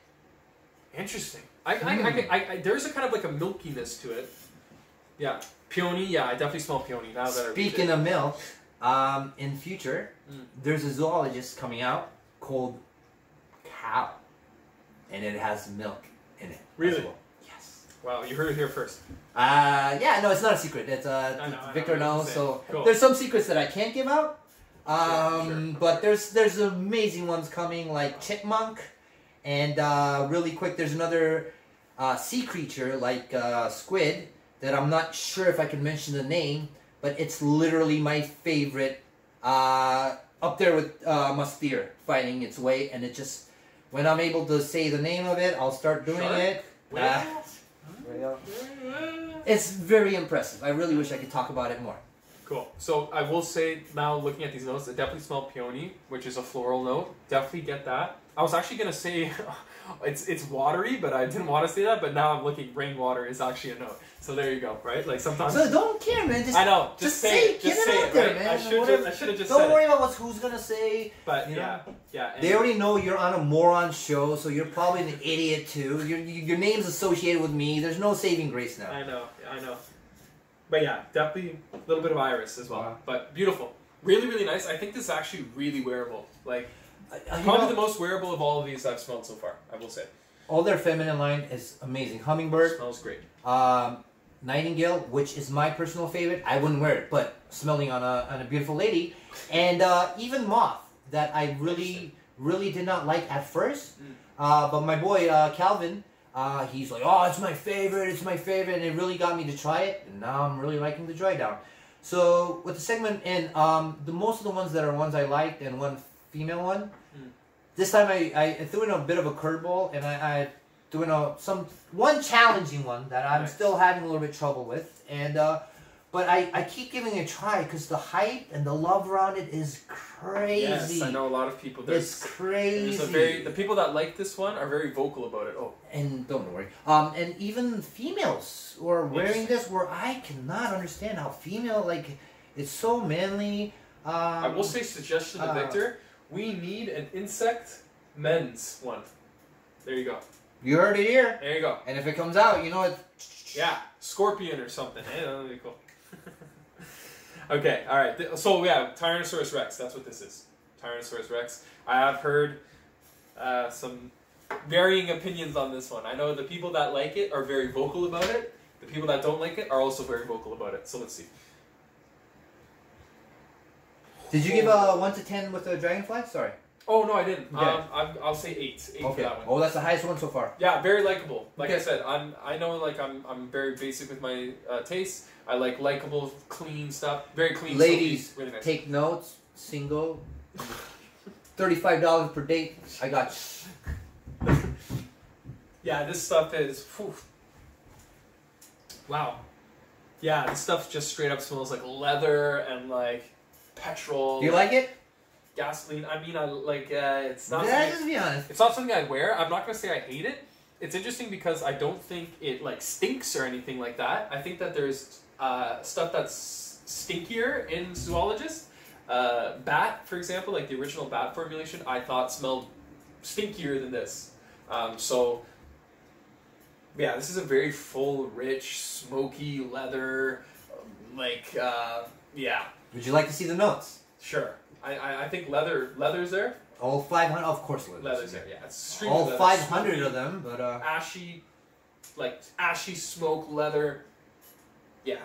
Speaker 2: Interesting. I, I, I,
Speaker 1: Hmm.
Speaker 2: can- I, I there's a kind of like a milkiness to it. Yeah. Peony. Yeah, I definitely smell peony. Now that I reach
Speaker 1: Speaking
Speaker 2: it.
Speaker 1: of milk, um, in future,
Speaker 2: Mm.
Speaker 1: there's a zoologist coming out called Cow. and it has milk in it. as
Speaker 2: Really?
Speaker 1: well. Yes.
Speaker 2: Wow, you heard it here first.
Speaker 1: Uh, yeah, no, it's not a secret. It's uh,
Speaker 2: I know, I know
Speaker 1: Victor
Speaker 2: what you're
Speaker 1: knows.
Speaker 2: saying.
Speaker 1: So
Speaker 2: Cool.
Speaker 1: there's some secrets that I can't give out. Um,
Speaker 2: Sure, sure.
Speaker 1: but there's there's amazing ones coming like chipmunk, and uh, really quick there's another uh, sea creature like uh, squid that I'm not sure if I can mention the name, but it's literally my favorite. Uh, up there with uh, musketeer fighting its way, and it just when I'm able to say the name of it, I'll start doing
Speaker 2: Shark?
Speaker 1: it.
Speaker 2: Whale?
Speaker 1: Uh, it's very impressive. I really wish I could talk about it more.
Speaker 2: Cool. So I will say now, looking at these notes, I definitely smell peony, which is a floral note. Definitely get that. I was actually gonna say it's it's watery, but I didn't want to say that. But now I'm looking, rainwater is actually a note. So there you go, right? Like sometimes
Speaker 1: So don't care, man. Just,
Speaker 2: I know. Just,
Speaker 1: just
Speaker 2: say it.
Speaker 1: say it,
Speaker 2: Just
Speaker 1: get it
Speaker 2: say
Speaker 1: out
Speaker 2: it.
Speaker 1: there,
Speaker 2: right?
Speaker 1: man.
Speaker 2: I should have.
Speaker 1: Whatever.
Speaker 2: I should have just
Speaker 1: don't
Speaker 2: said
Speaker 1: worry
Speaker 2: it.
Speaker 1: about what's who's gonna say.
Speaker 2: But
Speaker 1: you
Speaker 2: yeah, yeah. and-
Speaker 1: They already know you're on a moron show, so you're probably an idiot too. Your your your name's associated with me. There's no saving grace now.
Speaker 2: I know, I know. But yeah, definitely a little bit of iris as well. But beautiful. Really, really nice. I think this is actually really wearable. Like,
Speaker 1: Uh, you
Speaker 2: probably
Speaker 1: know,
Speaker 2: the most wearable of all of these I've smelled so far, I will say.
Speaker 1: all their feminine line is amazing. Hummingbird,
Speaker 2: smells great.
Speaker 1: um, nightingale, which is my personal favorite. I wouldn't wear it, but smelling on a on a beautiful lady, and uh, even moth that I really really did not like at first.
Speaker 2: Mm.
Speaker 1: Uh, but my boy uh, Calvin, uh, he's like, oh, it's my favorite, it's my favorite, and it really got me to try it. And now I'm really liking the dry down. So with the segment in, um, the most of the ones that are ones I liked and one female one.
Speaker 2: Mm.
Speaker 1: This time I, I threw in a bit of a curveball and I, I threw in a some one challenging one that I'm
Speaker 2: Nice.
Speaker 1: still having a little bit trouble with and. Uh, but I, I keep giving it a try because the hype and the love around it is crazy.
Speaker 2: Yes, I know a lot of people.
Speaker 1: It's
Speaker 2: There's,
Speaker 1: crazy.
Speaker 2: there's a very the people that like this one are very vocal about it. Oh,
Speaker 1: and don't worry. Um, and even females who are wearing
Speaker 2: Interesting.
Speaker 1: this, where I cannot understand how female like it's so manly. Um,
Speaker 2: I will say suggestion to
Speaker 1: uh,
Speaker 2: Victor: we need an insect men's one. There you go.
Speaker 1: you heard it here,
Speaker 2: There you go.
Speaker 1: and if it comes out, you know it.
Speaker 2: Yeah, scorpion or something. Hey, that would be cool. okay, all right. Th- So yeah, Tyrannosaurus Rex. That's what this is. Tyrannosaurus Rex. I have heard uh, some varying opinions on this one. I know the people that like it are very vocal about it. The people that don't like it are also very vocal about it. So let's see.
Speaker 1: Did you give a one to ten with the dragonfly? Sorry.
Speaker 2: Oh no, I didn't.
Speaker 1: Okay.
Speaker 2: Um, I'm, I'll say eight. Eight for
Speaker 1: Okay.
Speaker 2: that one.
Speaker 1: Oh, that's the highest one so far.
Speaker 2: Yeah, very likable. Like I
Speaker 1: Okay.
Speaker 2: said, I'm I know like I'm I'm very basic with my uh, taste. I like likable, clean stuff. Very clean. so
Speaker 1: Ladies,
Speaker 2: it's really nice.
Speaker 1: Take notes. Single. Thirty-five dollars per date. I got you.
Speaker 2: Yeah, this stuff is. Whew. Wow. Yeah, this stuff just straight up smells like leather and like petrol.
Speaker 1: Do you like it?
Speaker 2: gasoline? I mean, I like uh, it's not.
Speaker 1: Yeah,
Speaker 2: something-
Speaker 1: just be honest.
Speaker 2: it's not something I'd wear. I'm not gonna say I hate it. It's interesting because I don't think it like stinks or anything like that. I think that there's uh, stuff that's stinkier in zoologists. Uh, bat, for example, like the original bat formulation, I thought smelled stinkier than this. Um, so yeah, this is a very full, rich, smoky leather, um, like uh, yeah,
Speaker 1: Would you like to see the notes?
Speaker 2: sure. I, I, I think leather leather's there.
Speaker 1: All five hundred. Of course, leathers.
Speaker 2: Leather's there. Yeah, it's extremely
Speaker 1: All
Speaker 2: leather,
Speaker 1: five hundred
Speaker 2: smoky
Speaker 1: of them, but uh.
Speaker 2: ashy, like ashy smoke leather. Yeah,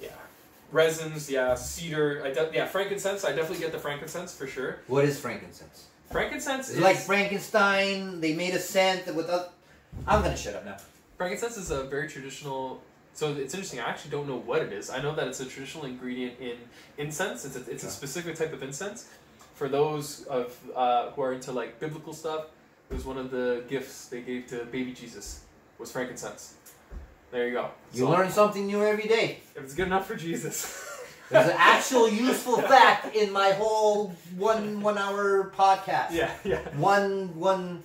Speaker 2: yeah. Resins, yeah. Cedar, I de- yeah. Frankincense, I definitely get the frankincense for sure.
Speaker 1: What is frankincense?
Speaker 2: Frankincense
Speaker 1: It's
Speaker 2: is
Speaker 1: like Frankenstein. They made a scent with a. I'm gonna shut up now.
Speaker 2: frankincense is a very traditional. So it's interesting. I actually don't know what it is. I know that it's a traditional ingredient in incense. It's a, it's a
Speaker 1: Yeah.
Speaker 2: specific type of incense. For those of uh, who are into like biblical stuff, it was one of the gifts they gave to baby Jesus was frankincense. There you go.
Speaker 1: You
Speaker 2: So-
Speaker 1: learn something new every day.
Speaker 2: If it's good enough for Jesus.
Speaker 1: There's an actual useful fact in my whole one one hour podcast.
Speaker 2: Yeah, yeah.
Speaker 1: One one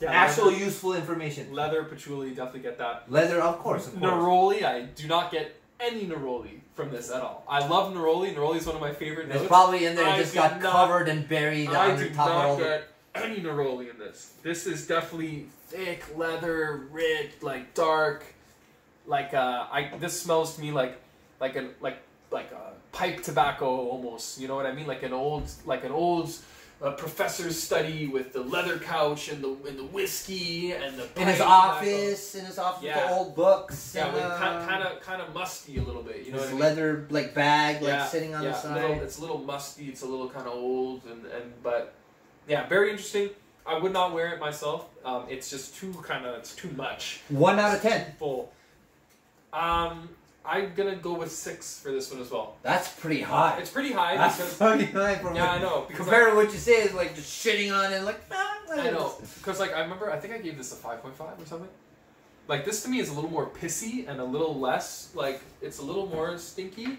Speaker 2: yeah
Speaker 1: actual
Speaker 2: leather,
Speaker 1: useful information.
Speaker 2: leather patchouli, definitely get that.
Speaker 1: Leather, of course, of course.
Speaker 2: Neroli, I do not get any neroli from this at all. I love neroli. Neroli is one of my favorite
Speaker 1: It's
Speaker 2: notes.
Speaker 1: probably in there.
Speaker 2: I
Speaker 1: It just
Speaker 2: do
Speaker 1: got
Speaker 2: not-
Speaker 1: covered and buried
Speaker 2: I
Speaker 1: under
Speaker 2: do
Speaker 1: top of all
Speaker 2: not
Speaker 1: the.
Speaker 2: get any neroli in this. This is definitely thick leather, rich, like dark, like uh, I. This smells to me like, like an like like a pipe tobacco almost. You know what I mean? Like an old like an old a professor's study with the leather couch and the and the whiskey and the
Speaker 1: in his
Speaker 2: pipe.
Speaker 1: office, in his office with
Speaker 2: Yeah.
Speaker 1: the old books.
Speaker 2: Yeah,
Speaker 1: and,
Speaker 2: with
Speaker 1: uh,
Speaker 2: kind of kind of musty a little bit. You know
Speaker 1: his
Speaker 2: what I mean?
Speaker 1: leather like bag, like sitting on
Speaker 2: yeah,
Speaker 1: the
Speaker 2: a little-
Speaker 1: side.
Speaker 2: it's a little musty. It's a little kind of old, and, and but yeah, very interesting. I would not wear it myself. Um, it's just too kind of it's too much.
Speaker 1: One out of ten.
Speaker 2: Full. Um, I'm gonna go with six for this one as well.
Speaker 1: That's pretty high.
Speaker 2: It's pretty high
Speaker 1: That's
Speaker 2: because
Speaker 1: fucking high for
Speaker 2: yeah, I know because I,
Speaker 1: Compared to what you say is like just shitting on it, like ah,
Speaker 2: I know because like I remember I think I gave this a five point five or something. Like this to me is a little more pissy and a little less like it's a little more stinky.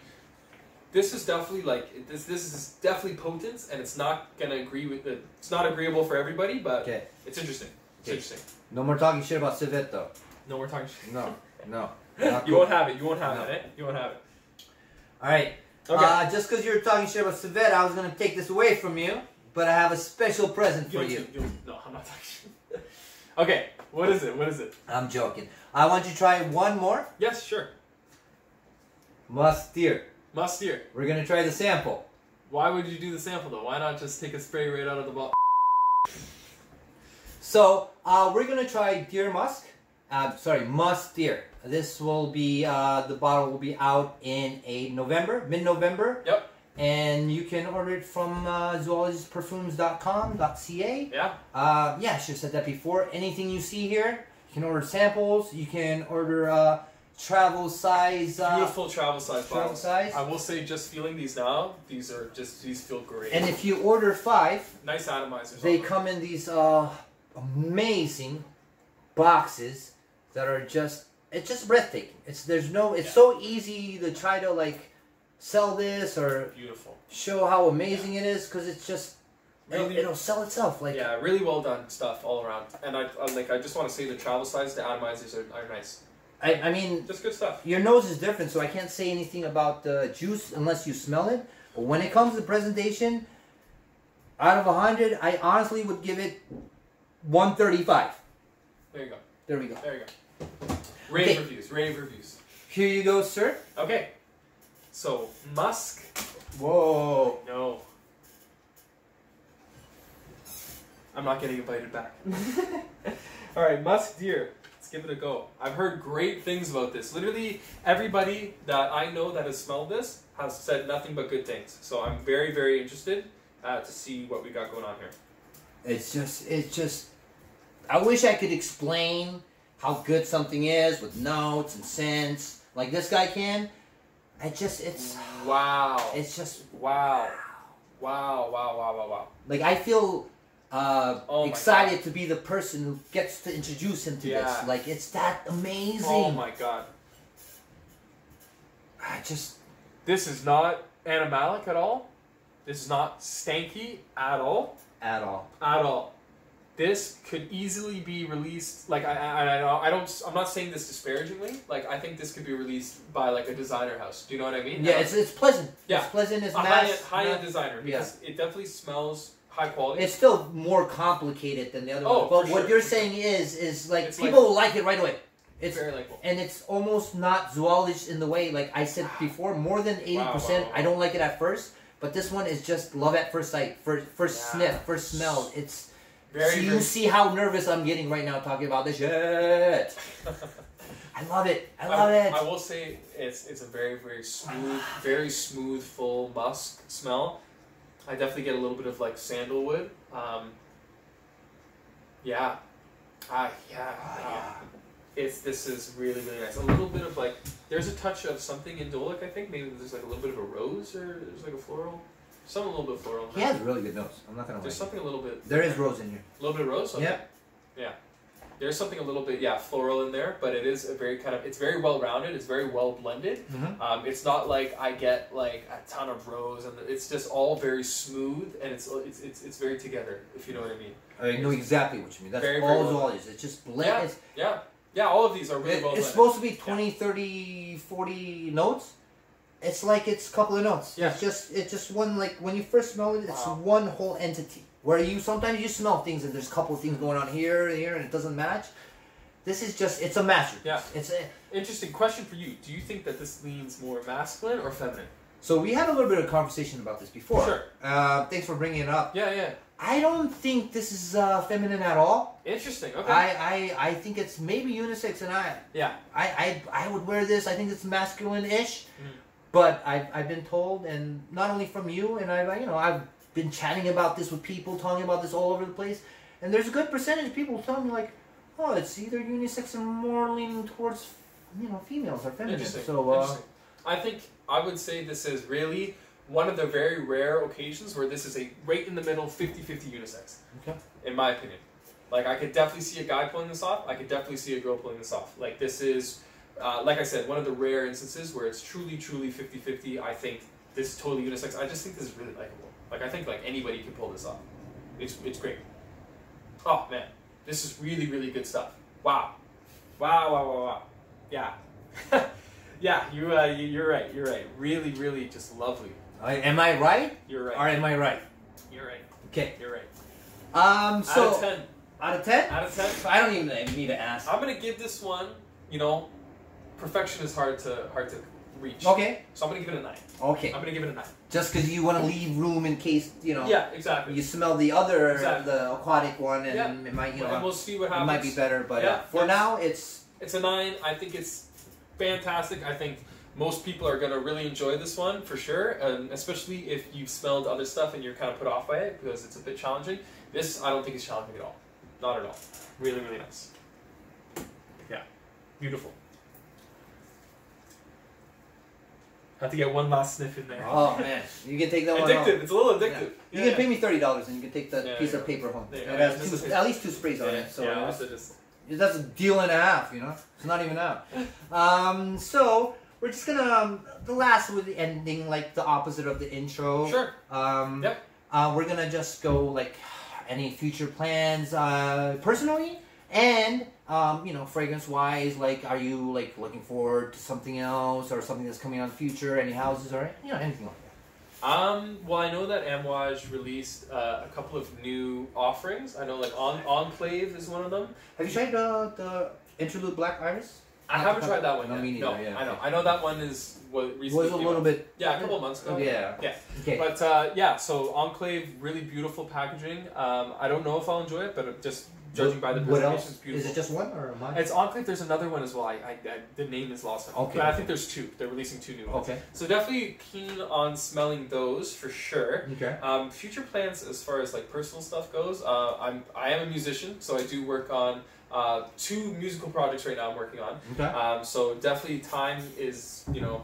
Speaker 2: This is definitely like this. This is definitely potent, and it's not gonna agree with. uh, It's not agreeable for everybody, but
Speaker 1: Okay,
Speaker 2: it's interesting. It's
Speaker 1: Okay.
Speaker 2: interesting.
Speaker 1: no more talking shit about Civet though.
Speaker 2: No, we're talking. shit.
Speaker 1: No, no. not
Speaker 2: you
Speaker 1: cool.
Speaker 2: won't have it. You won't have
Speaker 1: No.
Speaker 2: it. Eh? You won't have it.
Speaker 1: All right.
Speaker 2: Okay.
Speaker 1: Uh, just because you were talking shit about Civet, I was gonna take this away from you, but I have a special present
Speaker 2: Give
Speaker 1: for
Speaker 2: it to
Speaker 1: you.
Speaker 2: me, give it- No, I'm not talking. shit. okay. What is it? What is it?
Speaker 1: I'm joking. I want you to try one more
Speaker 2: Yes, sure.
Speaker 1: musketeer.
Speaker 2: Musketeer.
Speaker 1: We're gonna try the sample.
Speaker 2: Why would you do the sample though? Why not just take a spray right out of the bottle?
Speaker 1: So uh, we're gonna try deer musk. Uh, sorry, musketeer. This will be uh, the bottle will be out in a November, mid-November.
Speaker 2: Yep.
Speaker 1: And you can order it from uh, zoologistperfumes.com.ca.
Speaker 2: Yeah.
Speaker 1: Uh, yeah, I should have said that before. Anything you see here, you can order samples. You can order uh, travel size. Uh,
Speaker 2: Beautiful travel size
Speaker 1: travel
Speaker 2: bottles.
Speaker 1: size.
Speaker 2: I will say, just feeling these now, these are just these feel great.
Speaker 1: And if you order five,
Speaker 2: nice atomizers.
Speaker 1: They
Speaker 2: on
Speaker 1: come in these uh, amazing boxes that are just it's just breathtaking. It's there's no it's
Speaker 2: Yeah.
Speaker 1: so easy to try to like sell this
Speaker 2: them.
Speaker 1: or
Speaker 2: beautiful.
Speaker 1: show how amazing it is because it's just it'll,
Speaker 2: Really-
Speaker 1: it'll sell itself. Like
Speaker 2: Yeah, really well done stuff all around. And I, I like, I just want to say the travel size, the atomizers are, are nice.
Speaker 1: I, I mean,
Speaker 2: Just good stuff.
Speaker 1: your nose is different, so I can't say anything about the juice unless you smell it. But when it comes to presentation, out of hundred, I honestly would give it one thirty-five.
Speaker 2: There you go.
Speaker 1: There we go.
Speaker 2: There you go. Rave
Speaker 1: Okay.
Speaker 2: reviews. Rave reviews.
Speaker 1: Here you go, sir.
Speaker 2: Okay. So musk.
Speaker 1: Whoa.
Speaker 2: No. I'm not getting invited back. All right, musk deer. Let's give it a go. I've heard great things about this. Literally, everybody that I know that has smelled this has said nothing but good things. So I'm very, very interested uh, to see what we got going on here.
Speaker 1: It's just, it's just. I wish I could explain how good something is with notes and scents like this guy can. I just, it's,
Speaker 2: Wow.
Speaker 1: it's just
Speaker 2: wow. Wow. Wow. Wow. Wow. Wow.
Speaker 1: like I feel uh,
Speaker 2: Oh my
Speaker 1: excited to be the person who gets to introduce him to
Speaker 2: Yeah.
Speaker 1: this. Like it's that amazing.
Speaker 2: Oh my God.
Speaker 1: I just,
Speaker 2: This is not animalic at all. This is not stanky at all.
Speaker 1: at all.
Speaker 2: at all. This could easily be released. Like I, I, I don't, I don't. I'm not saying this disparagingly. Like I think this could be released by like a designer house. Do you know what I mean?
Speaker 1: Yeah, it's it's pleasant.
Speaker 2: Yeah.
Speaker 1: It's pleasant. It's
Speaker 2: a high end,
Speaker 1: nice.
Speaker 2: high end designer because it definitely smells high quality.
Speaker 1: It's still more complicated than the other
Speaker 2: Oh,
Speaker 1: one. But
Speaker 2: for
Speaker 1: what
Speaker 2: sure.
Speaker 1: you're saying is, is like
Speaker 2: It's like-
Speaker 1: people will like it right away. It's
Speaker 2: very likable.
Speaker 1: and it's almost not zoologist in the way like I said before. More than eighty
Speaker 2: Wow, wow,
Speaker 1: percent,
Speaker 2: wow.
Speaker 1: I don't like it at first, but this one is just love at first sight, first first
Speaker 2: Yeah.
Speaker 1: sniff, first smell. It's so
Speaker 2: Very,
Speaker 1: you
Speaker 2: very.
Speaker 1: see how nervous I'm getting right now talking about this shit. I love it. I love
Speaker 2: I,
Speaker 1: it.
Speaker 2: I will say it's it's a very very smooth, very smooth full musk smell. I definitely get a little bit of like sandalwood. Um, yeah, ah yeah,
Speaker 1: Ah,
Speaker 2: wow. It's this is really really nice. A little bit of like there's a touch of something in Dolic. I think maybe there's like a little bit of a rose or there's like a floral, some a little bit floral. in
Speaker 1: he
Speaker 2: there.
Speaker 1: has really good nose. I'm not gonna lie.
Speaker 2: There's something a little bit.
Speaker 1: There is rose in here.
Speaker 2: A little bit of rose. Okay.
Speaker 1: Yeah.
Speaker 2: Yeah. There's something a little bit yeah floral in there, but it is a very kind of it's very well rounded. It's very well blended.
Speaker 1: Mhm.
Speaker 2: Um, it's not like I get like a ton of rows, and it's just all very smooth, and it's it's it's, it's very together. If you know what I mean.
Speaker 1: I know exactly what you mean. That's
Speaker 2: Very,
Speaker 1: all
Speaker 2: very well.
Speaker 1: zoologists. It's just blend.
Speaker 2: Yeah,
Speaker 1: It's,
Speaker 2: yeah, yeah. All of these are really
Speaker 1: it-
Speaker 2: well
Speaker 1: it's
Speaker 2: blended.
Speaker 1: supposed to be 20, 30, 40 notes. It's like it's a couple of notes.
Speaker 2: Yeah.
Speaker 1: It's just it's just one like when you first smell it, it's
Speaker 2: Wow.
Speaker 1: one whole entity. Where you sometimes you smell things and there's a couple of things going on here and here and it doesn't match. This is just it's a masterpiece.
Speaker 2: Yeah.
Speaker 1: It's a,
Speaker 2: Interesting question for you. Do you think that this leans more masculine or feminine?
Speaker 1: So we had a little bit of conversation about this before.
Speaker 2: Sure.
Speaker 1: Uh, thanks for bringing it up.
Speaker 2: Yeah, yeah.
Speaker 1: I don't think this is uh, feminine at all.
Speaker 2: Interesting. Okay.
Speaker 1: I, I I think it's maybe unisex, and I
Speaker 2: yeah.
Speaker 1: I, I, I would wear this. I think it's masculine-ish,
Speaker 2: Mm.
Speaker 1: but I've, I've been told, and not only from you, and I, you know, I've been chatting about this with people, talking about this all over the place, and there's a good percentage of people telling me like, oh, it's either unisex and more leaning towards, you know, females or feminine.
Speaker 2: Interesting.
Speaker 1: So, uh,
Speaker 2: Interesting. I think I would say this is really one of the very rare occasions where this is a right in the middle 50-50 unisex.
Speaker 1: Okay.
Speaker 2: In my opinion. Like I could definitely see a guy pulling this off. I could definitely see a girl pulling this off. Like this is uh, like I said, one of the rare instances where it's truly, truly 50-50. I think this is totally unisex. I just think this is really likable. Like I think like anybody can pull this off. It's it's great. Oh man, this is really, really good stuff. Wow. Wow, wow, wow, wow. Yeah. yeah, you, uh, you, you're right. You're right. Really, really just lovely.
Speaker 1: I- am I right
Speaker 2: You're right.
Speaker 1: or am I right?
Speaker 2: You're right.
Speaker 1: Okay.
Speaker 2: You're right.
Speaker 1: Um. So
Speaker 2: out of 10.
Speaker 1: Out of ten?
Speaker 2: Out of 10.
Speaker 3: I don't even need to ask.
Speaker 2: I'm going to give this one, you know, perfection is hard to hard to reach.
Speaker 1: Okay.
Speaker 2: So I'm going to give it a 9.
Speaker 1: Okay.
Speaker 2: I'm going to give it a 9.
Speaker 1: Just because you want to leave room in case you know.
Speaker 2: Yeah, exactly.
Speaker 1: You smell the other,
Speaker 2: Exactly.
Speaker 1: the aquatic one, and
Speaker 2: Yeah.
Speaker 1: it might, you know,
Speaker 2: and we'll see what
Speaker 1: It
Speaker 2: happens.
Speaker 1: might be better, but uh,
Speaker 2: Yeah,
Speaker 1: for
Speaker 2: yes.
Speaker 1: now, it's
Speaker 2: It's a nine. I think it's fantastic. I think most people are gonna really enjoy this one for sure, and especially if you've smelled other stuff and you're kind of put off by it because it's a bit challenging. This I don't think is challenging at all. Not at all. Really, really nice. Yeah, beautiful. Have to get one last sniff in there.
Speaker 1: oh man, you can take that one.
Speaker 2: addictive.
Speaker 1: Home.
Speaker 2: It's a little addictive.
Speaker 1: You
Speaker 2: Yeah.
Speaker 1: can pay me thirty dollars, and you can take that
Speaker 2: Yeah,
Speaker 1: piece
Speaker 2: yeah.
Speaker 1: of paper home.
Speaker 2: Yeah,
Speaker 1: it
Speaker 2: yeah,
Speaker 1: has
Speaker 2: just
Speaker 1: two,
Speaker 2: a piece.
Speaker 1: at least two sprays on
Speaker 2: Yeah,
Speaker 1: it, so
Speaker 2: yeah,
Speaker 1: it's-
Speaker 2: also just-
Speaker 1: that's a deal and a half. You know, it's not even out. Um, so we're just gonna um, the last with the ending, like the opposite of the intro.
Speaker 2: sure.
Speaker 1: Um,
Speaker 2: Yep.
Speaker 1: uh, we're gonna just go like any future plans uh, personally and um, you know fragrance wise like are you like looking forward to something else or something that's coming out in the future any houses or you know anything like that
Speaker 2: Um, well, I know that Amwaj released uh, a couple of new offerings. I know, like, On- Enclave is one of them.
Speaker 1: have you tried the, the interlude black iris
Speaker 2: I
Speaker 1: Not
Speaker 2: haven't
Speaker 1: the
Speaker 2: tried
Speaker 1: pepper-
Speaker 2: that one
Speaker 1: no,
Speaker 2: yet.
Speaker 1: me
Speaker 2: no,
Speaker 1: neither, yeah,
Speaker 2: I know.
Speaker 1: okay.
Speaker 2: I know that one is what
Speaker 1: it
Speaker 2: recently.
Speaker 1: was a
Speaker 2: came
Speaker 1: little
Speaker 2: out.
Speaker 1: bit
Speaker 2: Yeah, a couple months ago.
Speaker 1: yeah
Speaker 2: Yeah.
Speaker 1: okay
Speaker 2: But uh, yeah, so Enclave, really beautiful packaging. Um, I don't know if I'll enjoy it, but just judging by the
Speaker 1: what
Speaker 2: presentation,
Speaker 1: else
Speaker 2: it's beautiful.
Speaker 1: is it just one or am I
Speaker 2: It's Enclave. There's another one as well. I, I, I the name is lost. on me.
Speaker 1: Okay,
Speaker 2: But I
Speaker 1: okay.
Speaker 2: think there's two. They're releasing two new ones.
Speaker 1: okay
Speaker 2: So definitely keen on smelling those for sure.
Speaker 1: okay
Speaker 2: Um, future plans as far as like personal stuff goes. Uh, I'm I am a musician, so I do work on uh, two musical projects right now. I'm working on.
Speaker 1: okay
Speaker 2: Um, so definitely time is you know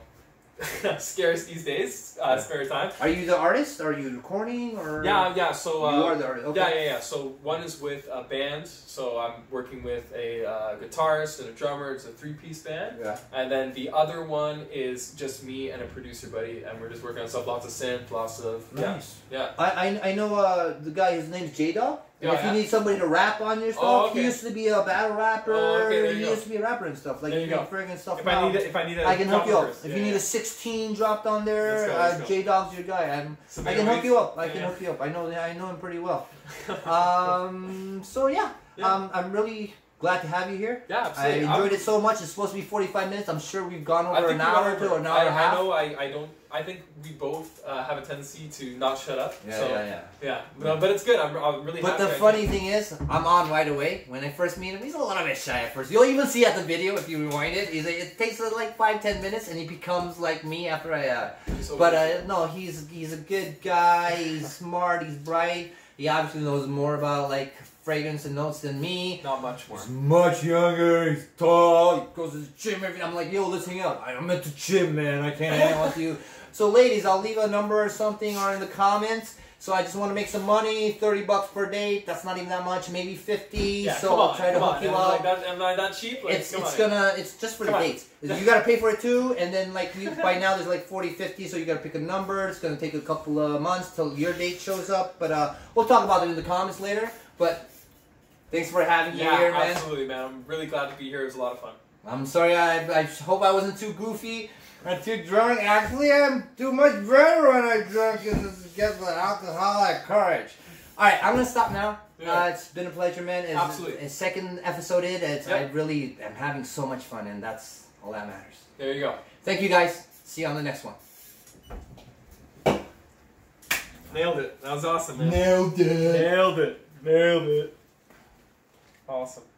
Speaker 2: scarce these days. Uh,
Speaker 1: Yeah.
Speaker 2: Spare time.
Speaker 1: are you the artist are you recording or
Speaker 2: Yeah, yeah. So uh,
Speaker 1: you are the artist okay
Speaker 2: yeah, yeah, yeah. So one is with a band. So I'm working with a uh, guitarist and a drummer. It's a three-piece band.
Speaker 1: Yeah.
Speaker 2: And then the other one is just me and a producer buddy, and we're just working on stuff. Lots of synth, lots of yeah,
Speaker 1: nice
Speaker 2: yeah.
Speaker 1: I, I, I know uh, the guy, his name's J Dog.
Speaker 2: Oh,
Speaker 1: if you
Speaker 2: yeah? Oh,
Speaker 1: need somebody to rap on your stuff,
Speaker 2: okay.
Speaker 1: he used to be a battle rapper.
Speaker 2: Oh, okay, there you
Speaker 1: he
Speaker 2: go.
Speaker 1: used to be a rapper and stuff. Like,
Speaker 2: There
Speaker 1: you
Speaker 2: you
Speaker 1: make
Speaker 2: go.
Speaker 1: friggin' stuff
Speaker 2: If
Speaker 1: now.
Speaker 2: I need, a, if I need, a
Speaker 1: I can help you up.
Speaker 2: verse,
Speaker 1: If
Speaker 2: yeah,
Speaker 1: you need
Speaker 2: yeah.
Speaker 1: a 16 dropped on
Speaker 2: Let's
Speaker 1: there,
Speaker 2: go, let's
Speaker 1: uh,
Speaker 2: go.
Speaker 1: J Dog's your guy. I'm,
Speaker 2: So
Speaker 1: I
Speaker 2: maybe
Speaker 1: can
Speaker 2: we-
Speaker 1: help you up. I
Speaker 2: yeah,
Speaker 1: can
Speaker 2: yeah.
Speaker 1: help you up. I know I know him pretty well. Um, so yeah,
Speaker 2: Yeah.
Speaker 1: Um, I'm really glad to have you here.
Speaker 2: yeah,
Speaker 1: I
Speaker 2: absolutely.
Speaker 1: enjoyed
Speaker 2: I'm-
Speaker 1: it so much. It's supposed to be 45 minutes. I'm sure we've gone
Speaker 2: I
Speaker 1: over
Speaker 2: think
Speaker 1: an
Speaker 2: we
Speaker 1: hour
Speaker 2: went
Speaker 1: to
Speaker 2: over.
Speaker 1: an hour
Speaker 2: I,
Speaker 1: and a half.
Speaker 2: I know. I, I don't. I think we both uh, have a tendency to not shut up.
Speaker 1: Yeah,
Speaker 2: so,
Speaker 1: yeah, yeah.
Speaker 2: yeah. No, but it's good. I'm, I'm really.
Speaker 1: But
Speaker 2: happy
Speaker 1: the
Speaker 2: I
Speaker 1: funny thing is, I'm on right away. When I first meet him, he's a little bit shy at first. You'll even see at the video if you rewind it. He's it takes uh, like five ten minutes, and he becomes like me after I. Uh,
Speaker 2: did. Just
Speaker 1: but
Speaker 2: over-
Speaker 1: uh, no, he's he's a good guy. He's smart. He's bright. He obviously knows more about like fragrance and notes than me.
Speaker 2: not much more.
Speaker 1: He's much younger. He's tall. He goes to the gym every. I'm like, yo, let's hang out. I- I'm at the gym, man. I can't hang out with you. So, ladies, I'll leave a number or something or in the comments. So I just want to make some money. Thirty bucks per date. That's not even that much. Maybe fifty.
Speaker 2: Yeah,
Speaker 1: so
Speaker 2: come
Speaker 1: I'll
Speaker 2: on,
Speaker 1: try to
Speaker 2: come
Speaker 1: hook
Speaker 2: on.
Speaker 1: you
Speaker 2: am
Speaker 1: up.
Speaker 2: I that, am I that cheap? Like,
Speaker 1: it's
Speaker 2: come
Speaker 1: it's
Speaker 2: on.
Speaker 1: gonna it's just for the
Speaker 2: Come on.
Speaker 1: dates. You gotta pay for it too, and then like you, by now there's like 40, 50, so you gotta pick a number. It's gonna take a couple of months till your date shows up, but uh, we'll talk about it in the comments later. But thanks for having me
Speaker 2: Yeah,
Speaker 1: here, man.
Speaker 2: absolutely, man. I'm really glad to be here. It was a lot of fun.
Speaker 1: I'm sorry. I, I hope I wasn't too goofy or too drunk. Actually, I'm too much better when I drunk and this gets the alcoholic courage. All right, I'm gonna stop now.
Speaker 2: Yeah.
Speaker 1: Uh, it's been a pleasure, man. It's,
Speaker 2: Absolutely.
Speaker 1: It's second episode in. It's, I
Speaker 2: Yep.
Speaker 1: really am having so much fun, and that's all that matters.
Speaker 2: There you go.
Speaker 1: Thank you guys. See you on the next one.
Speaker 2: Nailed it. That was awesome, man.
Speaker 1: Nailed it.
Speaker 2: Nailed it. Nailed it. Awesome.